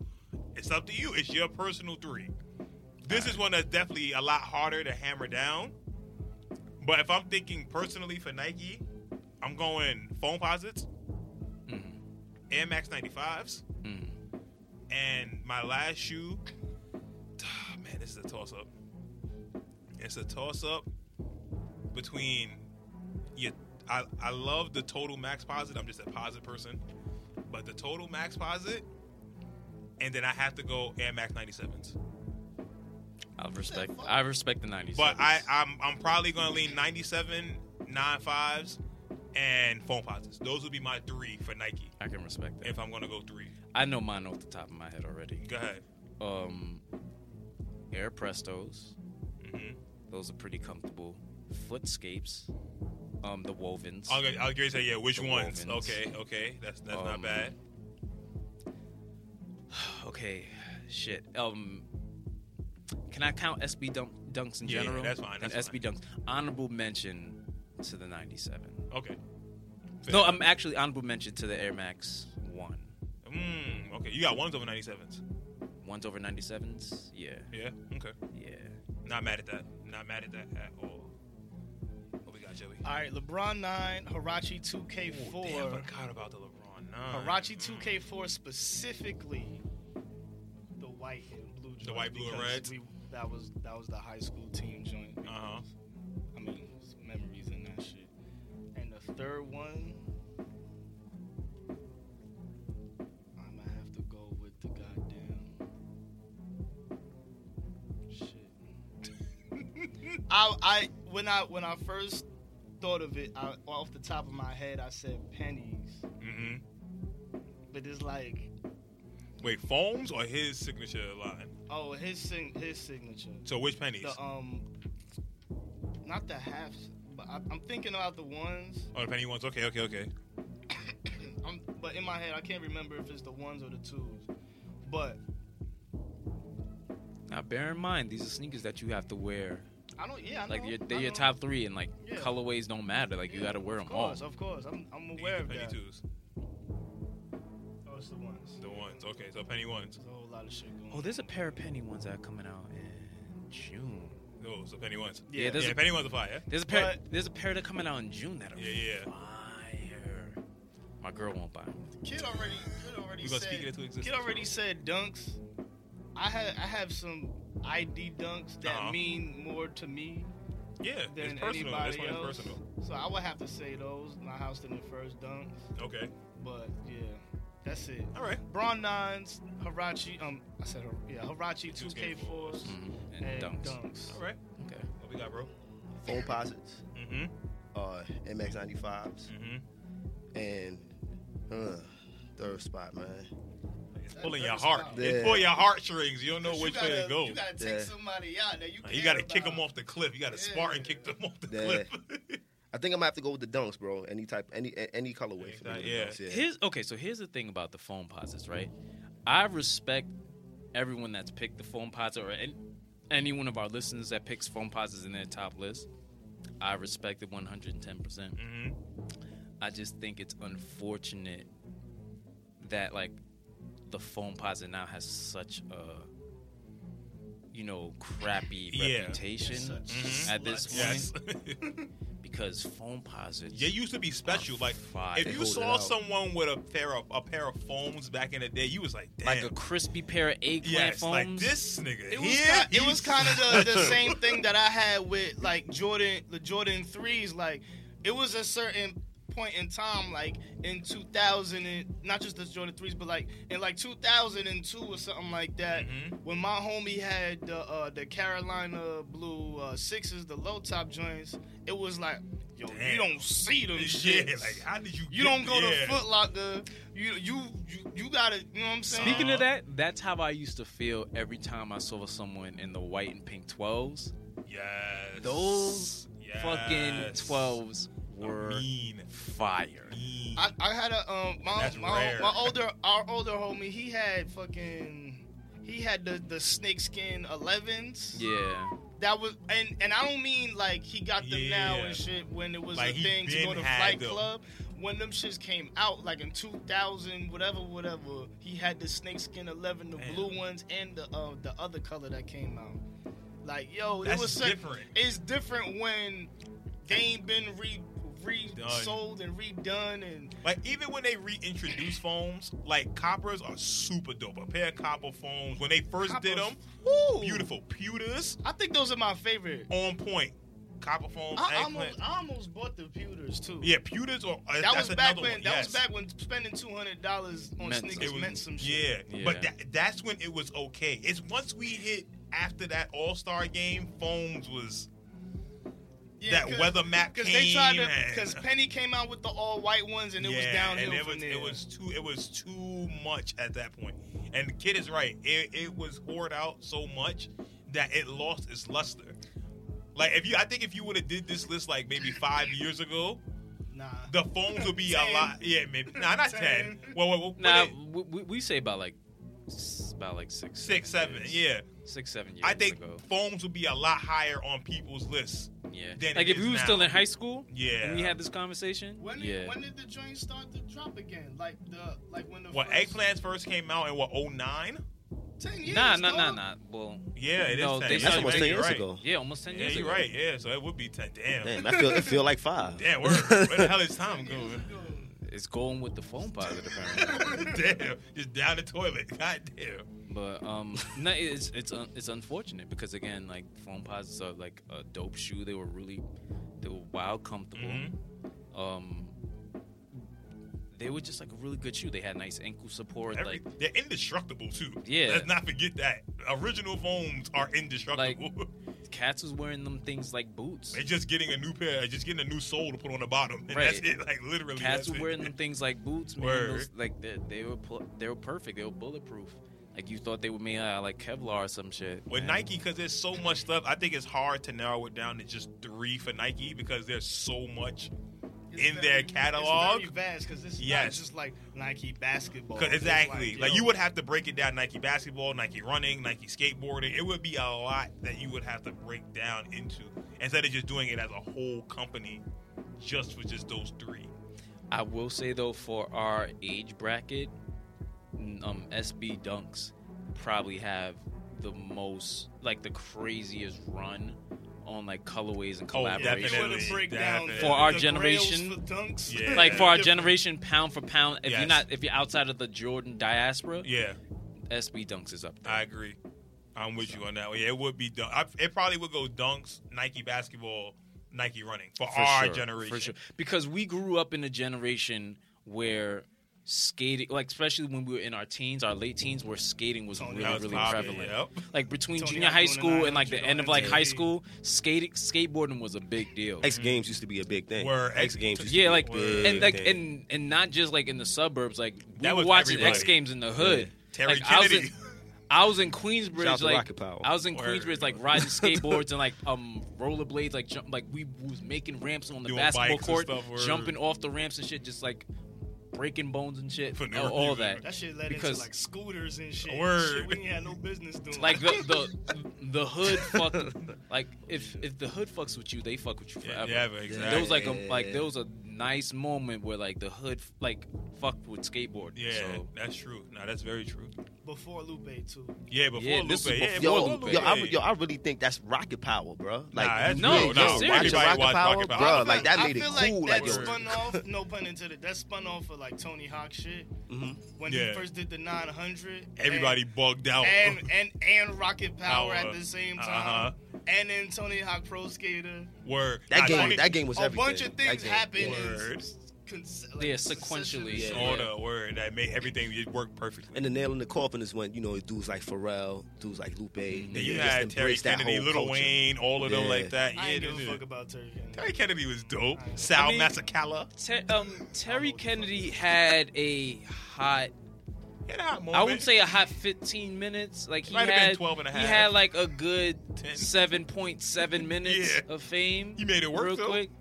[SPEAKER 1] It's up to you. It's your personal three. This is one that's definitely a lot harder to hammer down. But if I'm thinking personally for Nike, I'm going phone posits, Air Max 95s,
[SPEAKER 3] Mm.
[SPEAKER 1] and my last shoe. ah, Man, this is a toss up. It's a toss up between yeah, I, I love the total max posit. I'm just a posit person. But the total max posit, and then I have to go Air Max 97s.
[SPEAKER 3] I respect. I respect the 90s.
[SPEAKER 1] But I, I'm I'm probably gonna lean 97, 95s, and phone posits. Those would be my three for Nike
[SPEAKER 3] I can respect that.
[SPEAKER 1] if I'm gonna go three.
[SPEAKER 3] I know mine off the top of my head already.
[SPEAKER 1] Go ahead.
[SPEAKER 3] Um, Air Prestos.
[SPEAKER 1] Mhm.
[SPEAKER 3] Those are pretty comfortable. Footscapes. Um, the wovens.
[SPEAKER 1] I'll get I'll get you to say yeah, which
[SPEAKER 3] The
[SPEAKER 1] ones?
[SPEAKER 3] Wolvins.
[SPEAKER 1] Okay, okay. That's that's not
[SPEAKER 3] Um,
[SPEAKER 1] bad.
[SPEAKER 3] Okay, shit. Um, can I count SB dunk, dunks in
[SPEAKER 1] Yeah, yeah,
[SPEAKER 3] general?
[SPEAKER 1] that's fine,
[SPEAKER 3] And
[SPEAKER 1] that's
[SPEAKER 3] SB dunks. Honorable mention to the '97.
[SPEAKER 1] Okay.
[SPEAKER 3] No, I'm actually honorable mention to the Air Max One.
[SPEAKER 1] Mm, okay. You got ones over 97s.
[SPEAKER 3] Ones over '97s. Yeah,
[SPEAKER 1] Yeah. Okay.
[SPEAKER 3] yeah.
[SPEAKER 1] Not mad at that. Not mad at that at all. What we got, Joey?
[SPEAKER 2] All right, LeBron 9, Harachi 2K4.
[SPEAKER 1] Damn, I forgot about the LeBron nine.
[SPEAKER 2] Harachi 2K4 specifically the white and blue joint.
[SPEAKER 1] white, blue, and
[SPEAKER 2] because
[SPEAKER 1] reds?
[SPEAKER 2] we- that was that was the high school team joint.
[SPEAKER 1] Uh huh.
[SPEAKER 2] I mean, it's memories and that shit. And the third one, I'm gonna have to go with the goddamn shit. I, I when I when I first thought of it, I, off the top of my head, I said pennies,
[SPEAKER 1] Mm-hmm.
[SPEAKER 2] but it's like,
[SPEAKER 1] Wait, foams or his signature line?
[SPEAKER 2] oh, his sing, his signature.
[SPEAKER 1] So which pennies?
[SPEAKER 2] The um, not the halves, but I, I'm thinking about the ones.
[SPEAKER 1] oh, the penny ones. Okay, okay, okay.
[SPEAKER 2] I'm, but in my head, I can't remember if it's the ones or the twos. But
[SPEAKER 3] Now bear in mind these are sneakers that you have to wear.
[SPEAKER 2] I don't. Yeah, I know.
[SPEAKER 3] Like your, they're
[SPEAKER 2] I
[SPEAKER 3] your
[SPEAKER 2] know.
[SPEAKER 3] top three, and like
[SPEAKER 2] Yeah.
[SPEAKER 3] colorways don't matter. Like you
[SPEAKER 2] Yeah,
[SPEAKER 3] got to wear them
[SPEAKER 2] Of course,
[SPEAKER 3] all.
[SPEAKER 2] of course. I'm, I'm
[SPEAKER 1] And
[SPEAKER 2] aware
[SPEAKER 1] you
[SPEAKER 2] of
[SPEAKER 1] got penny
[SPEAKER 2] that.
[SPEAKER 1] twos.
[SPEAKER 2] Oh, it's the ones.
[SPEAKER 1] The ones. Okay, so penny ones.
[SPEAKER 2] There's a whole lot of shit going.
[SPEAKER 3] Oh, there's a pair of penny ones that are coming out in June.
[SPEAKER 1] Oh, so Penny ones.
[SPEAKER 3] Yeah, there's
[SPEAKER 1] yeah
[SPEAKER 3] a-
[SPEAKER 1] Penny ones are fire.
[SPEAKER 3] There's a pair.
[SPEAKER 2] But-
[SPEAKER 3] There's a pair that coming out in June that are
[SPEAKER 1] Yeah, yeah.
[SPEAKER 3] fire. My girl won't buy. 'em.
[SPEAKER 2] Kid already, kid already
[SPEAKER 1] We gonna
[SPEAKER 2] said.
[SPEAKER 1] speak it into existence.
[SPEAKER 2] Kid already said dunks. I have, I have some ID dunks that
[SPEAKER 1] Uh-huh.
[SPEAKER 2] mean more to me
[SPEAKER 1] Yeah,
[SPEAKER 2] than
[SPEAKER 1] it's personal.
[SPEAKER 2] anybody
[SPEAKER 1] This one is
[SPEAKER 2] else.
[SPEAKER 1] personal.
[SPEAKER 2] So I would have to say those. My house didn't first dunks,
[SPEAKER 1] Okay,
[SPEAKER 2] but yeah, that's it.
[SPEAKER 1] all right.
[SPEAKER 2] Braun nines, Harachi. Um, I said Har- yeah, Harachi two K
[SPEAKER 1] 2K4s.
[SPEAKER 2] fours
[SPEAKER 3] Mhm. And,
[SPEAKER 2] and
[SPEAKER 3] dunks.
[SPEAKER 2] dunks.
[SPEAKER 1] All right.
[SPEAKER 3] Okay.
[SPEAKER 1] What we got, bro?
[SPEAKER 4] Phone posits,
[SPEAKER 1] Mm-hmm.
[SPEAKER 4] uh, MX95s,
[SPEAKER 1] Mm-hmm.
[SPEAKER 4] and uh, third spot, man.
[SPEAKER 1] It's
[SPEAKER 2] That
[SPEAKER 1] pulling
[SPEAKER 2] third
[SPEAKER 1] your heart.
[SPEAKER 2] spot.
[SPEAKER 1] It's
[SPEAKER 4] Yeah.
[SPEAKER 1] pulling your heartstrings. You don't know
[SPEAKER 2] You
[SPEAKER 1] which
[SPEAKER 2] gotta-
[SPEAKER 1] way to go.
[SPEAKER 2] You gotta take
[SPEAKER 4] Yeah.
[SPEAKER 2] somebody out that you.
[SPEAKER 1] You
[SPEAKER 2] care
[SPEAKER 1] gotta kick
[SPEAKER 2] about.
[SPEAKER 1] them off the cliff. You gotta
[SPEAKER 2] Yeah.
[SPEAKER 1] Spartan kick them off the
[SPEAKER 4] Yeah.
[SPEAKER 1] cliff.
[SPEAKER 4] I think I'm gonna have to go with the dunks, bro. Any type, any a- any colorway. For me,
[SPEAKER 1] Any
[SPEAKER 4] the
[SPEAKER 1] type,
[SPEAKER 4] dunks, yeah.
[SPEAKER 3] Here's okay. So here's the thing about the foam posits, right? I respect everyone that's picked the foam posits, or any, any one of our listeners that picks foam posits in their top list. I respect it 110. percent
[SPEAKER 1] mm-hmm.
[SPEAKER 3] I just think it's unfortunate that like the foam posit now has such a you know crappy
[SPEAKER 1] Yeah.
[SPEAKER 3] reputation
[SPEAKER 1] Mhm.
[SPEAKER 3] at this point
[SPEAKER 1] Yes.
[SPEAKER 3] because foam posits.
[SPEAKER 1] they used to be special.
[SPEAKER 3] are
[SPEAKER 1] Like
[SPEAKER 3] fire.
[SPEAKER 1] if you
[SPEAKER 4] Hold it
[SPEAKER 1] saw
[SPEAKER 4] out.
[SPEAKER 1] someone with a pair of a pair of foams back in the day, you was like, damn.
[SPEAKER 3] like a crispy pair of eggplant
[SPEAKER 1] yes,
[SPEAKER 3] foams.
[SPEAKER 1] like this nigga.
[SPEAKER 2] It was,
[SPEAKER 1] here,
[SPEAKER 2] ki- it
[SPEAKER 1] he's-
[SPEAKER 2] was kind of the, the same thing that I had with like Jordan, the Jordan threes. Like it was a certain point in time, like in 2000, and, not just the Jordan threes, but like in like 2002 or something like that,
[SPEAKER 1] Mhm.
[SPEAKER 2] when my homie had the uh, the Carolina Blue uh, Sixes, the low top joints. It was like, yo,
[SPEAKER 1] Damn.
[SPEAKER 2] you don't see them
[SPEAKER 1] Yeah,
[SPEAKER 2] shit.
[SPEAKER 1] like how did you?
[SPEAKER 2] you
[SPEAKER 1] get-
[SPEAKER 2] don't go
[SPEAKER 1] yeah.
[SPEAKER 2] to Foot Locker. You you you, you got to You know what I'm saying?
[SPEAKER 3] Speaking of
[SPEAKER 1] Uh-huh.
[SPEAKER 3] that, that's how I used to feel every time I saw someone in the white and pink 12s.
[SPEAKER 1] Yes.
[SPEAKER 3] Those
[SPEAKER 1] Yes.
[SPEAKER 3] Fucking 12s were
[SPEAKER 1] mean.
[SPEAKER 3] fire.
[SPEAKER 1] mean.
[SPEAKER 2] I, I had a um my,
[SPEAKER 1] That's
[SPEAKER 2] my,
[SPEAKER 1] rare.
[SPEAKER 2] my older our older homie he had fucking he had the the snakeskin 11s
[SPEAKER 3] Yeah.
[SPEAKER 2] that was and and I don't mean like he got them now
[SPEAKER 1] Yeah.
[SPEAKER 2] and shit when it was
[SPEAKER 1] Like,
[SPEAKER 2] a
[SPEAKER 1] he
[SPEAKER 2] thing to
[SPEAKER 1] been
[SPEAKER 2] go to
[SPEAKER 1] had
[SPEAKER 2] Fight
[SPEAKER 1] them.
[SPEAKER 2] Club when them shits came out like in 2000 whatever whatever he had the snakeskin 11 the
[SPEAKER 1] Damn.
[SPEAKER 2] blue ones and the uh, the other color that came out like yo it
[SPEAKER 1] That's
[SPEAKER 2] was such-
[SPEAKER 1] different.
[SPEAKER 2] it's different when they ain't been re re
[SPEAKER 1] Done.
[SPEAKER 2] sold and redone and
[SPEAKER 1] Like even when they reintroduce foams, like coppers are super dope. A pair of copper foams when they first did
[SPEAKER 2] Copper-
[SPEAKER 1] them,
[SPEAKER 2] Woo!
[SPEAKER 1] beautiful pewters
[SPEAKER 2] I think those are my favorite.
[SPEAKER 1] on point. Copper foams,
[SPEAKER 2] I
[SPEAKER 1] eggplant.
[SPEAKER 2] almost, I almost bought the pewters too.
[SPEAKER 1] yeah, pewters or uh,
[SPEAKER 2] that
[SPEAKER 1] that's
[SPEAKER 2] was back
[SPEAKER 1] another
[SPEAKER 2] when
[SPEAKER 1] one,
[SPEAKER 2] that
[SPEAKER 1] yes.
[SPEAKER 2] was back when spending two hundred dollars on
[SPEAKER 3] Meant
[SPEAKER 2] sneakers
[SPEAKER 1] It was-
[SPEAKER 2] meant some shit.
[SPEAKER 1] yeah,
[SPEAKER 3] Yeah.
[SPEAKER 1] but that, that's when it was okay. It's once we hit after that All Star game, foams was that weather map
[SPEAKER 2] because
[SPEAKER 1] came.
[SPEAKER 2] they tried to
[SPEAKER 1] and-
[SPEAKER 2] because Penny came out with the all white ones and it was
[SPEAKER 1] Yeah,
[SPEAKER 2] downhill
[SPEAKER 1] and it
[SPEAKER 2] from
[SPEAKER 1] was,
[SPEAKER 2] there.
[SPEAKER 1] It was too. It was too much at that point. And the kid is right. It, it was hoard out so much that it lost its luster. Like if you, I think if you would have did this list like maybe five years ago,
[SPEAKER 2] nah.
[SPEAKER 1] the phones would be
[SPEAKER 2] Ten.
[SPEAKER 1] a lot. Yeah, maybe. Nah, not ten.
[SPEAKER 2] Ten.
[SPEAKER 1] Well, well, well
[SPEAKER 3] Now
[SPEAKER 1] put it
[SPEAKER 3] we, we- we say about like s- about like six,
[SPEAKER 1] six, seven.
[SPEAKER 3] years.
[SPEAKER 1] Yeah,
[SPEAKER 3] six, seven years
[SPEAKER 1] I think
[SPEAKER 3] ago.
[SPEAKER 1] phones would be a lot higher on people's lists.
[SPEAKER 3] Yeah,
[SPEAKER 1] than
[SPEAKER 3] like
[SPEAKER 1] it
[SPEAKER 3] if
[SPEAKER 1] is
[SPEAKER 3] we were
[SPEAKER 1] now.
[SPEAKER 3] still in high school
[SPEAKER 1] Yeah.
[SPEAKER 3] and we had this conversation.
[SPEAKER 2] when did,
[SPEAKER 3] yeah,
[SPEAKER 2] when did the joint start to drop again? Like the like when the
[SPEAKER 1] When
[SPEAKER 2] first-
[SPEAKER 1] eggplants first came out in what 09?
[SPEAKER 2] ten years
[SPEAKER 3] nah, nah, nah,
[SPEAKER 2] dog.
[SPEAKER 3] nah. Well,
[SPEAKER 1] Yeah, it is. 10.
[SPEAKER 3] No, they
[SPEAKER 1] Yeah,
[SPEAKER 3] started
[SPEAKER 4] That's
[SPEAKER 1] you're
[SPEAKER 4] almost
[SPEAKER 1] right,
[SPEAKER 4] ten
[SPEAKER 1] you're
[SPEAKER 4] years
[SPEAKER 1] right.
[SPEAKER 4] ago.
[SPEAKER 3] yeah, almost ten
[SPEAKER 1] Yeah,
[SPEAKER 3] years
[SPEAKER 1] you're
[SPEAKER 3] ago.
[SPEAKER 1] right. Yeah, so it would be ten. Damn.
[SPEAKER 4] Damn, I feel it feel like five.
[SPEAKER 1] Damn, word. where the hell is time
[SPEAKER 2] Ten years
[SPEAKER 1] going?
[SPEAKER 2] ago.
[SPEAKER 3] It's going with the phone pilot apparently.
[SPEAKER 1] damn, just down the toilet. God damn.
[SPEAKER 3] But um, no, it's it's un- it's unfortunate because again, like foam posits are like a dope shoe. They were really, they were wild comfortable.
[SPEAKER 1] Mm-hmm.
[SPEAKER 3] Um, they were just like a really good shoe. They had nice ankle support.
[SPEAKER 1] Every-
[SPEAKER 3] like
[SPEAKER 1] they're indestructible too.
[SPEAKER 3] Yeah.
[SPEAKER 1] Let's not forget that. Original foams are indestructible.
[SPEAKER 3] cats was wearing them things like boots.
[SPEAKER 1] they're just getting a new pair, just getting a new sole to put on the bottom. And that's
[SPEAKER 3] Right.
[SPEAKER 1] it. Like literally.
[SPEAKER 3] Cats
[SPEAKER 1] that's
[SPEAKER 3] were
[SPEAKER 1] it.
[SPEAKER 3] wearing them things like boots, man.
[SPEAKER 1] Word.
[SPEAKER 3] Those, like they, they were pu- they were perfect. They were bulletproof. Like you thought they were made out of like Kevlar or some shit.
[SPEAKER 1] With
[SPEAKER 3] man.
[SPEAKER 1] Nike, because there's so much stuff, I think it's hard to narrow it down to just three for Nike because there's so much.
[SPEAKER 2] It's
[SPEAKER 1] In their catalog?
[SPEAKER 2] it's very vast because it's
[SPEAKER 1] Yes.
[SPEAKER 2] not just like Nike basketball.
[SPEAKER 1] 'Cause-
[SPEAKER 2] It's
[SPEAKER 1] exactly. Like,
[SPEAKER 2] yo,
[SPEAKER 1] you would have to break it down Nike basketball, Nike running, Nike skateboarding. It would be a lot that you would have to break down into instead of just doing it as a whole company just for just those three.
[SPEAKER 3] I will say though, for our age bracket, n- um, SB Dunks probably have the most, like the craziest run on like colorways and
[SPEAKER 1] Oh,
[SPEAKER 3] collaborations.
[SPEAKER 1] definitely.
[SPEAKER 2] You break down
[SPEAKER 1] Definitely.
[SPEAKER 3] For our
[SPEAKER 2] the
[SPEAKER 3] generation,
[SPEAKER 2] Grails for dunks.
[SPEAKER 1] Yeah.
[SPEAKER 3] Like for our generation, pound for pound, if
[SPEAKER 1] Yes.
[SPEAKER 3] you're not, if you're outside of the Jordan diaspora,
[SPEAKER 1] Yeah,
[SPEAKER 3] SB Dunks is up there.
[SPEAKER 1] I agree. I'm with you on that. Yeah, it would be dunk. I, it probably would go dunks, Nike basketball, Nike running for, our generation.
[SPEAKER 3] For sure. Because we grew up in a generation where skating, like especially when we were in our teens, our late teens, where skating was
[SPEAKER 1] That
[SPEAKER 2] Tony
[SPEAKER 3] really,
[SPEAKER 1] was
[SPEAKER 3] really
[SPEAKER 1] popular,
[SPEAKER 3] prevalent.
[SPEAKER 1] Yep.
[SPEAKER 3] Like between
[SPEAKER 2] Tony
[SPEAKER 3] junior
[SPEAKER 2] out
[SPEAKER 3] high
[SPEAKER 2] doing the
[SPEAKER 3] school and like the
[SPEAKER 2] 900
[SPEAKER 3] end of like
[SPEAKER 2] on
[SPEAKER 3] high
[SPEAKER 2] MTV.
[SPEAKER 3] school, skating, skateboarding was a big deal.
[SPEAKER 4] X Games used to be a big thing.
[SPEAKER 1] Word.
[SPEAKER 4] X Games used to
[SPEAKER 3] Yeah,
[SPEAKER 4] be
[SPEAKER 3] like
[SPEAKER 4] a big
[SPEAKER 3] and like
[SPEAKER 4] thing.
[SPEAKER 3] and and not just like in the suburbs. Like we
[SPEAKER 1] That
[SPEAKER 3] were
[SPEAKER 1] was
[SPEAKER 3] watching
[SPEAKER 1] everybody.
[SPEAKER 3] X Games in the hood.
[SPEAKER 1] Terry
[SPEAKER 3] Like, I was
[SPEAKER 1] Kennedy.
[SPEAKER 3] in- I was in Queensbridge,
[SPEAKER 4] Shout out to
[SPEAKER 3] like
[SPEAKER 4] Rocket Power.
[SPEAKER 3] I was in
[SPEAKER 1] Word.
[SPEAKER 3] Queensbridge, like riding skateboards and like um rollerblades, like jump, like we was making ramps on the
[SPEAKER 1] Doing
[SPEAKER 3] basketball
[SPEAKER 1] bikes and
[SPEAKER 3] court,
[SPEAKER 1] stuff, word.
[SPEAKER 3] jumping off the ramps and shit, just like breaking bones and shit,
[SPEAKER 1] For no
[SPEAKER 3] all, all
[SPEAKER 1] reason.
[SPEAKER 3] that.
[SPEAKER 2] That shit led
[SPEAKER 3] Because-
[SPEAKER 2] into like scooters and shit.
[SPEAKER 1] Word.
[SPEAKER 2] Shit we ain't had no business doing.
[SPEAKER 3] Like the the the hood fuck, like if if the hood fucks with you, they fuck with you
[SPEAKER 1] yeah,
[SPEAKER 3] forever.
[SPEAKER 1] yeah, but exactly.
[SPEAKER 3] There was like a
[SPEAKER 4] Yeah.
[SPEAKER 3] like there was a nice moment where like the hood like fucked with skateboard.
[SPEAKER 1] yeah,
[SPEAKER 3] so.
[SPEAKER 1] that's true. No, that's very true.
[SPEAKER 2] before Lupe too.
[SPEAKER 1] Yeah, before
[SPEAKER 3] Yeah,
[SPEAKER 1] Lupe.
[SPEAKER 3] this was
[SPEAKER 1] yeah,
[SPEAKER 3] before
[SPEAKER 4] Yo,
[SPEAKER 1] Lupe.
[SPEAKER 3] Lupe.
[SPEAKER 4] yo, I, yo, I really think that's rocket power, bro. Like,
[SPEAKER 1] Nah, that's
[SPEAKER 3] No, no,
[SPEAKER 4] really, yo,
[SPEAKER 3] seriously.
[SPEAKER 4] watching
[SPEAKER 3] Everybody
[SPEAKER 4] rocket,
[SPEAKER 1] watched
[SPEAKER 4] power,
[SPEAKER 1] Rocket Power.
[SPEAKER 4] bro.
[SPEAKER 1] I
[SPEAKER 4] Like that
[SPEAKER 2] I
[SPEAKER 4] made it
[SPEAKER 2] feel
[SPEAKER 4] cool.
[SPEAKER 2] Like
[SPEAKER 4] Like,
[SPEAKER 2] that
[SPEAKER 4] yo,
[SPEAKER 2] spun off. No pun intended. That spun off of like Tony Hawk shit.
[SPEAKER 4] Mhm.
[SPEAKER 2] When
[SPEAKER 1] Yeah.
[SPEAKER 2] he first did the 900.
[SPEAKER 1] Everybody bugged out.
[SPEAKER 2] And and, and and Rocket
[SPEAKER 1] Power.
[SPEAKER 2] Power, at the same
[SPEAKER 1] Uh-huh.
[SPEAKER 2] time. And then Tony Hawk Pro Skater.
[SPEAKER 1] Word.
[SPEAKER 4] that
[SPEAKER 1] Nah,
[SPEAKER 4] game,
[SPEAKER 1] Tony-
[SPEAKER 4] that game was
[SPEAKER 2] a
[SPEAKER 4] everything.
[SPEAKER 2] bunch of
[SPEAKER 4] That
[SPEAKER 2] things
[SPEAKER 4] game-
[SPEAKER 2] happened. in
[SPEAKER 1] Word.
[SPEAKER 2] cons-
[SPEAKER 3] Yeah,
[SPEAKER 2] succession
[SPEAKER 3] sequentially,
[SPEAKER 2] and
[SPEAKER 3] yeah.
[SPEAKER 2] shit.
[SPEAKER 1] Oh, the word that made everything just work perfectly.
[SPEAKER 4] And the nail in the coffin is when you know dudes like Pharrell, dudes like Lupe.
[SPEAKER 1] Then
[SPEAKER 4] They
[SPEAKER 1] you
[SPEAKER 4] just
[SPEAKER 1] had Terry
[SPEAKER 4] embraced that
[SPEAKER 1] Kennedy,
[SPEAKER 4] whole
[SPEAKER 1] Little
[SPEAKER 4] culture.
[SPEAKER 1] Wayne, all of them
[SPEAKER 4] Yeah.
[SPEAKER 1] like that. Yeah,
[SPEAKER 2] I ain't
[SPEAKER 1] they
[SPEAKER 2] give a
[SPEAKER 1] did.
[SPEAKER 2] fuck about Terry Kennedy.
[SPEAKER 1] Terry Kennedy was dope. Sal
[SPEAKER 3] I mean-
[SPEAKER 1] Masakala.
[SPEAKER 3] Ter- um, Terry Kennedy had a hot
[SPEAKER 1] He had a hot moment.
[SPEAKER 3] I wouldn't say a hot 15 minutes. Like he
[SPEAKER 1] Might have
[SPEAKER 3] had
[SPEAKER 1] been 12 and a
[SPEAKER 3] He
[SPEAKER 1] half.
[SPEAKER 3] had like a good
[SPEAKER 1] 10.
[SPEAKER 3] 7.7 minutes
[SPEAKER 1] Yeah.
[SPEAKER 3] of fame.
[SPEAKER 1] He made it work,
[SPEAKER 3] real
[SPEAKER 1] though.
[SPEAKER 3] quick.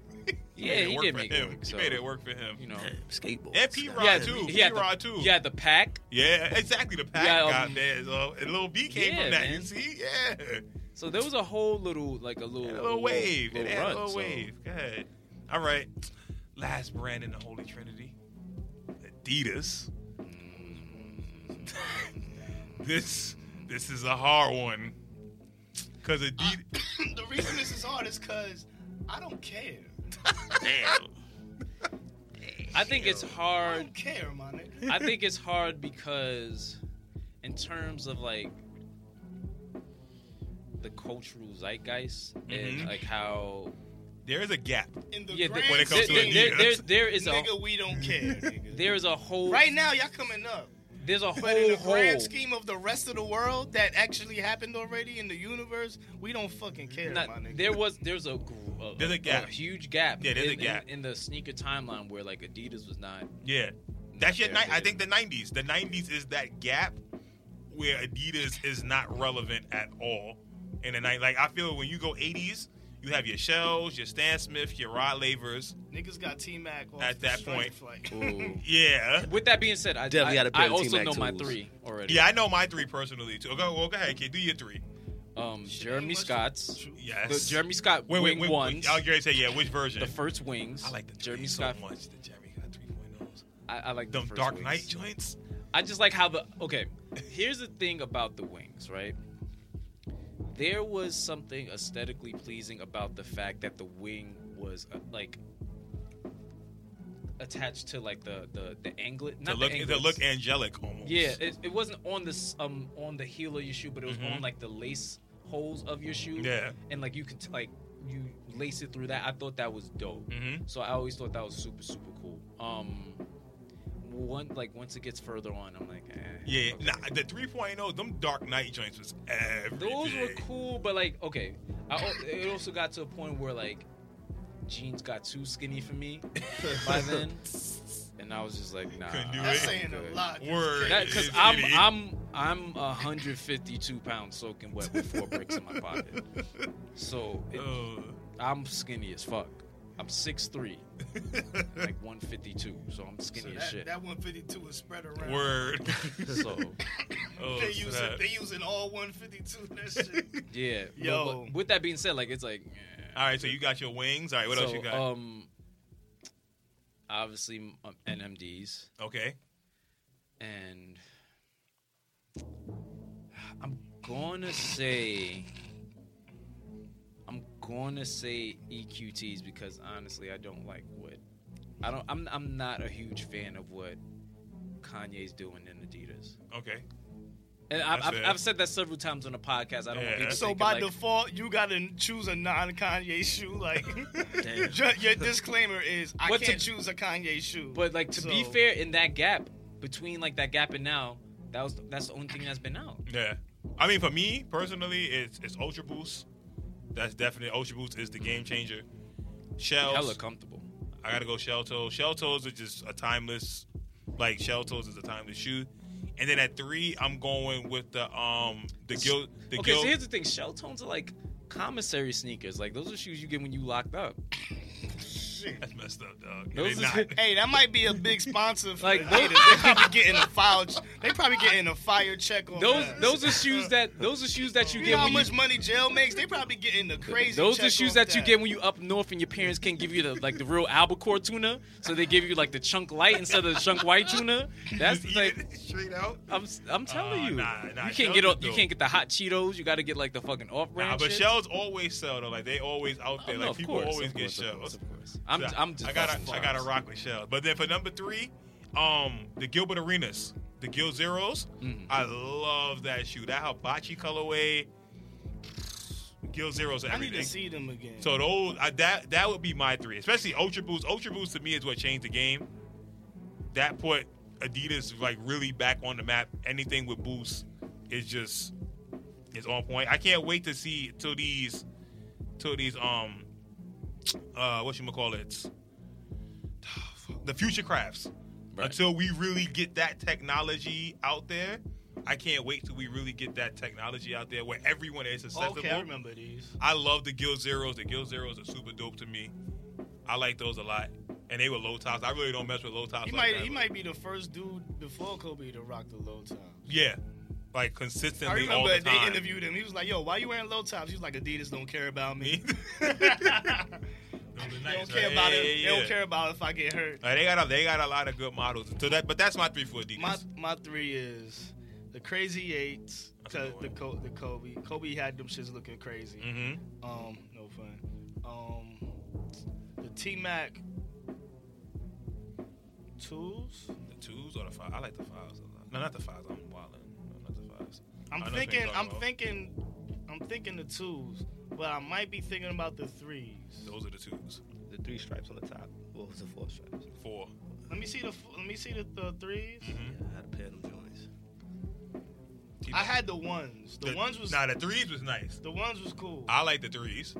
[SPEAKER 1] He
[SPEAKER 3] yeah,
[SPEAKER 1] made it
[SPEAKER 3] he
[SPEAKER 1] work
[SPEAKER 3] did
[SPEAKER 1] for
[SPEAKER 3] make
[SPEAKER 1] him.
[SPEAKER 3] it work.
[SPEAKER 1] He
[SPEAKER 3] so,
[SPEAKER 1] made it work for him.
[SPEAKER 3] You know,
[SPEAKER 4] Skateboard.
[SPEAKER 1] And P
[SPEAKER 3] He
[SPEAKER 1] Rod
[SPEAKER 3] had the-
[SPEAKER 1] too.
[SPEAKER 3] He
[SPEAKER 1] P
[SPEAKER 3] had the-
[SPEAKER 1] Rod too.
[SPEAKER 3] He had the pack.
[SPEAKER 1] Yeah, exactly. The pack
[SPEAKER 3] Yeah, um,
[SPEAKER 1] got there. So, and Lil B came
[SPEAKER 3] yeah,
[SPEAKER 1] from that. You
[SPEAKER 3] man.
[SPEAKER 1] see, yeah,
[SPEAKER 3] So there was a whole little, like a little,
[SPEAKER 1] Had a little wave. It
[SPEAKER 3] little
[SPEAKER 1] had a
[SPEAKER 3] run,
[SPEAKER 1] little
[SPEAKER 3] so-
[SPEAKER 1] wave. Go ahead. All right, last brand in the Holy Trinity, Adidas. this this is a hard one because Adidas.
[SPEAKER 2] the reason this is hard is because I don't care.
[SPEAKER 1] damn.
[SPEAKER 3] I think it's
[SPEAKER 2] I
[SPEAKER 3] hard.
[SPEAKER 2] don't care, my nigga.
[SPEAKER 3] I think it's hard because, in terms of like the cultural zeitgeist
[SPEAKER 1] Mhm.
[SPEAKER 3] and like how
[SPEAKER 1] There is a gap.
[SPEAKER 2] In the
[SPEAKER 3] yeah,
[SPEAKER 2] grand
[SPEAKER 1] When it comes to E
[SPEAKER 3] there,
[SPEAKER 2] scheme,
[SPEAKER 3] there,
[SPEAKER 1] Adidas.
[SPEAKER 3] there, there is a
[SPEAKER 2] nigga, we don't care. nigga.
[SPEAKER 3] there is a whole
[SPEAKER 2] Right now, y'all coming up.
[SPEAKER 3] There's a
[SPEAKER 2] But in
[SPEAKER 3] whole
[SPEAKER 2] the grand
[SPEAKER 3] hole.
[SPEAKER 2] scheme of the rest of the world that actually happened already in the universe, we don't fucking care,
[SPEAKER 3] Not-
[SPEAKER 2] my nigga.
[SPEAKER 3] there was there's a, gr- a
[SPEAKER 1] There's a gap.
[SPEAKER 3] huge gap.
[SPEAKER 1] Yeah, there's a
[SPEAKER 3] in, in-
[SPEAKER 1] gap.
[SPEAKER 3] in, the sneaker timeline where like Adidas was not.
[SPEAKER 1] Yeah, that's your.
[SPEAKER 3] not
[SPEAKER 1] Ni-
[SPEAKER 3] there.
[SPEAKER 1] I think the '90s. The '90s is that gap where Adidas is not relevant at all. In the night, like I feel when you go '80s, you have your shells, your Stan Smith, your Rod Lavers.
[SPEAKER 2] Niggas got T Mac
[SPEAKER 1] At that point.
[SPEAKER 2] Flight.
[SPEAKER 4] Ooh.
[SPEAKER 1] Yeah,
[SPEAKER 3] With that being said, I
[SPEAKER 4] Definitely
[SPEAKER 3] I,
[SPEAKER 4] had a pair
[SPEAKER 3] I
[SPEAKER 4] of
[SPEAKER 3] also
[SPEAKER 4] T-Mac
[SPEAKER 3] know my
[SPEAKER 4] tools.
[SPEAKER 3] three already.
[SPEAKER 1] yeah. I know my three personally too. Go, well, go ahead, kid. Do your three.
[SPEAKER 3] Um,
[SPEAKER 2] Shit,
[SPEAKER 3] Jeremy
[SPEAKER 2] ain't much-
[SPEAKER 3] Scott's.
[SPEAKER 2] True.
[SPEAKER 1] Yes.
[SPEAKER 3] The Jeremy Scott
[SPEAKER 1] Wait, wait,
[SPEAKER 3] wing
[SPEAKER 1] wait.
[SPEAKER 3] ones.
[SPEAKER 1] wait. I was going to say yeah. Which version?
[SPEAKER 3] the first wings.
[SPEAKER 1] I like the
[SPEAKER 3] Jeremy
[SPEAKER 1] Jeremy so
[SPEAKER 3] Scott.
[SPEAKER 1] much. The Jeremy got 3.0s.
[SPEAKER 3] I, I like the
[SPEAKER 1] Them
[SPEAKER 3] first
[SPEAKER 1] Dark
[SPEAKER 3] wings.
[SPEAKER 1] Knight joints.
[SPEAKER 3] I just like how the okay. Here's the thing about the wings, right? There was something aesthetically pleasing about the fact that the wing was uh, like attached to like the the the anglet.
[SPEAKER 1] To
[SPEAKER 3] Not
[SPEAKER 1] look,
[SPEAKER 3] the
[SPEAKER 1] to
[SPEAKER 3] anglets.
[SPEAKER 1] look angelic almost.
[SPEAKER 3] Yeah, it, it wasn't on this um on the heel of your shoe, but it was
[SPEAKER 1] Mhm.
[SPEAKER 3] on like the lace holes of your shoe.
[SPEAKER 1] Yeah.
[SPEAKER 3] and like you could t- like you lace it through that. I thought that was dope.
[SPEAKER 1] Mm-hmm.
[SPEAKER 3] So I always thought that was super super cool. Um, one like once it gets further on, I'm like, eh,
[SPEAKER 1] Yeah,
[SPEAKER 3] okay.
[SPEAKER 1] nah, the 3.0, them Dark Knight joints was everything.
[SPEAKER 3] Those were cool, but like, okay, I, al- it also got to a point where like jeans got too skinny for me by then, and I was just like, nah,
[SPEAKER 1] Couldn't do
[SPEAKER 3] I'm
[SPEAKER 2] That's
[SPEAKER 1] it.
[SPEAKER 2] saying
[SPEAKER 3] good.
[SPEAKER 2] a lot.
[SPEAKER 1] Word.
[SPEAKER 3] That because
[SPEAKER 1] It's
[SPEAKER 3] I'm
[SPEAKER 1] skinny.
[SPEAKER 3] I'm I'm 152 pounds soaking wet with four bricks in my pocket, so it,
[SPEAKER 1] Oh.
[SPEAKER 3] I'm skinny as fuck. I'm 6'3", like 152, so I'm
[SPEAKER 2] So
[SPEAKER 3] skinny as
[SPEAKER 2] that,
[SPEAKER 3] shit.
[SPEAKER 2] that 152 is spread around.
[SPEAKER 1] Word.
[SPEAKER 3] So
[SPEAKER 1] Oh,
[SPEAKER 2] they using
[SPEAKER 1] snap.
[SPEAKER 2] they using all 152 in that shit.
[SPEAKER 3] yeah, but-
[SPEAKER 2] Yo.
[SPEAKER 3] but with that being said, like it's like. eh.
[SPEAKER 1] All right, so you got your wings. All right, what else
[SPEAKER 3] So,
[SPEAKER 1] you got?
[SPEAKER 3] Um, obviously um, NMDs,
[SPEAKER 1] okay.
[SPEAKER 3] and I'm gonna say. I'm gonna say EQTs because honestly, I don't like what. I don't. I'm. I'm not a huge fan of what Kanye's doing in Adidas.
[SPEAKER 1] Okay.
[SPEAKER 3] And I've,
[SPEAKER 1] That's
[SPEAKER 3] I've,
[SPEAKER 1] fair.
[SPEAKER 3] I've said that several times on the podcast. I don't
[SPEAKER 1] Yeah.
[SPEAKER 3] want people
[SPEAKER 2] So
[SPEAKER 3] thinking,
[SPEAKER 2] by
[SPEAKER 3] like,
[SPEAKER 2] default, you gotta choose a non-Kanye shoe. Like,
[SPEAKER 3] Damn.
[SPEAKER 2] ju- your disclaimer is I
[SPEAKER 3] But to-
[SPEAKER 2] can't choose a Kanye shoe.
[SPEAKER 3] But like to be
[SPEAKER 2] So-
[SPEAKER 3] fair, in that gap between like that gap and now, that was that's the only thing that's been out.
[SPEAKER 1] Yeah. I mean, for me personally, it's it's Ultra Boost. That's definitely Ultra Boost is the game changer. Shells.
[SPEAKER 3] Hella comfortable.
[SPEAKER 1] I gotta go shell toes. Shell toes are just a timeless, like shell toes is a timeless shoe. And then at three, I'm going with the um the guild the
[SPEAKER 3] okay,
[SPEAKER 1] guild.
[SPEAKER 3] so here's the thing: shell tones are like commissary sneakers. Like those are shoes you get when you locked up.
[SPEAKER 1] That's messed up, dog.
[SPEAKER 3] Those
[SPEAKER 1] They're
[SPEAKER 3] is-
[SPEAKER 1] not.
[SPEAKER 2] Hey, that might be a big sponsor for
[SPEAKER 3] Like,
[SPEAKER 2] like, Adidas. They probably getting a file. ch- They probably getting a fire check
[SPEAKER 1] Oh,
[SPEAKER 2] on
[SPEAKER 3] Those
[SPEAKER 2] that.
[SPEAKER 3] those are shoes that those are shoes that you,
[SPEAKER 2] You
[SPEAKER 3] get
[SPEAKER 2] know how
[SPEAKER 3] when
[SPEAKER 2] much
[SPEAKER 3] you.
[SPEAKER 2] money jail makes? They probably getting the crazy.
[SPEAKER 3] Those are
[SPEAKER 2] check
[SPEAKER 3] shoes
[SPEAKER 2] off
[SPEAKER 3] that you get when you up north and your parents can't give you the like the real albacore tuna, so they give you like the chunk light instead of the chunk white tuna. That's
[SPEAKER 1] Just eat
[SPEAKER 3] like
[SPEAKER 1] it straight out.
[SPEAKER 3] I'm I'm telling
[SPEAKER 1] Uh,
[SPEAKER 3] you,
[SPEAKER 1] nah, nah,
[SPEAKER 3] you
[SPEAKER 1] Shell's
[SPEAKER 3] can't get all,
[SPEAKER 1] is
[SPEAKER 3] you
[SPEAKER 1] dope.
[SPEAKER 3] can't get the hot Cheetos. You got to get like the fucking off brand.
[SPEAKER 1] Nah, but shells always sell though. Like they always out
[SPEAKER 3] Oh,
[SPEAKER 1] there.
[SPEAKER 3] no,
[SPEAKER 1] like
[SPEAKER 3] of
[SPEAKER 1] people
[SPEAKER 3] course,
[SPEAKER 1] always
[SPEAKER 3] of
[SPEAKER 1] get
[SPEAKER 3] course, of course,
[SPEAKER 1] shells.
[SPEAKER 3] of course. I'm,
[SPEAKER 1] So
[SPEAKER 3] I'm just
[SPEAKER 1] I gotta
[SPEAKER 3] busting
[SPEAKER 1] I gotta
[SPEAKER 3] chops.
[SPEAKER 1] rock with shells. But then for number three, um, the Gilbert Arenas, the Gil Zeros.
[SPEAKER 2] Mm-hmm.
[SPEAKER 3] Mhm.
[SPEAKER 1] I love that shoe. That hibachi colorway. Gil Zeros are
[SPEAKER 2] I need
[SPEAKER 1] everything.
[SPEAKER 2] to see them again.
[SPEAKER 1] So those I, that that would be my three, especially Ultra Boost. Ultra Boost to me is what changed the game. That put Adidas like really back on the map. Anything with Boost is just is on point. I can't wait to see till these till these um uh what you call it the future crafts.
[SPEAKER 3] Right.
[SPEAKER 1] Until we really get that technology out there, I can't wait till we really get that technology out there where everyone is accessible.
[SPEAKER 2] okay, I remember these.
[SPEAKER 1] I love the Gil Zeros. The Gil Zeros are super dope to me. I like those a lot. And they were low tops. I really don't mess with low tops.
[SPEAKER 2] He
[SPEAKER 1] like
[SPEAKER 2] might
[SPEAKER 1] that.
[SPEAKER 2] he might be the first dude before Kobe to rock the low tops.
[SPEAKER 1] Yeah. Like
[SPEAKER 2] I
[SPEAKER 1] consistently all
[SPEAKER 2] remember
[SPEAKER 1] the
[SPEAKER 2] they
[SPEAKER 1] time.
[SPEAKER 2] interviewed him. He was like, "Yo, why you wearing low tops?" He was like, "Adidas don't care about me.
[SPEAKER 1] Those are
[SPEAKER 2] they
[SPEAKER 1] nice,
[SPEAKER 2] don't care
[SPEAKER 1] right?
[SPEAKER 2] about
[SPEAKER 1] Yeah,
[SPEAKER 2] it.
[SPEAKER 1] yeah,
[SPEAKER 2] They
[SPEAKER 1] yeah.
[SPEAKER 2] don't care about if I get hurt."
[SPEAKER 1] Like, they got a they got a lot of good models. So that, but that's my three for Adidas.
[SPEAKER 2] My my three is the Crazy Eights.
[SPEAKER 1] That's a
[SPEAKER 2] The,
[SPEAKER 1] good
[SPEAKER 2] the, Co- the Kobe. Kobe had them shits looking crazy.
[SPEAKER 1] hmm
[SPEAKER 2] Um, no fun. Um, the T Mac tools.
[SPEAKER 1] The twos or the five? I like the fives a lot. No, not the fives. I'm wilding. No, not the fives.
[SPEAKER 2] I'm
[SPEAKER 1] I know what
[SPEAKER 2] thinking.
[SPEAKER 1] you're talking
[SPEAKER 2] I'm
[SPEAKER 1] about.
[SPEAKER 2] thinking. I'm thinking the twos, but I might be thinking about the threes.
[SPEAKER 1] Those are the twos.
[SPEAKER 4] The three stripes on the top. Well, it was the four stripes.
[SPEAKER 1] Four.
[SPEAKER 2] Let me see the. f- Let me see the, the
[SPEAKER 1] Mhm.
[SPEAKER 2] 3s
[SPEAKER 4] Yeah, I had a pair of them joints.
[SPEAKER 2] I had the ones. The, ones was
[SPEAKER 1] Nah, the threes was nice.
[SPEAKER 2] the ones was cool.
[SPEAKER 1] I like the threes.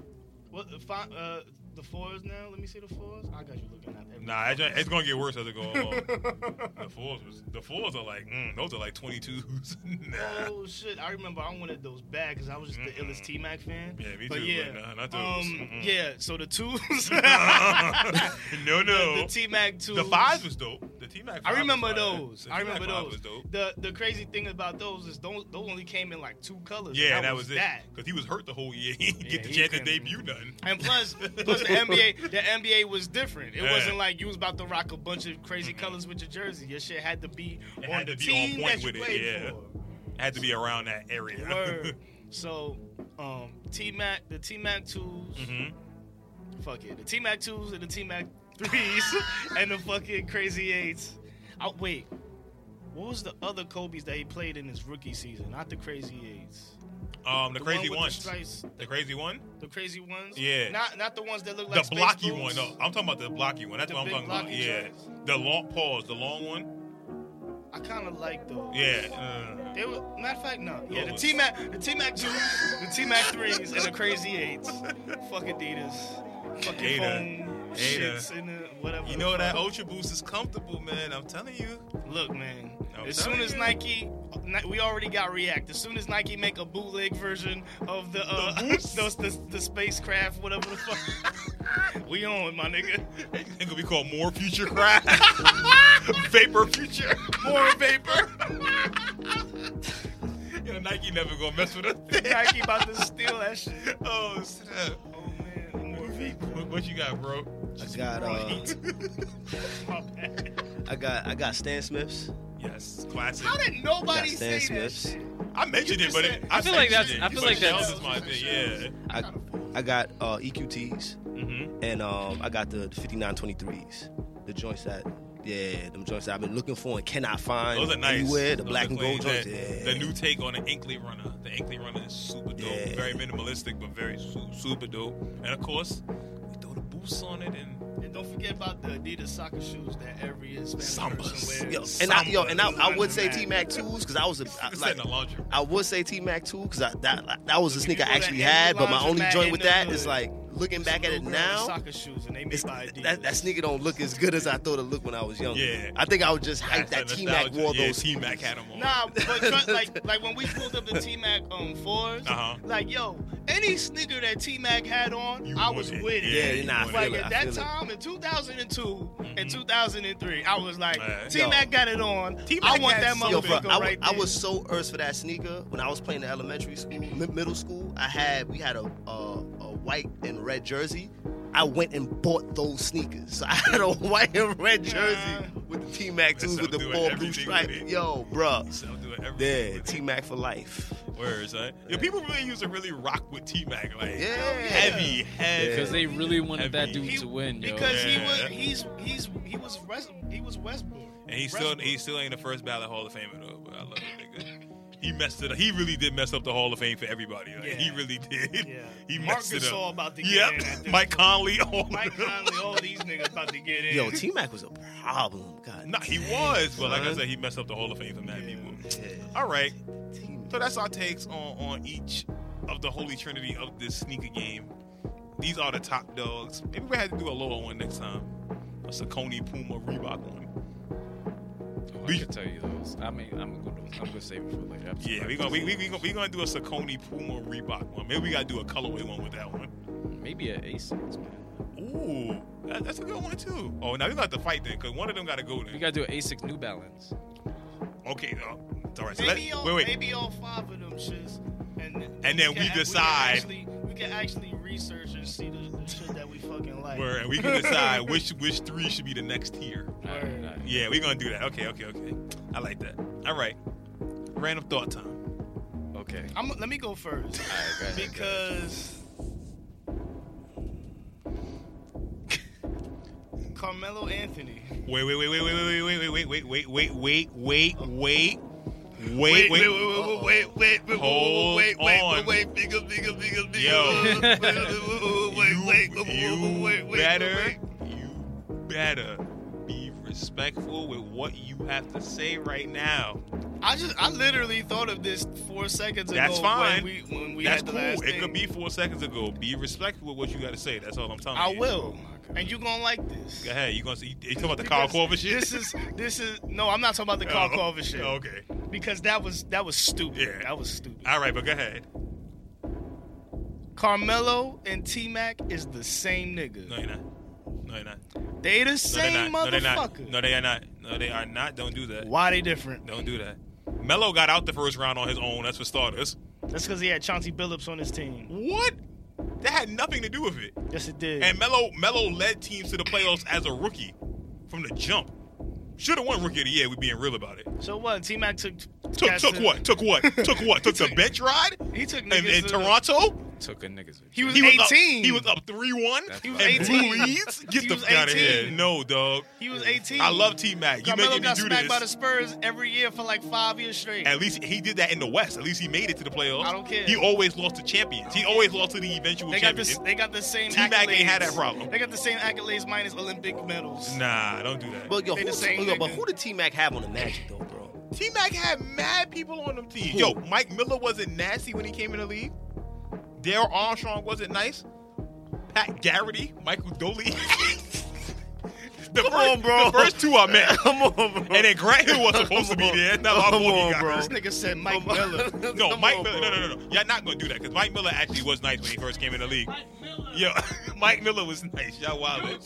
[SPEAKER 2] what the fi- uh, the fours now? Let me see the fours. I got you looking at every
[SPEAKER 1] Nah, it's,
[SPEAKER 2] fucking
[SPEAKER 1] it's gonna get worse as it go along.
[SPEAKER 2] oh
[SPEAKER 1] The fours was the fours are like mm, those are like twenty twos. nah.
[SPEAKER 2] Oh, shit! I remember I wanted those bad because I was just the
[SPEAKER 1] Mm-mm.
[SPEAKER 2] illest T Mac fan.
[SPEAKER 1] Yeah, me
[SPEAKER 2] But
[SPEAKER 1] too.
[SPEAKER 2] yeah,
[SPEAKER 1] but nah, not those.
[SPEAKER 2] Um,
[SPEAKER 1] Mm-mm.
[SPEAKER 2] yeah. So the twos,
[SPEAKER 1] no, no.
[SPEAKER 2] the
[SPEAKER 1] The,
[SPEAKER 2] T Mac twos,
[SPEAKER 1] fives was dope. The T Mac.
[SPEAKER 2] I remember those.
[SPEAKER 1] The
[SPEAKER 2] I
[SPEAKER 1] T-Mac
[SPEAKER 2] remember
[SPEAKER 1] five
[SPEAKER 2] those.
[SPEAKER 1] Was dope.
[SPEAKER 2] The the crazy thing about those is those those only came in like two colors.
[SPEAKER 1] Yeah,
[SPEAKER 2] and
[SPEAKER 1] that was,
[SPEAKER 2] that.
[SPEAKER 1] it. Because he was hurt the whole year. He didn't
[SPEAKER 2] Yeah,
[SPEAKER 1] get the
[SPEAKER 2] he
[SPEAKER 1] chance to
[SPEAKER 2] couldn't-
[SPEAKER 1] debut nothing.
[SPEAKER 2] And plus, plus the NBA, the NBA was different. It
[SPEAKER 1] Yeah.
[SPEAKER 2] wasn't like you was about to rock a bunch of crazy
[SPEAKER 1] Mhm.
[SPEAKER 2] colors with your jersey. Your shit had to be
[SPEAKER 1] It
[SPEAKER 2] on
[SPEAKER 1] had
[SPEAKER 2] the
[SPEAKER 1] to be on
[SPEAKER 2] team
[SPEAKER 1] point
[SPEAKER 2] that you
[SPEAKER 1] with it,
[SPEAKER 2] played
[SPEAKER 1] yeah.
[SPEAKER 2] for.
[SPEAKER 1] Had to be around that area.
[SPEAKER 2] Word. so, um, T Mac, the T Mac 2s
[SPEAKER 1] Mhm.
[SPEAKER 2] fuck it, the T Mac twos and the T Mac threes and the fucking crazy eights. Oh wait, what was the other Kobe's that he played in his rookie season? Not the crazy eights.
[SPEAKER 1] Um, the, crazy
[SPEAKER 2] one with
[SPEAKER 1] ones.
[SPEAKER 2] The, stripes,
[SPEAKER 1] The crazy one.
[SPEAKER 2] the crazy ones.
[SPEAKER 1] Yeah.
[SPEAKER 2] Not not the ones that look like
[SPEAKER 1] the
[SPEAKER 2] space
[SPEAKER 1] blocky
[SPEAKER 2] balloons.
[SPEAKER 1] one. No, I'm talking about the blocky one. That's
[SPEAKER 2] The
[SPEAKER 1] what I'm
[SPEAKER 2] big
[SPEAKER 1] talking about.
[SPEAKER 2] blocky
[SPEAKER 1] Yeah.
[SPEAKER 2] joints.
[SPEAKER 1] The long pause. The long one.
[SPEAKER 2] I kind of like those.
[SPEAKER 1] Yeah. Uh,
[SPEAKER 2] They were, matter of fact, no. Yeah, the
[SPEAKER 1] Those.
[SPEAKER 2] T Mac, the T Mac twos, the T Mac threes, and the crazy eights. Fuck Adidas. Fucking
[SPEAKER 1] Ada.
[SPEAKER 2] phone
[SPEAKER 1] Ada.
[SPEAKER 2] shits and the whatever.
[SPEAKER 1] You
[SPEAKER 2] the
[SPEAKER 1] know that
[SPEAKER 2] fuck.
[SPEAKER 1] Ultra Boost is comfortable, man. I'm telling you.
[SPEAKER 2] Look, man.
[SPEAKER 1] I'm
[SPEAKER 2] as soon
[SPEAKER 1] telling
[SPEAKER 2] as
[SPEAKER 1] you.
[SPEAKER 2] Nike, Ni- we already got React. As soon as Nike make a bootleg version of the uh,
[SPEAKER 1] The boots?
[SPEAKER 2] those the, the spacecraft, whatever the fuck, we on, my nigga.
[SPEAKER 1] It's gonna be called More Future Craft. vapor Future. More Vapor. Yo, Nike never gonna mess with us.
[SPEAKER 2] Nike about to steal that shit.
[SPEAKER 1] oh, snap.
[SPEAKER 2] Oh man, more people.
[SPEAKER 1] What, what you got, bro?
[SPEAKER 4] I got uh,
[SPEAKER 2] My bad.
[SPEAKER 4] I got I got Stan Smiths.
[SPEAKER 1] Yes, classic.
[SPEAKER 2] How did
[SPEAKER 4] I got
[SPEAKER 2] nobody
[SPEAKER 4] Stan
[SPEAKER 2] say that?
[SPEAKER 4] Smiths.
[SPEAKER 2] shit?
[SPEAKER 1] I mentioned it, but it, I,
[SPEAKER 3] I feel like that's-
[SPEAKER 1] mentioned it,
[SPEAKER 3] I feel
[SPEAKER 1] but
[SPEAKER 3] like that's-
[SPEAKER 1] Shell's is my opinion,
[SPEAKER 4] I, I got uh, EQTs
[SPEAKER 1] Yeah. Mm-hmm.
[SPEAKER 4] and um, I got the 5923s, the joints that, yeah, them joints that I've been looking for and cannot find
[SPEAKER 1] Those are nice.
[SPEAKER 4] anywhere. The
[SPEAKER 1] Those
[SPEAKER 4] black
[SPEAKER 1] are
[SPEAKER 4] and
[SPEAKER 1] clean.
[SPEAKER 4] gold joints,
[SPEAKER 1] The,
[SPEAKER 4] yeah.
[SPEAKER 1] the new take on the Inkley Runner. The Inkley Runner is super dope.
[SPEAKER 4] Yeah.
[SPEAKER 1] Very minimalistic, but very su- super dope. And of course, we throw the boots on it and
[SPEAKER 2] And don't forget about the Adidas soccer shoes that every Hispanic
[SPEAKER 1] Sambas.
[SPEAKER 2] person wears.
[SPEAKER 4] Yo, and I, yo, and I, I would
[SPEAKER 2] Sambas.
[SPEAKER 4] say T Mac twos because I was a, I,
[SPEAKER 1] it's
[SPEAKER 4] like,
[SPEAKER 1] in the laundry.
[SPEAKER 4] I would say T Mac too because that that was a
[SPEAKER 2] If you
[SPEAKER 4] sneaker I
[SPEAKER 2] go to
[SPEAKER 4] actually
[SPEAKER 2] any
[SPEAKER 4] had, but my
[SPEAKER 2] laundromat
[SPEAKER 4] only joint
[SPEAKER 2] in
[SPEAKER 4] with
[SPEAKER 2] the
[SPEAKER 4] that
[SPEAKER 2] hood,
[SPEAKER 4] is like looking back at it
[SPEAKER 2] Little girl in
[SPEAKER 4] now.
[SPEAKER 2] Soccer shoes and they made
[SPEAKER 4] It's,
[SPEAKER 2] by Adidas.
[SPEAKER 4] that, that sneaker don't look as good as I thought it looked when I was younger.
[SPEAKER 1] Yeah.
[SPEAKER 4] I think I was just hyped that
[SPEAKER 1] That's the
[SPEAKER 4] T Mac
[SPEAKER 1] nostalgia.
[SPEAKER 4] wore
[SPEAKER 1] yeah,
[SPEAKER 4] those.
[SPEAKER 1] T Mac had them on.
[SPEAKER 2] Nah, but tr- like like when we pulled up the T Mac um fours,
[SPEAKER 1] Uh-huh.
[SPEAKER 2] like yo, any sneaker that T Mac had on,
[SPEAKER 1] You
[SPEAKER 2] I
[SPEAKER 1] want
[SPEAKER 2] was
[SPEAKER 1] it.
[SPEAKER 2] with it.
[SPEAKER 1] Yeah,
[SPEAKER 4] Yeah, nah, I
[SPEAKER 1] you
[SPEAKER 4] feel
[SPEAKER 1] want
[SPEAKER 2] Like at
[SPEAKER 4] it. I
[SPEAKER 2] that
[SPEAKER 4] feel it. Mm-hmm.
[SPEAKER 2] time in 2002
[SPEAKER 1] Mhm.
[SPEAKER 2] and 2003, I was like,
[SPEAKER 1] Alright.
[SPEAKER 2] T Mac got it on.
[SPEAKER 1] T-Mac
[SPEAKER 2] I want
[SPEAKER 1] had
[SPEAKER 2] that
[SPEAKER 1] some-
[SPEAKER 4] Yo,
[SPEAKER 2] motherfucker
[SPEAKER 4] bro, I, wa-
[SPEAKER 2] right
[SPEAKER 4] I
[SPEAKER 2] there.
[SPEAKER 4] was so earth for that sneaker when I was playing in elementary school, mi- middle school. I had we had a, a a white and red jersey. I went and bought those sneakers. So I had a white and red jersey
[SPEAKER 2] Yeah.
[SPEAKER 4] with the T Mac
[SPEAKER 1] That's
[SPEAKER 4] twos with
[SPEAKER 1] how
[SPEAKER 4] the
[SPEAKER 1] I'm doing
[SPEAKER 4] four blue
[SPEAKER 1] everything
[SPEAKER 4] stripes.
[SPEAKER 1] with it.
[SPEAKER 4] Yo, bro,
[SPEAKER 1] So I'm doing everything.
[SPEAKER 4] yeah, T Mac for life.
[SPEAKER 1] Words, huh? Yeah, people really used to really rock with T Mac, like
[SPEAKER 4] Yeah.
[SPEAKER 1] heavy, heavy.
[SPEAKER 3] Because they really wanted that
[SPEAKER 1] Heavy.
[SPEAKER 3] dude to win, yo.
[SPEAKER 2] because
[SPEAKER 1] Yeah.
[SPEAKER 2] he was he's he's he was West, he was Westbrook.
[SPEAKER 1] and he still he still ain't the first ballot Hall of Famer though. But I love that nigga. He messed it up. He really did mess up the Hall of Fame for everybody. Like,
[SPEAKER 2] Yeah.
[SPEAKER 1] He really did.
[SPEAKER 2] Yeah.
[SPEAKER 1] He
[SPEAKER 2] Mark
[SPEAKER 1] messed it
[SPEAKER 2] Gasol
[SPEAKER 1] up.
[SPEAKER 2] about to get in at
[SPEAKER 1] Yep.
[SPEAKER 2] this
[SPEAKER 1] Mike
[SPEAKER 2] point.
[SPEAKER 1] Conley. All
[SPEAKER 2] Mike
[SPEAKER 1] of them.
[SPEAKER 2] Conley, all these niggas about to get in.
[SPEAKER 4] Yo, T Mac was a problem. God,
[SPEAKER 1] Nah, he was, but like I
[SPEAKER 4] son.
[SPEAKER 1] said, he messed up the Hall of Fame for mad
[SPEAKER 2] Yeah.
[SPEAKER 1] people.
[SPEAKER 4] yeah.
[SPEAKER 1] All right.
[SPEAKER 4] T-Mac.
[SPEAKER 1] So that's our takes on on each of the holy trinity of this sneaker game. These are the top dogs. Maybe we had to do a lower one next time. A Saucony Puma Reebok one.
[SPEAKER 3] Oh, I can tell you those. I mean, I'm gonna I'm gonna save it for later. I'm
[SPEAKER 1] Yeah, we gonna we, we, we gonna we gonna do a Saucony Puma Reebok one. Maybe we gotta do a colorway one with that one.
[SPEAKER 3] maybe an Asics, man.
[SPEAKER 1] Ooh, that, that's a good one too. Oh, now we got to fight then, cause one of them gotta go
[SPEAKER 3] We
[SPEAKER 1] then.
[SPEAKER 3] gotta do an Asics New Balance.
[SPEAKER 1] Okay, uh, all right. So let,
[SPEAKER 2] Maybe all,
[SPEAKER 1] wait, wait.
[SPEAKER 2] maybe all five of them shits, and
[SPEAKER 1] And then
[SPEAKER 2] can-
[SPEAKER 1] we decide.
[SPEAKER 2] We can, actually, we can actually research and see the, the shit that we fucking like.
[SPEAKER 1] Where, and we can decide which which three should be the next tier.
[SPEAKER 3] All right, all right.
[SPEAKER 1] Yeah, we're gonna do that. Okay, okay, okay. I like that. All right. Random thought time.
[SPEAKER 3] Okay.
[SPEAKER 2] I'm, let me go first
[SPEAKER 3] All right, go ahead, go ahead.
[SPEAKER 2] because Carmelo Anthony.
[SPEAKER 1] Wait, wait, wait, wait, wait, wait, wait, wait, wait, wait, wait, wait, wait, wait, wait,
[SPEAKER 2] Wait, wait,
[SPEAKER 1] wait.
[SPEAKER 2] wait, wait, wait, wait, wait,
[SPEAKER 1] Hold
[SPEAKER 2] wait, wait,
[SPEAKER 1] on.
[SPEAKER 2] wait, wait, wait, bigger, bigger, bigger, bigger.
[SPEAKER 1] Yo.
[SPEAKER 2] Wait, wait, wait,
[SPEAKER 1] You,
[SPEAKER 2] wait, wait, wait,
[SPEAKER 1] you
[SPEAKER 2] wait,
[SPEAKER 1] better,
[SPEAKER 2] wait.
[SPEAKER 1] you better be respectful with what you have to say right now.
[SPEAKER 2] I just, I literally thought of this four seconds ago.
[SPEAKER 1] That's fine.
[SPEAKER 2] When we, when we
[SPEAKER 1] That's
[SPEAKER 2] had the
[SPEAKER 1] cool.
[SPEAKER 2] last
[SPEAKER 1] It could
[SPEAKER 2] thing.
[SPEAKER 1] be four seconds ago. Be respectful with what you got to say. That's all I'm telling
[SPEAKER 2] I
[SPEAKER 1] you.
[SPEAKER 2] will,
[SPEAKER 3] God.
[SPEAKER 2] and you gonna like this.
[SPEAKER 1] Go ahead. You gonna see? You talking about the Kyle Korver shit?
[SPEAKER 2] This is this is no, I'm not talking about the Carl
[SPEAKER 1] Oh,
[SPEAKER 2] Culver shit
[SPEAKER 1] Okay.
[SPEAKER 2] because that was that was stupid.
[SPEAKER 1] Yeah.
[SPEAKER 2] That was stupid.
[SPEAKER 1] All right, but go ahead.
[SPEAKER 2] Carmelo and T Mac is the same nigga.
[SPEAKER 1] No, you're not. No, you're not.
[SPEAKER 2] They
[SPEAKER 1] No,
[SPEAKER 2] the
[SPEAKER 1] they're
[SPEAKER 2] same
[SPEAKER 1] not. No, they're not.
[SPEAKER 2] motherfucker.
[SPEAKER 1] No, they are not. No, they are not. Don't do that.
[SPEAKER 2] Why they different?
[SPEAKER 1] Don't do that. Melo got out the first round on his own. That's for starters.
[SPEAKER 2] That's because he had Chauncey Billups on his team.
[SPEAKER 1] What? That had nothing to do with it.
[SPEAKER 2] Yes, it did.
[SPEAKER 1] And Melo, Melo led teams to the playoffs as a rookie from the jump. Should have won Rookie of the Year. We being real about it.
[SPEAKER 2] so what? T Mac took
[SPEAKER 1] Took,
[SPEAKER 2] cats
[SPEAKER 1] took
[SPEAKER 2] to-
[SPEAKER 1] what? Took what? Took what? Took the bench ride
[SPEAKER 2] He took
[SPEAKER 1] in,
[SPEAKER 2] niggas
[SPEAKER 1] in
[SPEAKER 2] to-
[SPEAKER 1] Toronto.
[SPEAKER 3] Took a nigga's.
[SPEAKER 2] He was
[SPEAKER 1] He was up-
[SPEAKER 2] 18.
[SPEAKER 1] he was up three one.
[SPEAKER 3] That's
[SPEAKER 2] He was
[SPEAKER 3] right.
[SPEAKER 2] 18.
[SPEAKER 1] Please get
[SPEAKER 2] He
[SPEAKER 1] the
[SPEAKER 2] was
[SPEAKER 1] fuck out of here.
[SPEAKER 2] 18.
[SPEAKER 1] No, dog.
[SPEAKER 2] He was 18.
[SPEAKER 1] I love T Mac. You
[SPEAKER 2] Carmelo
[SPEAKER 1] making me
[SPEAKER 2] got
[SPEAKER 1] do
[SPEAKER 2] smacked by the
[SPEAKER 1] this?
[SPEAKER 2] Spurs every year for like five years straight.
[SPEAKER 1] At least he did that in the West. At least he made it to the playoffs.
[SPEAKER 2] I don't care.
[SPEAKER 1] He always lost to champions. He always lost to the eventual
[SPEAKER 2] They got
[SPEAKER 1] champion.
[SPEAKER 2] this. They got the same.
[SPEAKER 1] T-Mac
[SPEAKER 2] accolades.
[SPEAKER 1] ain't had that problem.
[SPEAKER 2] They got the same accolades minus Olympic medals.
[SPEAKER 1] Nah, don't do that.
[SPEAKER 4] But yo,
[SPEAKER 2] They
[SPEAKER 4] who,
[SPEAKER 2] the same
[SPEAKER 4] yo, but
[SPEAKER 2] nigga.
[SPEAKER 4] who did T Mac have on the Magic though, bro?
[SPEAKER 1] T Mac had mad people on them teams. Yo, Mike Miller wasn't nasty when he came in the league. Daryl Armstrong wasn't nice. Pat Garrity, Michael Doley. the, first,
[SPEAKER 4] on, bro.
[SPEAKER 1] the first two I met.
[SPEAKER 4] Come on, bro.
[SPEAKER 1] And then Grant Hill was supposed to be there. That's not
[SPEAKER 4] Come
[SPEAKER 1] my boy
[SPEAKER 4] on,
[SPEAKER 1] got
[SPEAKER 4] bro.
[SPEAKER 1] hurt.
[SPEAKER 2] This nigga said Mike Miller.
[SPEAKER 1] No, Mike Miller. No, no, no, no. Y'all not gonna do that because Mike Miller actually was nice when he first came in the league. Yo, Mike Miller was nice. Y'all wild.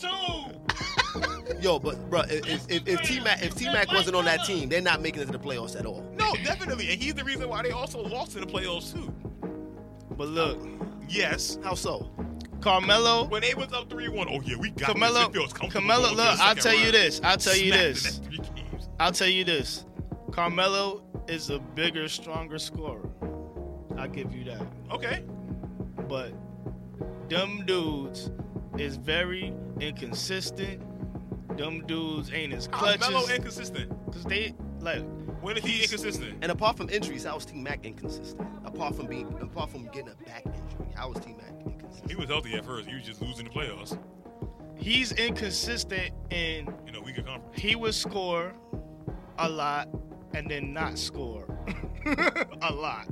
[SPEAKER 4] Yo, but bro, if if, if T Mac if T Mac wasn't on that team, they're not making it to the playoffs at all.
[SPEAKER 1] No, definitely, and he's the reason why they also lost in the playoffs too.
[SPEAKER 2] But look,
[SPEAKER 1] Yes,
[SPEAKER 4] How so?
[SPEAKER 2] Carmelo.
[SPEAKER 1] when they was up three one. Oh yeah, we got
[SPEAKER 2] Carmelo.
[SPEAKER 1] This. It feels comfortable
[SPEAKER 2] Carmelo.
[SPEAKER 1] going to the
[SPEAKER 2] Look, I'll
[SPEAKER 1] second
[SPEAKER 2] tell you
[SPEAKER 1] round.
[SPEAKER 2] this. I'll tell you
[SPEAKER 1] Smacked
[SPEAKER 2] this.
[SPEAKER 1] in that three games.
[SPEAKER 2] I'll tell you this. Carmelo is a bigger, stronger scorer. I give you that.
[SPEAKER 1] Okay.
[SPEAKER 2] But dumb dudes is very inconsistent. Dumb dudes ain't as
[SPEAKER 1] How is
[SPEAKER 2] clutch
[SPEAKER 1] Melo
[SPEAKER 2] as
[SPEAKER 1] inconsistent?
[SPEAKER 2] because they like
[SPEAKER 1] When is he inconsistent?
[SPEAKER 4] And apart from injuries, how was T Mac inconsistent? Apart from being, apart from getting a back injury, how was T Mac
[SPEAKER 1] He
[SPEAKER 4] inconsistent?
[SPEAKER 1] was healthy at first. He was just losing the playoffs
[SPEAKER 2] he's inconsistent and
[SPEAKER 1] in a weaker conference.
[SPEAKER 2] he would score a lot and then not score a lot.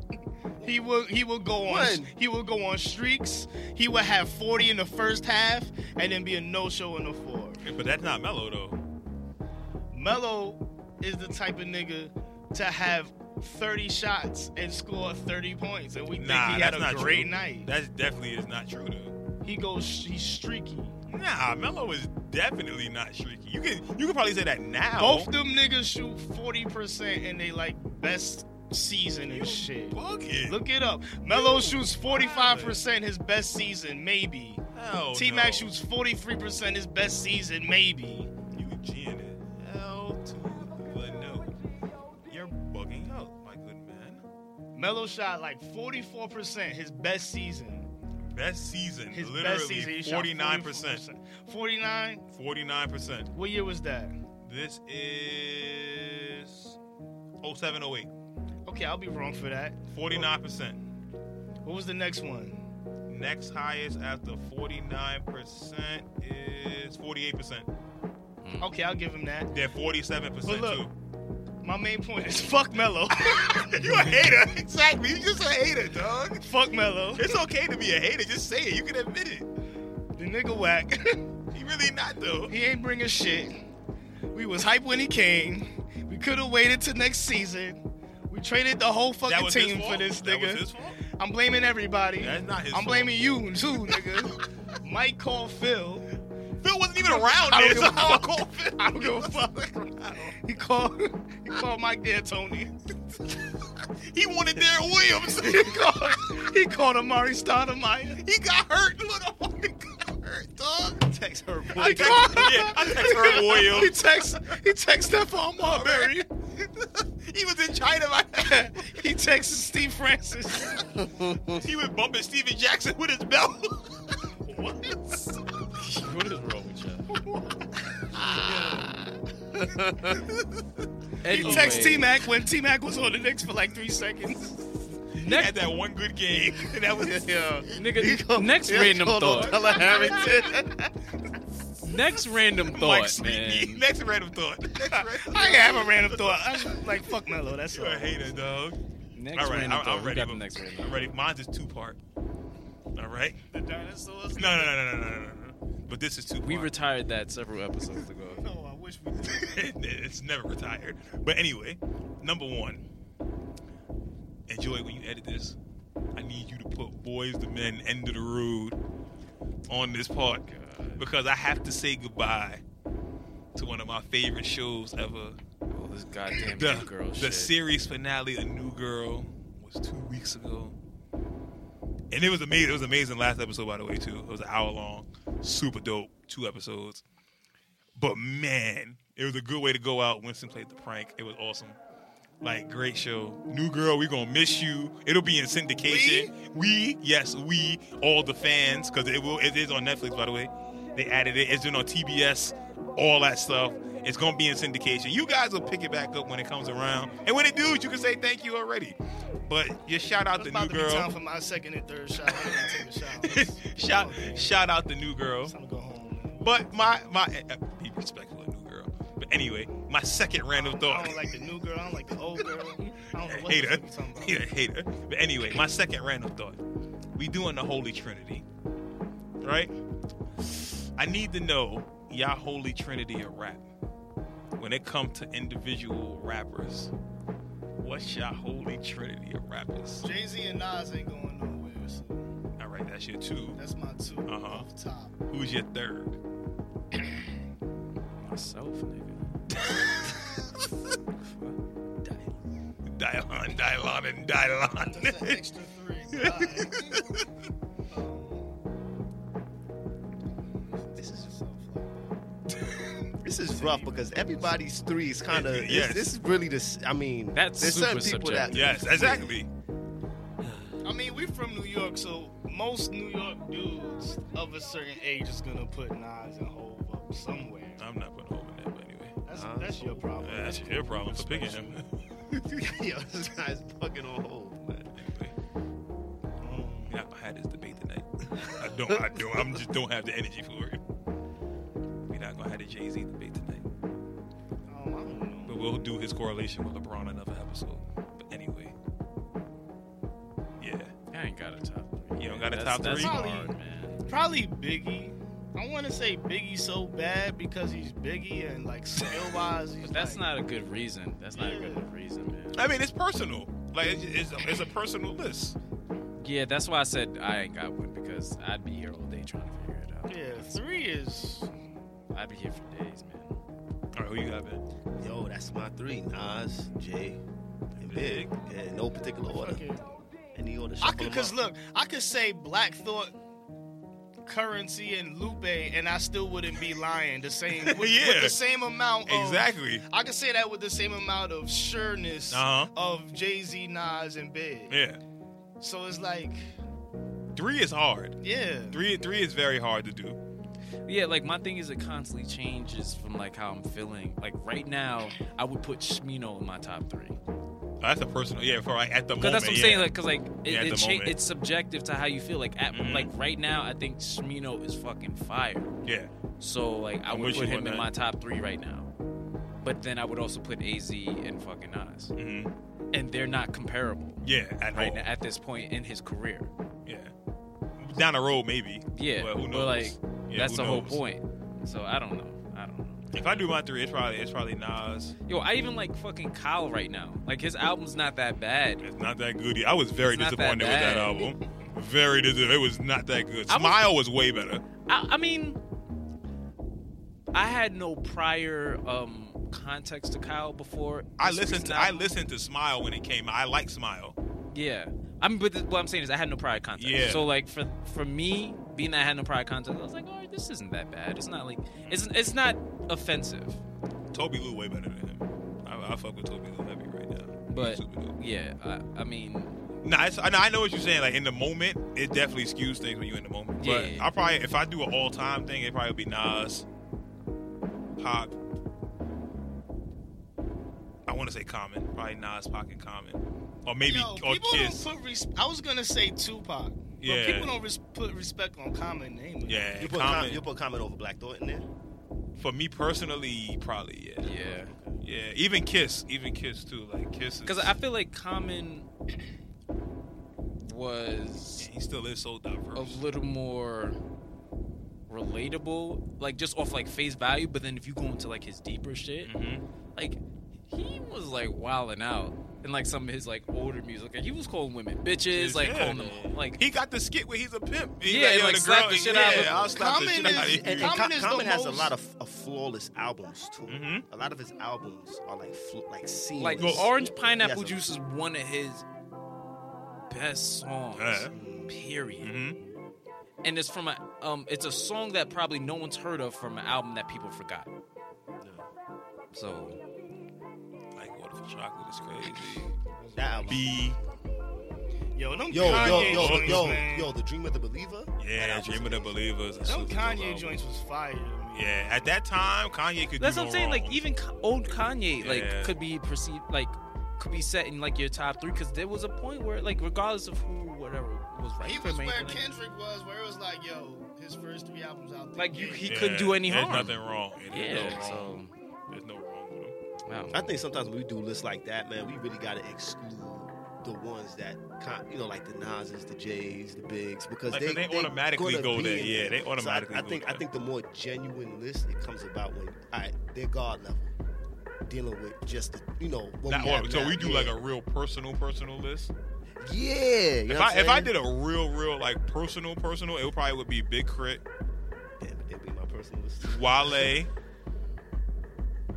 [SPEAKER 2] He will he will go on
[SPEAKER 4] When?
[SPEAKER 2] he will go on streaks. He will have 40 in the first half and then be a no-show in the fourth.
[SPEAKER 1] Yeah, But that's not Melo though.
[SPEAKER 2] Melo is the type of nigga to have 30 shots and score 30 points, and we
[SPEAKER 1] Nah,
[SPEAKER 2] think he had
[SPEAKER 1] that's
[SPEAKER 2] a
[SPEAKER 1] not
[SPEAKER 2] great
[SPEAKER 1] true.
[SPEAKER 2] night.
[SPEAKER 1] That definitely is not true though.
[SPEAKER 2] he goes, he's streaky.
[SPEAKER 1] Nah, Melo is definitely not streaky. You can you can probably say that now.
[SPEAKER 2] Both them niggas shoot 40% in they like best season and shit.
[SPEAKER 1] bugging.
[SPEAKER 2] Look it up. Melo shoots 45% his best season, maybe.
[SPEAKER 1] Hell
[SPEAKER 2] T Mac
[SPEAKER 1] Oh, no.
[SPEAKER 2] shoots 43% his best season, maybe.
[SPEAKER 1] You G in it. Hell to the no. You're bugging out, my good man.
[SPEAKER 2] Melo shot like 44% his best season.
[SPEAKER 1] Best season,
[SPEAKER 2] His best
[SPEAKER 1] literally
[SPEAKER 2] season, he shot
[SPEAKER 1] forty nine percent.
[SPEAKER 2] 49?
[SPEAKER 1] Forty nine percent.
[SPEAKER 2] What year was that?
[SPEAKER 1] This is 0708.
[SPEAKER 2] Okay, I'll be wrong for that.
[SPEAKER 1] 49%.
[SPEAKER 2] What was the next one?
[SPEAKER 1] Next highest after 49% is 48%.
[SPEAKER 2] Okay, I'll give him that.
[SPEAKER 1] They're 47%
[SPEAKER 2] But look,
[SPEAKER 1] too.
[SPEAKER 2] My main point is fuck Mello.
[SPEAKER 1] you a hater. Exactly. You just a hater, dog.
[SPEAKER 2] fuck Mello.
[SPEAKER 1] It's okay to be a hater. Just say it. You can admit it.
[SPEAKER 2] The nigga whack.
[SPEAKER 1] He really not though.
[SPEAKER 2] he ain't bringing shit. We was hype when he came. We could have waited till next season. We traded the whole fucking
[SPEAKER 1] was his
[SPEAKER 2] team for
[SPEAKER 1] fault?
[SPEAKER 2] this
[SPEAKER 1] That was
[SPEAKER 2] nigga.
[SPEAKER 1] his fault?
[SPEAKER 2] I'm blaming everybody.
[SPEAKER 1] That's not his
[SPEAKER 2] I'm
[SPEAKER 1] fault.
[SPEAKER 2] blaming you too, nigga. Mike called Phil.
[SPEAKER 1] Phil wasn't even around
[SPEAKER 2] I
[SPEAKER 1] there.
[SPEAKER 2] don't
[SPEAKER 1] So
[SPEAKER 2] give a
[SPEAKER 1] how I
[SPEAKER 2] fuck.
[SPEAKER 1] call Phil?
[SPEAKER 2] I don't give a fuck. He called. He called Mike D'Antoni.
[SPEAKER 1] He wanted Darren Williams.
[SPEAKER 2] He called. He called Amari Stoudemire.
[SPEAKER 1] he got hurt. Look, I fucking got hurt, dog.
[SPEAKER 4] Text her.
[SPEAKER 2] I
[SPEAKER 1] text- yeah, I text Herb Williams.
[SPEAKER 2] He texts he texts Stephon Marbury.
[SPEAKER 1] he was in China. My-
[SPEAKER 2] he texts Steve Francis.
[SPEAKER 1] he was bumping Steven Jackson with his belt. what?
[SPEAKER 3] What is wrong with you?
[SPEAKER 2] He texts T Mac when T Mac was on the Knicks for like three seconds.
[SPEAKER 1] He had that one good game. And that was
[SPEAKER 4] yeah.
[SPEAKER 3] Nigga, next random thought.
[SPEAKER 4] Della Harrington.
[SPEAKER 3] Next random
[SPEAKER 1] Mike
[SPEAKER 3] thought,
[SPEAKER 1] Sweetney.
[SPEAKER 3] man.
[SPEAKER 1] Next random thought. Next random
[SPEAKER 2] I have a random thought. I'm like fuck Melo. That's
[SPEAKER 1] You
[SPEAKER 2] all.
[SPEAKER 1] a hater, dog.
[SPEAKER 3] Next
[SPEAKER 1] All right,
[SPEAKER 3] random
[SPEAKER 1] I'm,
[SPEAKER 3] thought.
[SPEAKER 1] I'm
[SPEAKER 3] We
[SPEAKER 1] ready.
[SPEAKER 3] got the
[SPEAKER 1] but-
[SPEAKER 3] next random.
[SPEAKER 1] I'm ready. Mine's is two part. All right.
[SPEAKER 2] The dinosaurs.
[SPEAKER 1] No, no, no, no, no, no, no. no. But this is two.
[SPEAKER 3] We
[SPEAKER 1] part.
[SPEAKER 3] retired that several episodes ago.
[SPEAKER 2] No, I wish we. Did.
[SPEAKER 1] it's never retired. But anyway, number one. Enjoy when you edit this. I need you to put boys the men end of the road on this part because I have to say goodbye to one of my favorite shows ever.
[SPEAKER 3] Oh, this goddamn
[SPEAKER 1] The,
[SPEAKER 3] new girl
[SPEAKER 1] the
[SPEAKER 3] shit.
[SPEAKER 1] series finale of New Girl was two weeks ago. And it was amazing. It was amazing last episode, by the way, too. It was an hour long, super dope, two episodes. But man, it was a good way to go out. Winston played the prank. It was awesome. Like great show. New girl, we gonna miss you. It'll be in syndication. We, yes, we, all the fans, because it will it is on Netflix, by the way. They added it. It's been on TBS, all that stuff. It's gonna be in syndication. You guys will pick it back up when it comes around. And when it does, you can say thank you already. But your shout out
[SPEAKER 2] It's
[SPEAKER 1] to
[SPEAKER 2] about
[SPEAKER 1] new
[SPEAKER 2] to be time
[SPEAKER 1] girl.
[SPEAKER 2] for my second and third shot. I'm gonna take a shower.
[SPEAKER 1] shout shout out the new girl.
[SPEAKER 2] It's time to go home. Man.
[SPEAKER 1] But my my uh, be respectful of new girl. But anyway, my second random
[SPEAKER 2] I
[SPEAKER 1] thought.
[SPEAKER 2] don't like the new girl. I don't like the old girl. I don't know what the
[SPEAKER 1] hater.
[SPEAKER 2] fuck you talking about.
[SPEAKER 1] You're a hater. But anyway, my second random thought. We doing the Holy Trinity, right? I need to know y'all Holy Trinity of rap. When it comes to individual rappers, what's y'all Holy Trinity of rappers?
[SPEAKER 2] Jay Z and Nas ain't going nowhere. So
[SPEAKER 1] All right, that's your two.
[SPEAKER 2] that's my 2
[SPEAKER 1] Uh-huh.
[SPEAKER 2] off the top.
[SPEAKER 1] Who's your third?
[SPEAKER 3] Myself, nigga.
[SPEAKER 1] Dylon, Dylon, and Dylon.
[SPEAKER 2] That's an extra three. God.
[SPEAKER 1] It's
[SPEAKER 4] is rough because everybody's three is kind of.
[SPEAKER 1] Yes.
[SPEAKER 4] This is really this. I mean,
[SPEAKER 3] That's
[SPEAKER 4] there's certain
[SPEAKER 3] super
[SPEAKER 4] people that.
[SPEAKER 1] Yes, exactly.
[SPEAKER 2] I mean, we from New York, so most New York dudes of a certain age is gonna put knives and hove up somewhere.
[SPEAKER 1] I'm not putting home in that, but anyway.
[SPEAKER 2] That's that's your problem.
[SPEAKER 1] Uh, that's your problem for picking him.
[SPEAKER 4] Yo, this guy's fucking on hold, man.
[SPEAKER 1] Anyway,
[SPEAKER 2] Um,
[SPEAKER 1] we're not gonna have this debate tonight. I don't. I don't. I'm just don't have the energy for it. We're not gonna have the Jay Z debate tonight,
[SPEAKER 2] um, I don't know.
[SPEAKER 1] but we'll do his correlation with LeBron another episode. But anyway, yeah,
[SPEAKER 3] I ain't got a top three.
[SPEAKER 1] You don't got a
[SPEAKER 3] That's-
[SPEAKER 1] top
[SPEAKER 3] that's
[SPEAKER 1] three?
[SPEAKER 3] hard, man.
[SPEAKER 2] Probably Biggie. I want to say Biggie so bad because he's Biggie and like skill wise, he's
[SPEAKER 3] But that's
[SPEAKER 2] like,
[SPEAKER 3] not a good reason. That's not a good enough reason, man.
[SPEAKER 1] I mean it's personal. Like it's, it's, a, it's a personal list.
[SPEAKER 3] Yeah, that's why I said I ain't got one because I'd be here all day trying to figure it out.
[SPEAKER 2] Yeah, three is.
[SPEAKER 3] I'd be here for days, man.
[SPEAKER 1] All right, who you got, man?
[SPEAKER 4] Yo, that's my three: Nas, Jay, and Big. Yeah, no particular order.
[SPEAKER 2] Fucking,
[SPEAKER 4] Any order.
[SPEAKER 2] I
[SPEAKER 4] shuffle
[SPEAKER 2] could,
[SPEAKER 4] them
[SPEAKER 2] cause
[SPEAKER 4] up.
[SPEAKER 2] look, I could say Black Thought, Currency, and Lupe, and I still wouldn't be lying. The same, with, with
[SPEAKER 1] Yeah.
[SPEAKER 2] the same amount.
[SPEAKER 3] Oh.
[SPEAKER 2] Of,
[SPEAKER 1] Exactly.
[SPEAKER 2] I could say that with the same amount of sureness
[SPEAKER 1] Uh-huh.
[SPEAKER 2] of Jay Z, Nas, and Big.
[SPEAKER 1] Yeah,
[SPEAKER 2] So it's like,
[SPEAKER 1] three is hard.
[SPEAKER 2] yeah,
[SPEAKER 1] Three, three is very hard to do.
[SPEAKER 3] Yeah, like my thing is it constantly changes from like how I'm feeling. Like right now, I would put Shmino in my top three.
[SPEAKER 1] That's a personal. Yeah, for like at the
[SPEAKER 3] Cause
[SPEAKER 1] moment.
[SPEAKER 3] that's what I'm
[SPEAKER 1] yeah.
[SPEAKER 3] saying. Like, cause like it,
[SPEAKER 1] Yeah, at
[SPEAKER 3] it
[SPEAKER 1] the
[SPEAKER 3] cha-
[SPEAKER 1] moment.
[SPEAKER 3] it's subjective to how you feel. Like at
[SPEAKER 1] Mhm.
[SPEAKER 3] like right now, I think Shmino is fucking fire.
[SPEAKER 1] yeah.
[SPEAKER 3] So like I
[SPEAKER 1] I'm
[SPEAKER 3] would
[SPEAKER 1] with
[SPEAKER 3] put
[SPEAKER 1] you
[SPEAKER 3] him
[SPEAKER 1] on
[SPEAKER 3] in
[SPEAKER 1] that.
[SPEAKER 3] my top three right now. But then I would also put AZ and fucking Nas,
[SPEAKER 1] hmm
[SPEAKER 3] and they're not comparable
[SPEAKER 1] Yeah, at
[SPEAKER 3] right
[SPEAKER 1] all.
[SPEAKER 3] now at this point in his career.
[SPEAKER 1] Yeah. Down the road, maybe.
[SPEAKER 3] Yeah,
[SPEAKER 1] But who knows?
[SPEAKER 3] but like
[SPEAKER 1] Yeah,
[SPEAKER 3] that's
[SPEAKER 1] who
[SPEAKER 3] the whole
[SPEAKER 1] knows?
[SPEAKER 3] point. So I don't know. I don't know.
[SPEAKER 1] If I do my three, it's probably it's probably Nas.
[SPEAKER 3] Yo, I even like fucking Kyle right now. Like his album's not that bad.
[SPEAKER 1] It's not that good. I was very
[SPEAKER 3] It's not that
[SPEAKER 1] disappointed with that
[SPEAKER 3] bad.
[SPEAKER 1] album. Very disappointed. It was not that good.
[SPEAKER 3] I was-
[SPEAKER 1] Smile was, way better.
[SPEAKER 3] I, I mean, I had no prior um context to Kyle before.
[SPEAKER 1] I
[SPEAKER 3] this
[SPEAKER 1] listened to
[SPEAKER 3] recent
[SPEAKER 1] I
[SPEAKER 3] album.
[SPEAKER 1] listened to Smile when it came. out. I like Smile.
[SPEAKER 3] Yeah. I mean, but th- what I'm saying is, I had no prior context.
[SPEAKER 1] Yeah.
[SPEAKER 3] So like for for me, being that I had no prior context, I was like, all right, this isn't that bad. It's not like it's it's not offensive.
[SPEAKER 1] Toby Lou way better than him. I, I fuck with Toby Lou heavy right now.
[SPEAKER 3] But-
[SPEAKER 1] He's super dope.
[SPEAKER 3] Yeah. I, I mean,
[SPEAKER 1] Nah, it's, I, know, I know what you're saying. Like in the moment, it definitely skews things when you're in the moment. But
[SPEAKER 3] Yeah.
[SPEAKER 1] I probably, if I do an all time thing, it probably would be Nas, Pac. I want to say Common, probably Nas, Pac, and Common, or maybe
[SPEAKER 2] Yo,
[SPEAKER 1] or
[SPEAKER 2] people
[SPEAKER 1] Kiss.
[SPEAKER 2] Don't put res- I was gonna say Tupac, but
[SPEAKER 1] Yeah.
[SPEAKER 2] people don't res- put respect on common name.
[SPEAKER 1] yeah,
[SPEAKER 4] You put,
[SPEAKER 1] Common.
[SPEAKER 4] com- you put comment over Black Thought in there.
[SPEAKER 1] For me personally, probably yeah,
[SPEAKER 3] yeah.
[SPEAKER 1] yeah. Even Kiss, even Kiss too. Like Kiss, is-
[SPEAKER 3] Because I feel like Common was
[SPEAKER 1] he still is so diverse.
[SPEAKER 3] a little more relatable, like just off like face value. But then if you go into like his deeper shit,
[SPEAKER 1] Mhm.
[SPEAKER 3] like he was like wilding out in like some of his like older music. Like he was calling women bitches, like
[SPEAKER 1] Yeah.
[SPEAKER 3] calling them like
[SPEAKER 1] He got the skit where he's a pimp. He
[SPEAKER 3] Yeah,
[SPEAKER 1] yo,
[SPEAKER 3] like,
[SPEAKER 1] the
[SPEAKER 3] slap
[SPEAKER 1] girl-
[SPEAKER 3] the shit
[SPEAKER 1] yeah,
[SPEAKER 3] out of him.
[SPEAKER 1] I'll slap the shit
[SPEAKER 2] Common
[SPEAKER 1] out of
[SPEAKER 2] is-
[SPEAKER 1] him.
[SPEAKER 4] And, and
[SPEAKER 2] Common
[SPEAKER 4] Com-
[SPEAKER 2] is the
[SPEAKER 4] Common has a
[SPEAKER 2] most-
[SPEAKER 4] lot of, of flawless albums too.
[SPEAKER 1] Mhm.
[SPEAKER 4] A lot of his albums are like fl- like seamless.
[SPEAKER 3] like
[SPEAKER 1] Well,
[SPEAKER 3] Orange Pineapple
[SPEAKER 4] Yes.
[SPEAKER 3] Juice is one of his best songs.
[SPEAKER 1] Yeah.
[SPEAKER 3] Period.
[SPEAKER 1] Mhm.
[SPEAKER 3] And it's from a um it's a song that probably no one's heard of from an album that people forgot. So
[SPEAKER 1] Like water for chocolate is crazy.
[SPEAKER 4] that album.
[SPEAKER 1] B.
[SPEAKER 2] Yo, them
[SPEAKER 4] yo, yo,
[SPEAKER 2] Kanye
[SPEAKER 4] yo, yo,
[SPEAKER 2] joints,
[SPEAKER 4] yo,
[SPEAKER 2] man.
[SPEAKER 4] the Dream of the Believer. That
[SPEAKER 1] Yeah,
[SPEAKER 4] album's
[SPEAKER 1] Dream of the
[SPEAKER 4] amazing.
[SPEAKER 1] Believers. is
[SPEAKER 2] Them
[SPEAKER 1] super dope
[SPEAKER 2] Kanye
[SPEAKER 1] album.
[SPEAKER 2] joints was fire. man.
[SPEAKER 1] Yeah, at that time, Kanye could.
[SPEAKER 3] That's
[SPEAKER 1] do
[SPEAKER 3] what I'm
[SPEAKER 1] no
[SPEAKER 3] saying.
[SPEAKER 1] wrong.
[SPEAKER 3] Like even Ka- old Kanye, like
[SPEAKER 1] Yeah.
[SPEAKER 3] could be perceived, like could be set in like your top three because there was a point where, like, regardless of who, whatever was right
[SPEAKER 2] He
[SPEAKER 3] for
[SPEAKER 2] was
[SPEAKER 3] him, or
[SPEAKER 2] where
[SPEAKER 3] anything, like,
[SPEAKER 2] Kendrick was, where it was like, yo, his first three albums out. the
[SPEAKER 3] like you,
[SPEAKER 2] gate.
[SPEAKER 3] he
[SPEAKER 1] Yeah,
[SPEAKER 3] couldn't do any
[SPEAKER 1] there's
[SPEAKER 3] harm.
[SPEAKER 1] nothing wrong. There's
[SPEAKER 3] Yeah.
[SPEAKER 1] no wrong.
[SPEAKER 3] So
[SPEAKER 1] There's no wrong with him.
[SPEAKER 3] wow.
[SPEAKER 4] I think sometimes when we do lists like that, man, we really gotta exclude the ones that, con- you know, like the Nas's, the J's, the Bigs, because
[SPEAKER 1] Like,
[SPEAKER 4] they,
[SPEAKER 1] they automatically
[SPEAKER 4] gonna
[SPEAKER 1] go
[SPEAKER 4] be
[SPEAKER 1] there.
[SPEAKER 4] in
[SPEAKER 1] Yeah, they
[SPEAKER 4] So I-
[SPEAKER 1] automatically
[SPEAKER 4] I,
[SPEAKER 1] go
[SPEAKER 4] think I
[SPEAKER 1] there.
[SPEAKER 4] think the more genuine list it comes about when all right, they're God level, dealing with just the, you know what
[SPEAKER 1] Not
[SPEAKER 4] we have
[SPEAKER 1] all- so
[SPEAKER 4] now.
[SPEAKER 1] we do
[SPEAKER 4] yeah.
[SPEAKER 1] like a real personal, personal list.
[SPEAKER 4] yeah. You know
[SPEAKER 1] If
[SPEAKER 4] what I'm
[SPEAKER 1] I if I
[SPEAKER 4] saying?
[SPEAKER 1] did a real, real like personal, personal, it would probably would be Big Crit,
[SPEAKER 4] Damn, that'd be my personal list.
[SPEAKER 1] Wale,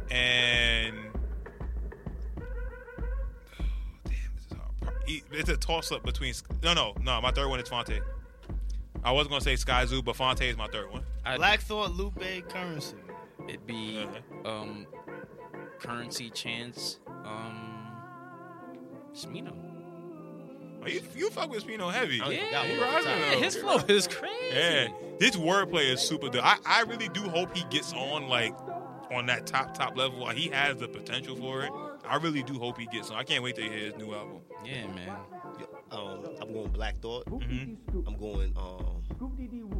[SPEAKER 1] and damn, this is hard. E- It's a toss up between no, no, no. My third one is Fonte. I was gonna say Sky Zoo, but Fonte is my third one.
[SPEAKER 3] I,
[SPEAKER 2] Black Thought, Lupe, Currency.
[SPEAKER 3] It'd be um, currency chance. Um, Smino.
[SPEAKER 1] Oh, you, you fuck with Spino heavy.
[SPEAKER 4] I don't even got
[SPEAKER 3] Yeah,
[SPEAKER 4] one
[SPEAKER 1] you're
[SPEAKER 4] off the
[SPEAKER 1] right,
[SPEAKER 4] top.
[SPEAKER 1] though.
[SPEAKER 3] his flow is crazy.
[SPEAKER 1] Yeah, this wordplay is super dope. I, I really do hope he gets on like on that top top level. Like, He has the potential for it. I really do hope he gets on. I can't wait to hear his new album.
[SPEAKER 3] Yeah, man.
[SPEAKER 4] Um, I'm going Black Thought.
[SPEAKER 1] Mhm.
[SPEAKER 4] I'm going um,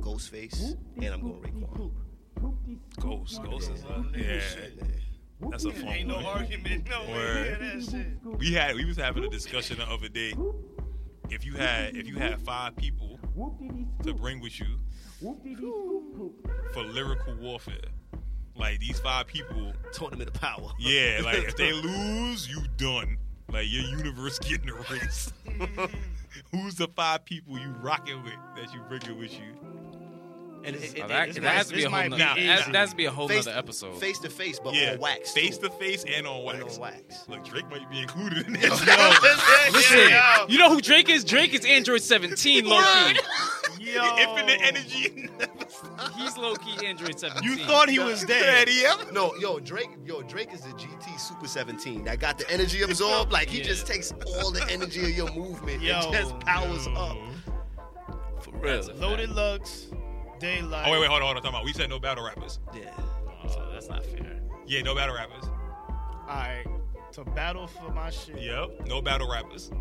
[SPEAKER 4] Ghostface, and I'm going Raekwon.
[SPEAKER 1] Ghost, Ghost is up. Yeah, that's a fun
[SPEAKER 2] Ain't no
[SPEAKER 1] one.
[SPEAKER 2] argument. No way.
[SPEAKER 1] Word.
[SPEAKER 2] Yeah, that shit.
[SPEAKER 1] We had we was having a discussion the other day. If you had if you had five people to bring with you for lyrical warfare, like these five people,
[SPEAKER 4] Tournament of Power.
[SPEAKER 1] yeah, like if they lose, you done. Like your universe getting erased. Who's the five people you rocking with that you bringing with you?
[SPEAKER 4] and it, it,
[SPEAKER 3] Now
[SPEAKER 4] it-
[SPEAKER 3] Oh, that
[SPEAKER 4] it's
[SPEAKER 3] that
[SPEAKER 4] nice.
[SPEAKER 3] has to be
[SPEAKER 2] this
[SPEAKER 3] a whole
[SPEAKER 2] might
[SPEAKER 3] nother.
[SPEAKER 1] be easy.
[SPEAKER 3] That has to be a whole
[SPEAKER 4] Face-
[SPEAKER 3] nother episode.
[SPEAKER 4] Face to face, but
[SPEAKER 1] yeah,
[SPEAKER 4] on wax.
[SPEAKER 1] face
[SPEAKER 4] too.
[SPEAKER 1] to face and on
[SPEAKER 4] And
[SPEAKER 1] wax.
[SPEAKER 4] on wax.
[SPEAKER 1] Look, Drake might be included in this.
[SPEAKER 3] Listen,
[SPEAKER 2] Yeah,
[SPEAKER 3] you know who Drake is? Drake is Android 17 low key.
[SPEAKER 2] yo.
[SPEAKER 1] The Infinite
[SPEAKER 2] Yo.
[SPEAKER 1] energy.
[SPEAKER 3] He's low key Android 17.
[SPEAKER 2] You thought he was dead.
[SPEAKER 1] Oh,
[SPEAKER 4] No, yo, Drake, yo, Drake is the GT Super 17 that got the energy absorbed. Like he
[SPEAKER 3] Yeah.
[SPEAKER 4] just takes all the energy of your movement
[SPEAKER 2] Yo,
[SPEAKER 4] and just powers
[SPEAKER 1] Yo.
[SPEAKER 4] up.
[SPEAKER 3] for real?
[SPEAKER 2] Loaded Lux, Daylight.
[SPEAKER 1] Oh wait, wait, hold on, hold on. Time out. We said no battle rappers.
[SPEAKER 4] Yeah.
[SPEAKER 3] Oh, that's not fair.
[SPEAKER 1] Yeah, no battle rappers.
[SPEAKER 2] All right. To battle for my shit.
[SPEAKER 1] Yep, no battle rappers.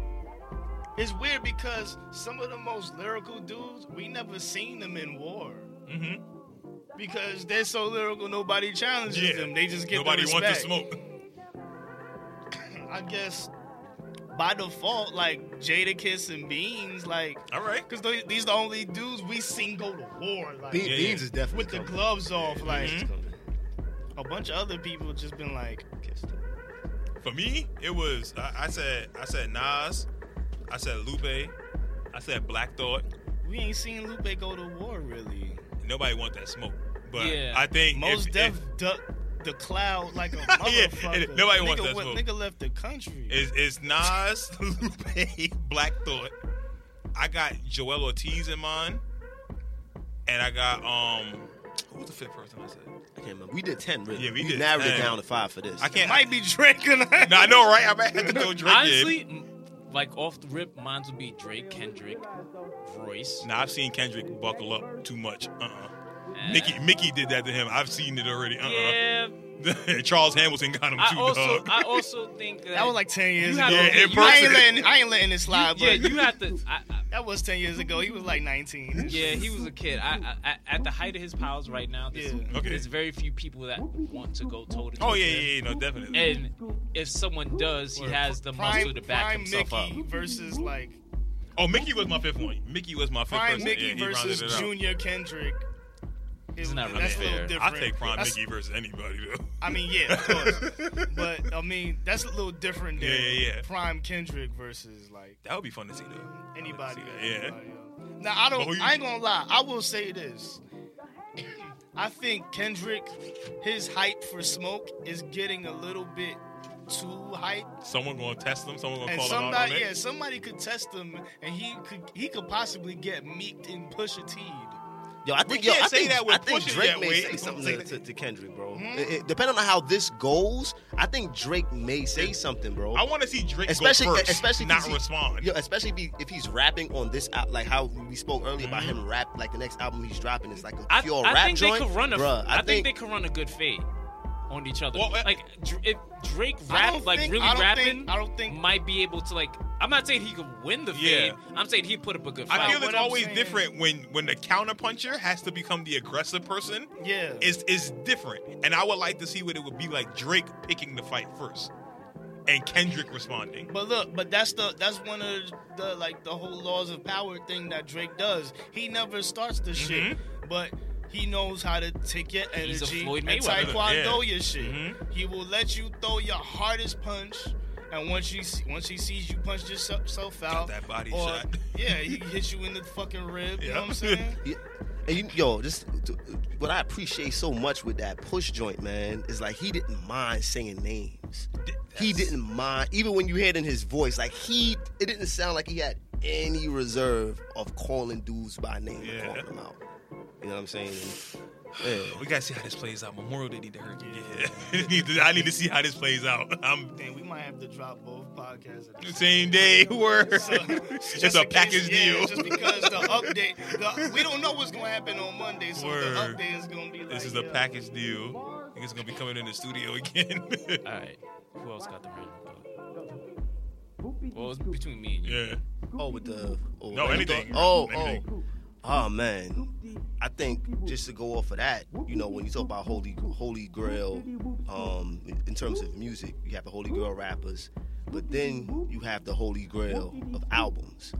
[SPEAKER 2] It's weird because some of the most lyrical dudes, we never seen them in war.
[SPEAKER 1] Mm-hmm.
[SPEAKER 2] Because they're so lyrical, nobody challenges
[SPEAKER 1] Yeah.
[SPEAKER 2] them. They just get
[SPEAKER 1] Nobody
[SPEAKER 2] the
[SPEAKER 1] wants to
[SPEAKER 2] respect.
[SPEAKER 1] smoke.
[SPEAKER 2] I guess by default, like Jada Kiss and Beans, like
[SPEAKER 1] All right.
[SPEAKER 2] because these the only dudes we seen go to war, like
[SPEAKER 4] Be-
[SPEAKER 1] yeah. Mm-hmm.
[SPEAKER 4] Beans is definitely
[SPEAKER 2] with the
[SPEAKER 4] coming.
[SPEAKER 2] gloves off. Like
[SPEAKER 1] hmm?
[SPEAKER 4] Beans is coming.
[SPEAKER 2] a bunch of other people just been like,
[SPEAKER 4] Kissed him.
[SPEAKER 1] For me, it was I, I said I said Nas, I said Lupe, I said Black Thought.
[SPEAKER 2] we ain't seen Lupe go to war really.
[SPEAKER 1] Nobody want that smoke. But
[SPEAKER 3] Yeah.
[SPEAKER 1] I think
[SPEAKER 2] Most
[SPEAKER 1] if,
[SPEAKER 2] Def
[SPEAKER 1] if-
[SPEAKER 2] ducked the cloud like a
[SPEAKER 1] Yeah,
[SPEAKER 2] motherfucker.
[SPEAKER 1] and nobody wants
[SPEAKER 2] nigga,
[SPEAKER 1] that
[SPEAKER 2] went-
[SPEAKER 1] smoke.
[SPEAKER 2] Nigga left the country.
[SPEAKER 1] is is Nas, Lupe, Black Thought. I got Joel Ortiz in mind, and I got um, who was the fifth person I said?
[SPEAKER 4] I can't remember. We did 10, really.
[SPEAKER 1] Yeah, we did
[SPEAKER 4] narrowed
[SPEAKER 1] 10.
[SPEAKER 4] it down to five for this.
[SPEAKER 1] I can't.
[SPEAKER 2] Might be drinking.
[SPEAKER 1] No, I know, right? I might have to throw Drake
[SPEAKER 3] Honestly, m- like off the rip, mine would be Drake, Kendrick, Royce.
[SPEAKER 1] in. Nah, I've seen Kendrick buckle up too much. Uh. uh
[SPEAKER 3] Eh.
[SPEAKER 1] Mickey, Mickey did that to him. I've seen it already. Uh. uh
[SPEAKER 3] Yeah.
[SPEAKER 1] Charles Hamilton got him
[SPEAKER 3] I
[SPEAKER 1] too,
[SPEAKER 3] also,
[SPEAKER 1] dog.
[SPEAKER 3] I also think that,
[SPEAKER 2] That was like ten years
[SPEAKER 3] You
[SPEAKER 2] ago.
[SPEAKER 3] have
[SPEAKER 1] to- Yeah, in
[SPEAKER 2] I
[SPEAKER 1] person.
[SPEAKER 2] ain't letting I ain't letting this slide.
[SPEAKER 3] yeah,
[SPEAKER 2] but
[SPEAKER 3] you have to. I, I,
[SPEAKER 2] that was ten years ago. He was like nineteen.
[SPEAKER 3] yeah, he was a kid. I, I, I- at the height of his powers right now, there's,
[SPEAKER 2] Yeah.
[SPEAKER 1] Okay.
[SPEAKER 3] there's very few people that want to go toe to toe.
[SPEAKER 1] oh
[SPEAKER 3] with
[SPEAKER 1] yeah,
[SPEAKER 3] him.
[SPEAKER 1] yeah, yeah, no, definitely.
[SPEAKER 3] And if someone does, he has the muscle to back
[SPEAKER 2] prime
[SPEAKER 3] himself
[SPEAKER 2] Mickey
[SPEAKER 3] up.
[SPEAKER 2] versus like
[SPEAKER 1] oh, Mickey was my fifth one. Mickey was my fifth
[SPEAKER 2] prime
[SPEAKER 1] person.
[SPEAKER 2] Mickey
[SPEAKER 1] yeah, he rounded
[SPEAKER 2] versus
[SPEAKER 1] it out.
[SPEAKER 2] Junior Kendrick.
[SPEAKER 3] It's
[SPEAKER 2] It-
[SPEAKER 3] not really
[SPEAKER 2] that's a little
[SPEAKER 3] fair.
[SPEAKER 1] I
[SPEAKER 2] different.
[SPEAKER 1] take prime
[SPEAKER 2] That's-
[SPEAKER 1] Mickey versus anybody though.
[SPEAKER 2] I mean, yeah, of course. but I mean, that's a little different than
[SPEAKER 1] Yeah, yeah, yeah.
[SPEAKER 2] prime Kendrick versus like
[SPEAKER 1] That would be fun to see though.
[SPEAKER 2] anybody.
[SPEAKER 1] Yeah.
[SPEAKER 2] else. Now I
[SPEAKER 1] But who
[SPEAKER 2] don't.
[SPEAKER 1] you-
[SPEAKER 2] I ain't gonna lie. I will say this. I think Kendrick, his hype for Smoke is getting a little bit too hype,
[SPEAKER 1] Someone gonna test them. Someone gonna
[SPEAKER 2] and
[SPEAKER 1] call them out on
[SPEAKER 2] somebody,
[SPEAKER 1] it.
[SPEAKER 2] yeah, somebody could test him, and he could, he could possibly get meeked in Pusha T.
[SPEAKER 4] Yo, I
[SPEAKER 1] We
[SPEAKER 4] think, yo,
[SPEAKER 1] can't
[SPEAKER 4] I
[SPEAKER 1] say
[SPEAKER 4] think,
[SPEAKER 1] that Hmm? with
[SPEAKER 4] I think
[SPEAKER 1] Pusha
[SPEAKER 4] Drake
[SPEAKER 1] yet,
[SPEAKER 4] may
[SPEAKER 1] wait.
[SPEAKER 4] say
[SPEAKER 1] Don't
[SPEAKER 4] something
[SPEAKER 1] say
[SPEAKER 4] to,
[SPEAKER 1] that.
[SPEAKER 4] to, to Kendrick, bro. It- it- depending on how this goes, I think Drake may say something, bro.
[SPEAKER 1] I want to see Drake
[SPEAKER 4] especially,
[SPEAKER 1] go first,
[SPEAKER 4] especially 'cause
[SPEAKER 1] not
[SPEAKER 4] he-
[SPEAKER 1] respond.
[SPEAKER 4] Yo, especially if, he, if he's rapping on this out, like how we spoke earlier about him rap, like the next album he's dropping is like
[SPEAKER 3] Mm-hmm. I,
[SPEAKER 4] a pure
[SPEAKER 3] I
[SPEAKER 4] rap
[SPEAKER 3] think
[SPEAKER 4] joint.
[SPEAKER 3] they could run a.
[SPEAKER 4] Bruh,
[SPEAKER 3] I, think, they could run a good fade on each other.
[SPEAKER 1] Well, uh,
[SPEAKER 3] like Dr- if Drake
[SPEAKER 2] I don't
[SPEAKER 3] rap, like
[SPEAKER 2] think-
[SPEAKER 3] really
[SPEAKER 2] I don't
[SPEAKER 3] rapping,
[SPEAKER 2] think- I don't think-
[SPEAKER 3] might be able to like. I'm not saying he could win the
[SPEAKER 1] Yeah.
[SPEAKER 3] fade. I'm saying he put up a good fight.
[SPEAKER 1] I feel
[SPEAKER 2] Wow,
[SPEAKER 1] it's
[SPEAKER 2] what I'm
[SPEAKER 1] always
[SPEAKER 2] saying-
[SPEAKER 1] different when when the counterpuncher has to become the aggressive person.
[SPEAKER 2] Yeah.
[SPEAKER 1] Is is different, and I would like to see what it would be like Drake picking the fight first, and Kendrick responding.
[SPEAKER 2] But look, but that's the that's one of the like the whole laws of power thing that Drake does. He never starts the shit,
[SPEAKER 1] Mm-hmm.
[SPEAKER 2] but he knows how to take your energy
[SPEAKER 3] He's a Floyd
[SPEAKER 2] and
[SPEAKER 3] Mayweather.
[SPEAKER 2] taekwondo
[SPEAKER 1] Yeah.
[SPEAKER 2] your shit.
[SPEAKER 1] Mhm.
[SPEAKER 2] He will let you throw your hardest punch, and once you see- once he sees you punch yourself out,
[SPEAKER 1] that body
[SPEAKER 2] or-
[SPEAKER 1] shot.
[SPEAKER 2] Yeah, he hits you in the fucking rib. You
[SPEAKER 1] Yeah.
[SPEAKER 2] know what I'm saying?
[SPEAKER 4] Yeah. And you, yo, this what I appreciate so much with that push joint, man, is like he didn't mind saying names. He didn't mind, even when you heard in his voice, like he, it didn't sound like he had any reserve of calling dudes by name and
[SPEAKER 1] Yeah.
[SPEAKER 4] calling them out. You know what I'm saying? And, yeah.
[SPEAKER 1] We gotta see how this plays out. Memorial Day need to hurt. Yeah. Need to- I need to see how this plays out. I'm
[SPEAKER 2] Dang, we might have to drop both podcasts. At the same
[SPEAKER 1] same day. Word.
[SPEAKER 2] So,
[SPEAKER 1] It's
[SPEAKER 2] just
[SPEAKER 1] a
[SPEAKER 2] in case-
[SPEAKER 1] package
[SPEAKER 2] yeah,
[SPEAKER 1] deal.
[SPEAKER 2] Just because the update, the, we don't know what's gonna happen on Monday, so
[SPEAKER 1] Word.
[SPEAKER 2] the update is gonna be like.
[SPEAKER 1] This is a
[SPEAKER 2] yeah.
[SPEAKER 1] package deal. I think it's gonna be coming in the studio again.
[SPEAKER 3] All right. Who else got the ring? Well, it's between me and you.
[SPEAKER 1] yeah.
[SPEAKER 4] Oh, with the oh,
[SPEAKER 1] No,
[SPEAKER 4] random
[SPEAKER 1] anything.
[SPEAKER 4] thought- Oh,
[SPEAKER 1] Anything.
[SPEAKER 4] oh, oh man. I think just to go off of that, you know, when you talk about holy holy grail, um, in terms of music, you have the holy grail rappers, but then you have the holy grail of albums.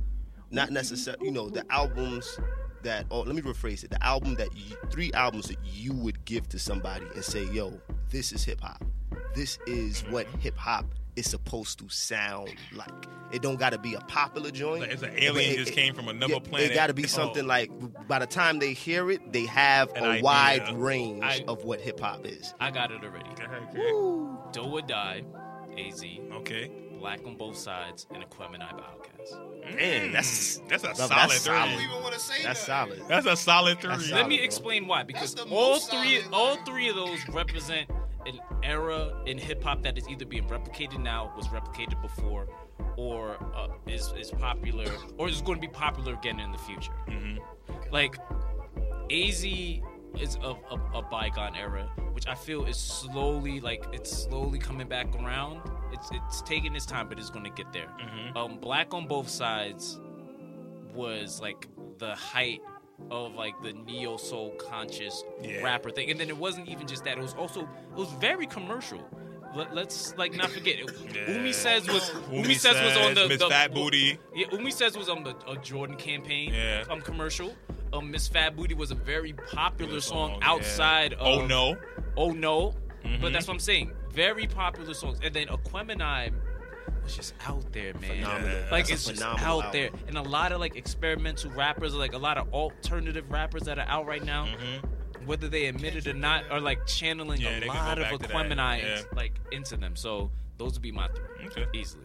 [SPEAKER 4] Not necessarily, you know, the albums that. Oh, let me rephrase it. The album that you, three albums that you would give to somebody and say, "Yo, this is hip hop. This is what hip hop." is supposed to sound like it don't gotta be a popular joint.
[SPEAKER 1] Like, it's an
[SPEAKER 4] but
[SPEAKER 1] alien
[SPEAKER 4] it-
[SPEAKER 1] just
[SPEAKER 4] it-
[SPEAKER 1] came from another planet.
[SPEAKER 4] It got to be
[SPEAKER 1] Oh.
[SPEAKER 4] something like by the time they hear it, they have
[SPEAKER 1] An
[SPEAKER 4] a
[SPEAKER 1] idea.
[SPEAKER 4] wide range
[SPEAKER 3] I-
[SPEAKER 4] of what hip hop is.
[SPEAKER 3] I got it already.
[SPEAKER 1] Okay.
[SPEAKER 3] Do or Die, AZ,
[SPEAKER 1] Okay.
[SPEAKER 3] Black on Both Sides, and Aquemini by Outkast.
[SPEAKER 4] Man, that's
[SPEAKER 1] That's a
[SPEAKER 4] that's
[SPEAKER 1] solid
[SPEAKER 2] I don't
[SPEAKER 1] three.
[SPEAKER 4] solid.
[SPEAKER 2] even want to say
[SPEAKER 4] that's
[SPEAKER 2] nothing.
[SPEAKER 4] solid.
[SPEAKER 1] That's a solid three.
[SPEAKER 4] That's
[SPEAKER 3] Let
[SPEAKER 4] solid.
[SPEAKER 3] me
[SPEAKER 4] bro.
[SPEAKER 3] explain why. Because
[SPEAKER 2] the
[SPEAKER 3] all
[SPEAKER 2] most
[SPEAKER 3] three,
[SPEAKER 2] solid
[SPEAKER 3] all
[SPEAKER 2] line.
[SPEAKER 3] three of those represent an era in hip hop that is either being replicated now, was replicated before, or uh, is is popular, or is going to be popular again in the future.
[SPEAKER 4] Mm-hmm.
[SPEAKER 3] Like AZ is a, a, a bygone era, which I feel is slowly like it's slowly coming back around. It's it's taking its time, but it's going to get there.
[SPEAKER 1] Mm-hmm.
[SPEAKER 3] Um, Black on both sides was like the height of like the neo soul conscious
[SPEAKER 1] Yeah.
[SPEAKER 3] rapper thing, and then it wasn't even just that; it was also it was very commercial. Let, let's like not forget. It,
[SPEAKER 1] Yeah.
[SPEAKER 3] Umi says was
[SPEAKER 1] Umi
[SPEAKER 3] Umi, says, was
[SPEAKER 1] Says,
[SPEAKER 3] on the,
[SPEAKER 1] Miss
[SPEAKER 3] the-
[SPEAKER 1] Fat Booty.
[SPEAKER 3] Yeah, Umi says was on the a Jordan campaign.
[SPEAKER 1] Yeah.
[SPEAKER 3] Um, commercial. Um, Miss Fat Booty was a very popular
[SPEAKER 1] Good song,
[SPEAKER 3] song,
[SPEAKER 1] oh, yeah.
[SPEAKER 3] outside of
[SPEAKER 1] Oh no.
[SPEAKER 3] Oh no.
[SPEAKER 1] Mhm.
[SPEAKER 3] But that's what I'm saying. Very popular songs. And then Aquemini was just out there, man.
[SPEAKER 4] Phenomenal.
[SPEAKER 1] Yeah.
[SPEAKER 3] Like
[SPEAKER 4] That's a
[SPEAKER 3] it's just out
[SPEAKER 4] phenomenal album.
[SPEAKER 3] there. And a lot of like experimental rappers, like a lot of alternative rappers that are out right now,
[SPEAKER 1] Mhm.
[SPEAKER 3] whether they admit it or not, are like channeling
[SPEAKER 1] Yeah, they
[SPEAKER 3] a
[SPEAKER 1] can go
[SPEAKER 3] lot of
[SPEAKER 1] back to that.
[SPEAKER 3] Aquemini
[SPEAKER 1] Yeah.
[SPEAKER 3] like into them. So those would be my three.
[SPEAKER 1] Okay.
[SPEAKER 3] Easily.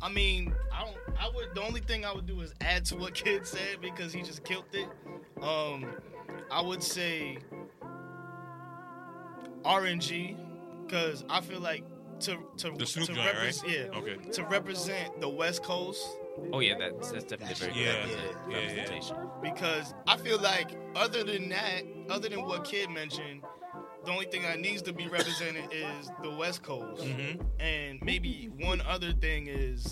[SPEAKER 2] I mean, I don't. I would. The only thing I would do is add to what Kid said because he just killed it. Um, I would say RNG because I feel like to to
[SPEAKER 1] The Snoop
[SPEAKER 2] to
[SPEAKER 1] joint,
[SPEAKER 2] repres-
[SPEAKER 1] right?
[SPEAKER 2] yeah,
[SPEAKER 1] Okay.
[SPEAKER 2] to represent the West Coast
[SPEAKER 3] Oh yeah, that's that's definitely a very good
[SPEAKER 1] Yeah.
[SPEAKER 3] represent-
[SPEAKER 1] Yeah, yeah.
[SPEAKER 3] representation.
[SPEAKER 2] because I feel like other than that, other than what Kid mentioned, the only thing that needs to be represented is the West Coast,
[SPEAKER 1] Mhm.
[SPEAKER 2] and maybe one other thing is.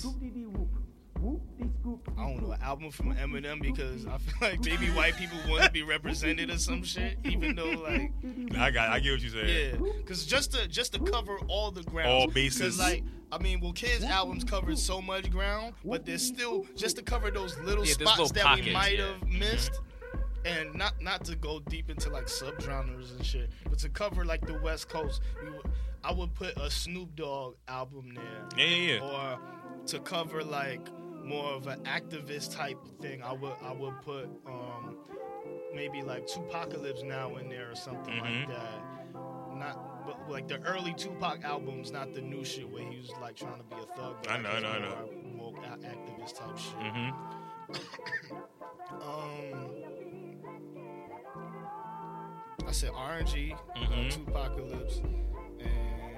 [SPEAKER 2] I don't know, an album from Eminem because I feel like maybe white people want to be represented or some shit, even though like
[SPEAKER 1] I got. I get what you said.
[SPEAKER 2] yeah, because just to just to cover all the ground,
[SPEAKER 1] All bases.
[SPEAKER 2] 'Cause, like I mean, well, kids' albums covered so much ground, but there's still just to cover those little
[SPEAKER 3] Yeah, there's
[SPEAKER 2] spots
[SPEAKER 3] little
[SPEAKER 2] that
[SPEAKER 3] pockets,
[SPEAKER 2] we might
[SPEAKER 3] yeah.
[SPEAKER 2] have missed, and not not to go deep into like subgenres and shit, but to cover like the West Coast, we would, I would put a Snoop Dogg album there
[SPEAKER 1] Yeah. Yeah. yeah.
[SPEAKER 2] or to cover like more of an activist type thing, I would I would put um, maybe like Tupacalypse now in there or something
[SPEAKER 1] Mhm.
[SPEAKER 2] like that. Not but like the early Tupac albums, not the new shit where he was like trying to be a thug. But,
[SPEAKER 1] I
[SPEAKER 2] like,
[SPEAKER 1] know, I
[SPEAKER 2] his
[SPEAKER 1] know, I know.
[SPEAKER 2] More, more a- activist type shit.
[SPEAKER 1] Mm-hmm.
[SPEAKER 2] Um, I said RNG,
[SPEAKER 1] Mhm.
[SPEAKER 2] uh, Tupacalypse, and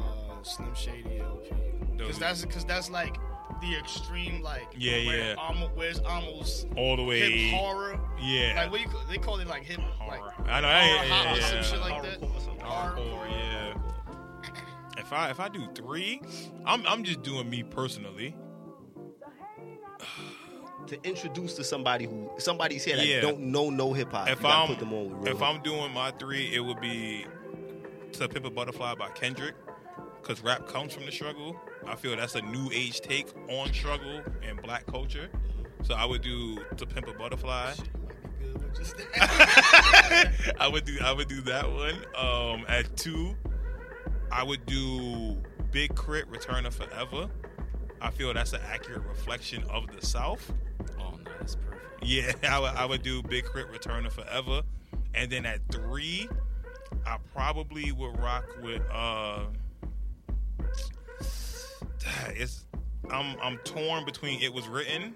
[SPEAKER 2] uh, Slim Shady LP.
[SPEAKER 1] Those-
[SPEAKER 2] Because that's because that's like the extreme, like
[SPEAKER 1] Yeah,
[SPEAKER 2] where
[SPEAKER 1] yeah.
[SPEAKER 2] almo- where's almost
[SPEAKER 1] All the way.
[SPEAKER 2] hip horror.
[SPEAKER 1] Yeah.
[SPEAKER 2] Like what do you call, they call it like hip like
[SPEAKER 1] Horror. I know. Yeah.
[SPEAKER 2] horror
[SPEAKER 1] yeah,
[SPEAKER 2] hop or
[SPEAKER 1] yeah,
[SPEAKER 2] some
[SPEAKER 1] yeah.
[SPEAKER 2] shit like that.
[SPEAKER 1] Hardcore, yeah. If I if I do three, I'm I'm just doing me personally.
[SPEAKER 4] To introduce to somebody who somebody's here that
[SPEAKER 1] Yeah.
[SPEAKER 4] don't know no hip hop, you
[SPEAKER 1] If
[SPEAKER 4] gotta
[SPEAKER 1] I'm
[SPEAKER 4] put them on with real
[SPEAKER 1] if I'm doing my three, it would be "To Pimp a Butterfly" by Kendrick, because rap comes from the struggle. I feel that's a new age take on struggle and black culture. So I would do "To Pimp a Butterfly."
[SPEAKER 2] Good with just that.
[SPEAKER 1] I would do I would do that one. Um, at two, I would do Big Crit Return of Forever. I feel that's an accurate reflection of the South.
[SPEAKER 3] Oh no, that's perfect.
[SPEAKER 1] Yeah, I would, I would do Big Crit Return of Forever. And then at three, I probably would rock with uh it's I'm I'm torn between it was written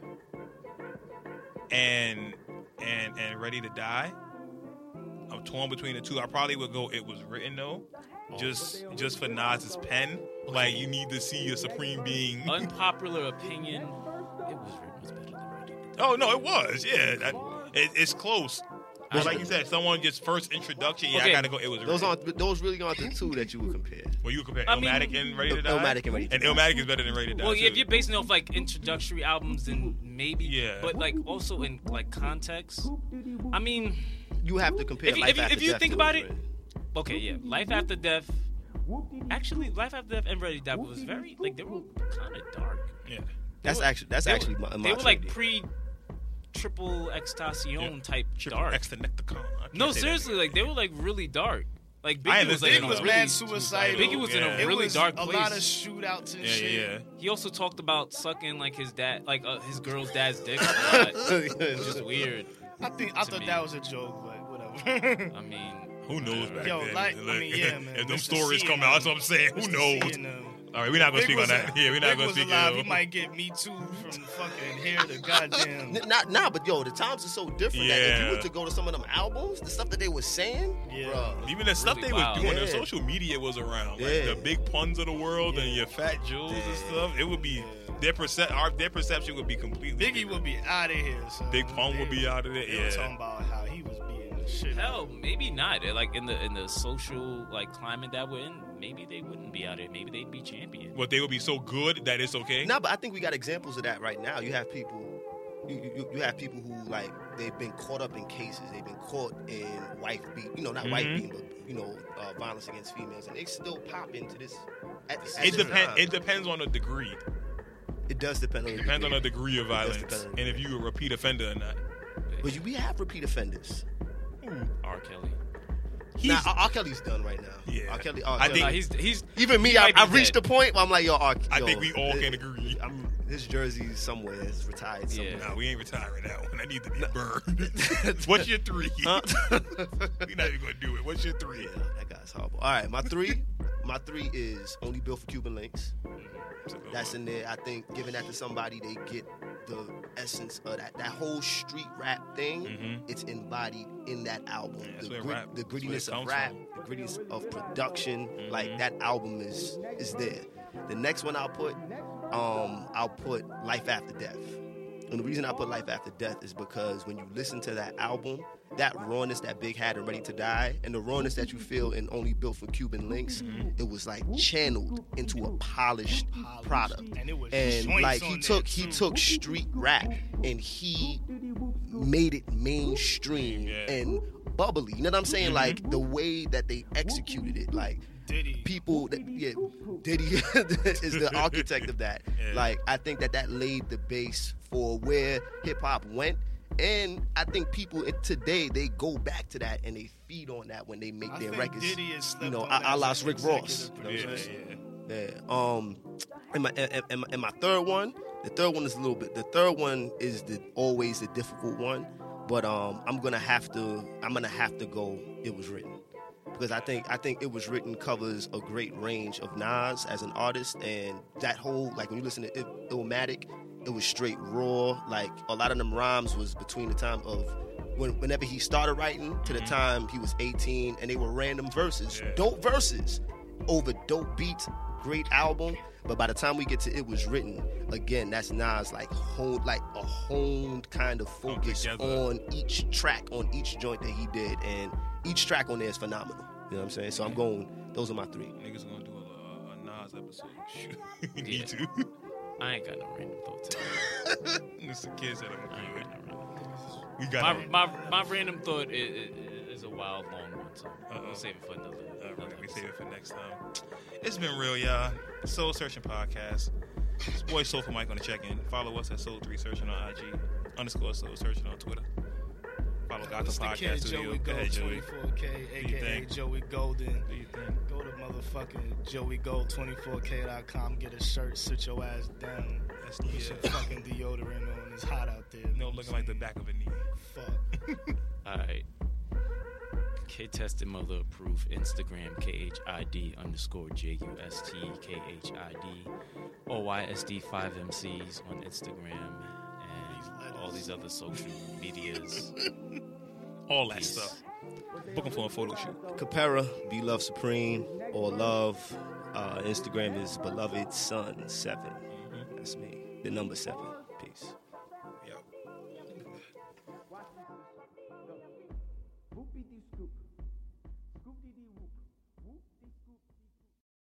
[SPEAKER 1] and and and Ready to Die. I'm torn between the two. I probably would go. It was written though, just just for Nas's pen. Like you need to see your supreme being.
[SPEAKER 3] Oh, Unpopular opinion. It was written was better than Ready to Die.
[SPEAKER 1] Oh no, it was. Yeah, that, it, it's close. But like you said, someone just first introduction. Yeah,
[SPEAKER 3] Okay.
[SPEAKER 1] I gotta go. It was
[SPEAKER 4] Those
[SPEAKER 1] written.
[SPEAKER 4] aren't those really aren't the two that you would compare.
[SPEAKER 1] Well, you compare
[SPEAKER 3] I mean-
[SPEAKER 1] Illmatic and Ready to Die.
[SPEAKER 4] Illmatic and Ready to
[SPEAKER 1] and
[SPEAKER 4] Die.
[SPEAKER 1] Illmatic is better than Ready to Die.
[SPEAKER 3] Well,
[SPEAKER 1] too.
[SPEAKER 3] if you're basing it off like introductory albums, then maybe.
[SPEAKER 1] Yeah.
[SPEAKER 3] But like also in like context. I mean,
[SPEAKER 4] You have to compare.
[SPEAKER 3] If you-
[SPEAKER 4] Life
[SPEAKER 3] if you-
[SPEAKER 4] After
[SPEAKER 3] if you
[SPEAKER 4] Death
[SPEAKER 3] think
[SPEAKER 4] to
[SPEAKER 3] about
[SPEAKER 4] what's
[SPEAKER 3] it-
[SPEAKER 4] written.
[SPEAKER 3] okay, yeah. Life After Death. Actually, Life After Death and Ready to Die was very like they were kind of dark.
[SPEAKER 1] yeah.
[SPEAKER 4] that's
[SPEAKER 3] were-
[SPEAKER 4] actually that's
[SPEAKER 3] they were-
[SPEAKER 4] actually my, my
[SPEAKER 3] they were like
[SPEAKER 4] opinion.
[SPEAKER 3] pre triple extacion
[SPEAKER 1] Yeah.
[SPEAKER 3] type
[SPEAKER 1] Triple
[SPEAKER 3] dark.
[SPEAKER 1] X to Necticon. I can't
[SPEAKER 3] no,
[SPEAKER 1] say that
[SPEAKER 3] seriously,
[SPEAKER 1] name.
[SPEAKER 3] like they were like really dark. Like
[SPEAKER 1] I
[SPEAKER 3] Biggie was
[SPEAKER 1] understand
[SPEAKER 3] like
[SPEAKER 2] Big
[SPEAKER 3] in a
[SPEAKER 1] that.
[SPEAKER 2] was
[SPEAKER 3] really,
[SPEAKER 2] mad suicidal.
[SPEAKER 3] Biggie was in a
[SPEAKER 1] Yeah.
[SPEAKER 2] It
[SPEAKER 3] really
[SPEAKER 2] was
[SPEAKER 3] dark
[SPEAKER 2] a
[SPEAKER 3] place.
[SPEAKER 2] lot of shootouts and
[SPEAKER 1] yeah,
[SPEAKER 2] shit.
[SPEAKER 1] yeah, yeah.
[SPEAKER 3] He also talked about sucking like his dad, like uh, his girl's dad's dick. A lot. It's just weird.
[SPEAKER 2] I think I
[SPEAKER 3] To
[SPEAKER 2] thought
[SPEAKER 3] me.
[SPEAKER 2] that was a joke, but whatever.
[SPEAKER 3] I mean,
[SPEAKER 1] Who knows back
[SPEAKER 2] Yo,
[SPEAKER 1] then?
[SPEAKER 2] like- I mean, yeah, man.
[SPEAKER 1] If them
[SPEAKER 2] Mr.
[SPEAKER 1] stories
[SPEAKER 2] C
[SPEAKER 1] come
[SPEAKER 2] and
[SPEAKER 1] out,
[SPEAKER 2] them.
[SPEAKER 1] that's what I'm saying. Who
[SPEAKER 2] Mr.
[SPEAKER 1] knows?
[SPEAKER 2] C and them.
[SPEAKER 1] All right, we're not gonna
[SPEAKER 2] Big
[SPEAKER 1] speak on
[SPEAKER 2] was
[SPEAKER 1] that.
[SPEAKER 2] a-
[SPEAKER 1] Yeah, we're not
[SPEAKER 2] Big
[SPEAKER 1] gonna
[SPEAKER 2] was
[SPEAKER 1] speak.
[SPEAKER 2] alive.
[SPEAKER 1] yo.
[SPEAKER 2] He might get me too from fucking here to goddamn.
[SPEAKER 4] N- Not nah, but yo, the times are so different that if
[SPEAKER 1] Yeah.
[SPEAKER 4] you were to go to some of them albums, the stuff that they were saying,
[SPEAKER 2] Yeah.
[SPEAKER 4] bruh,
[SPEAKER 1] Even the stuff
[SPEAKER 3] Really
[SPEAKER 1] they was
[SPEAKER 3] wild.
[SPEAKER 1] doing,
[SPEAKER 4] Yeah.
[SPEAKER 1] the social media was around, like
[SPEAKER 4] Yeah.
[SPEAKER 1] the big puns of the world and your fat jewels and stuff. It would be their percep- our their perception would be completely.
[SPEAKER 2] Biggie would be out of here. son.
[SPEAKER 1] Big Pun would be out of there.
[SPEAKER 2] They were talking
[SPEAKER 1] Yeah,
[SPEAKER 2] about how he was beating the shit. out
[SPEAKER 3] hell,
[SPEAKER 2] of
[SPEAKER 3] maybe not. They're, Like in the in the social like climate that we're in, maybe they wouldn't be out there. Maybe they'd be champion.
[SPEAKER 1] but they would be so good that it's okay.
[SPEAKER 4] Nah, but I think we got examples of that right now. You have people, you, you, you have people who like they've been caught up in cases. They've been caught in wife beat, you know, not wife
[SPEAKER 1] Mhm.
[SPEAKER 4] beating, but you know, uh, violence against females, and they still pop into this. At, at
[SPEAKER 1] It
[SPEAKER 4] this
[SPEAKER 1] depends.
[SPEAKER 4] time.
[SPEAKER 1] It depends on the degree.
[SPEAKER 4] It does depend on.
[SPEAKER 1] Depends on the
[SPEAKER 4] degree.
[SPEAKER 1] degree of
[SPEAKER 4] does
[SPEAKER 1] violence
[SPEAKER 4] depend on the
[SPEAKER 1] and if you a repeat offender or not.
[SPEAKER 4] But you, we have repeat offenders.
[SPEAKER 3] R. Kelly.
[SPEAKER 1] He's,
[SPEAKER 4] Now, R. R. Kelly's done right now.
[SPEAKER 1] Yeah.
[SPEAKER 4] R. Kelly. R.
[SPEAKER 1] I
[SPEAKER 4] Kelly-
[SPEAKER 1] think-
[SPEAKER 3] Nah, he's he's
[SPEAKER 4] even me,
[SPEAKER 3] he
[SPEAKER 4] I,
[SPEAKER 3] might be
[SPEAKER 4] I've reached
[SPEAKER 3] dead.
[SPEAKER 4] the point where I'm like, yo, R.
[SPEAKER 1] I
[SPEAKER 4] yo,
[SPEAKER 1] think we all
[SPEAKER 4] it-
[SPEAKER 1] can agree.
[SPEAKER 4] I'm, his jersey's somewhere. It's retired somewhere.
[SPEAKER 3] Yeah.
[SPEAKER 1] Nah, we ain't retiring that one. I need to be burned. What's your three? we not even gonna do it. What's your three?
[SPEAKER 4] Yeah, that guy's horrible. All right, my three, my three is only built for Cuban links.
[SPEAKER 1] It's a good
[SPEAKER 4] That's
[SPEAKER 1] one.
[SPEAKER 4] in there. I think giving that to somebody, they get the essence of that that whole street rap thing.
[SPEAKER 1] Mhm.
[SPEAKER 4] It's embodied in that album.
[SPEAKER 1] Yeah, that's
[SPEAKER 4] the,
[SPEAKER 1] where
[SPEAKER 4] grit-
[SPEAKER 1] rap-
[SPEAKER 4] the
[SPEAKER 1] that's where it
[SPEAKER 4] grittiness of
[SPEAKER 1] comes
[SPEAKER 4] rap, the grittiness of production. Like
[SPEAKER 1] Mhm.
[SPEAKER 4] that album is is there. The next one I'll put, um, I'll put Life After Death. And the reason I put Life After Death is because when you listen to that album, that rawness that Big had in Ready to Die, and the rawness that you feel in Only Built for Cuban Links,
[SPEAKER 1] Mm-hmm.
[SPEAKER 4] it was like channeled into a polished
[SPEAKER 2] Polished.
[SPEAKER 4] product.
[SPEAKER 2] And it was
[SPEAKER 4] And
[SPEAKER 2] joints
[SPEAKER 4] like he
[SPEAKER 2] on
[SPEAKER 4] took
[SPEAKER 2] there,
[SPEAKER 4] he
[SPEAKER 2] too.
[SPEAKER 4] took street rap and he made it mainstream
[SPEAKER 1] Yeah.
[SPEAKER 4] and bubbly. You know what I'm
[SPEAKER 2] Mm-hmm.
[SPEAKER 4] saying? Like the way that they executed it, like
[SPEAKER 2] Diddy.
[SPEAKER 4] people that yeah diddy is the architect of that
[SPEAKER 1] Yeah.
[SPEAKER 4] like i think that that laid the base for where hip-hop went and i think people in- today they go back to that and they feed on that when they make
[SPEAKER 2] I
[SPEAKER 4] their
[SPEAKER 2] think
[SPEAKER 4] records
[SPEAKER 2] Diddy has
[SPEAKER 4] you
[SPEAKER 2] slept
[SPEAKER 4] know
[SPEAKER 2] on
[SPEAKER 4] i,
[SPEAKER 2] that
[SPEAKER 4] I
[SPEAKER 2] as
[SPEAKER 4] lost
[SPEAKER 2] an
[SPEAKER 4] rick ross
[SPEAKER 2] executive
[SPEAKER 4] You know what I'm
[SPEAKER 1] yeah,
[SPEAKER 4] saying?
[SPEAKER 1] yeah.
[SPEAKER 4] yeah um and my, and, and- and my third one the third one is a little bit the third one is the always the difficult one but um i'm gonna have to i'm gonna have to go it was written because I think I think it was written covers a great range of Nas as an artist, and that whole like when you listen to Il- Illmatic, it was straight raw. Like a lot of them rhymes was between the time of when, whenever he started writing to the time he was 18, and they were random verses,
[SPEAKER 1] Yeah.
[SPEAKER 4] dope verses over dope beats, great album. But by the time we get to it was written again, that's Nas like honed like a honed kind of
[SPEAKER 1] Come
[SPEAKER 4] focus
[SPEAKER 1] together.
[SPEAKER 4] on on each track on each joint that he did, and each track on there is phenomenal. You know what I'm saying? So I'm going. Those are my three.
[SPEAKER 1] Niggas gonna do a, a Nas episode. Shoot.
[SPEAKER 3] Yeah.
[SPEAKER 1] Need to.
[SPEAKER 3] I ain't got no random thoughts.
[SPEAKER 1] it's the kids that
[SPEAKER 3] I
[SPEAKER 1] I'm
[SPEAKER 3] ain't
[SPEAKER 1] good.
[SPEAKER 3] got no random
[SPEAKER 1] We
[SPEAKER 3] my,
[SPEAKER 1] got it.
[SPEAKER 3] my my random thought is, is a wild long one, so
[SPEAKER 1] Uh-oh.
[SPEAKER 3] we'll save it for another.
[SPEAKER 1] All
[SPEAKER 3] another
[SPEAKER 1] right, we
[SPEAKER 3] episode.
[SPEAKER 1] save it for next time. It's been real, y'all. Soul Searching Podcast. It's boy Soulful Mike on the check in. Follow us at Soul 3 Searching on IG, underscore Soul Searching on Twitter. Follow Gotham
[SPEAKER 2] It's the
[SPEAKER 1] Podcast
[SPEAKER 2] kid
[SPEAKER 1] Studio.
[SPEAKER 2] Joey
[SPEAKER 1] Go
[SPEAKER 2] Go,
[SPEAKER 1] ahead, Joey.
[SPEAKER 2] 24K,
[SPEAKER 1] you
[SPEAKER 2] aka
[SPEAKER 1] think?
[SPEAKER 2] Joey Golden.
[SPEAKER 1] Do you think?
[SPEAKER 2] Go to motherfucking Joey Gold 24K.com, get a shirt, sit your ass down.
[SPEAKER 1] That's
[SPEAKER 2] Put some
[SPEAKER 1] yeah.
[SPEAKER 2] fucking deodorant on. It's hot out there.
[SPEAKER 1] No looking like the back of a knee.
[SPEAKER 2] Fuck.
[SPEAKER 3] All right. K tested mother approved. Instagram K H I D underscore J U S T K H I D O Y S D five MCs on Instagram and
[SPEAKER 2] these letters.
[SPEAKER 5] all these other social medias.
[SPEAKER 1] All that stuff. Book him for a photo shoot.
[SPEAKER 4] Capera, Be Love Supreme, or Love. Uh, Instagram is Beloved Son Seven. That's me. The number seven. Peace.
[SPEAKER 6] Whoopity scoop. Scoop dee dee whoop.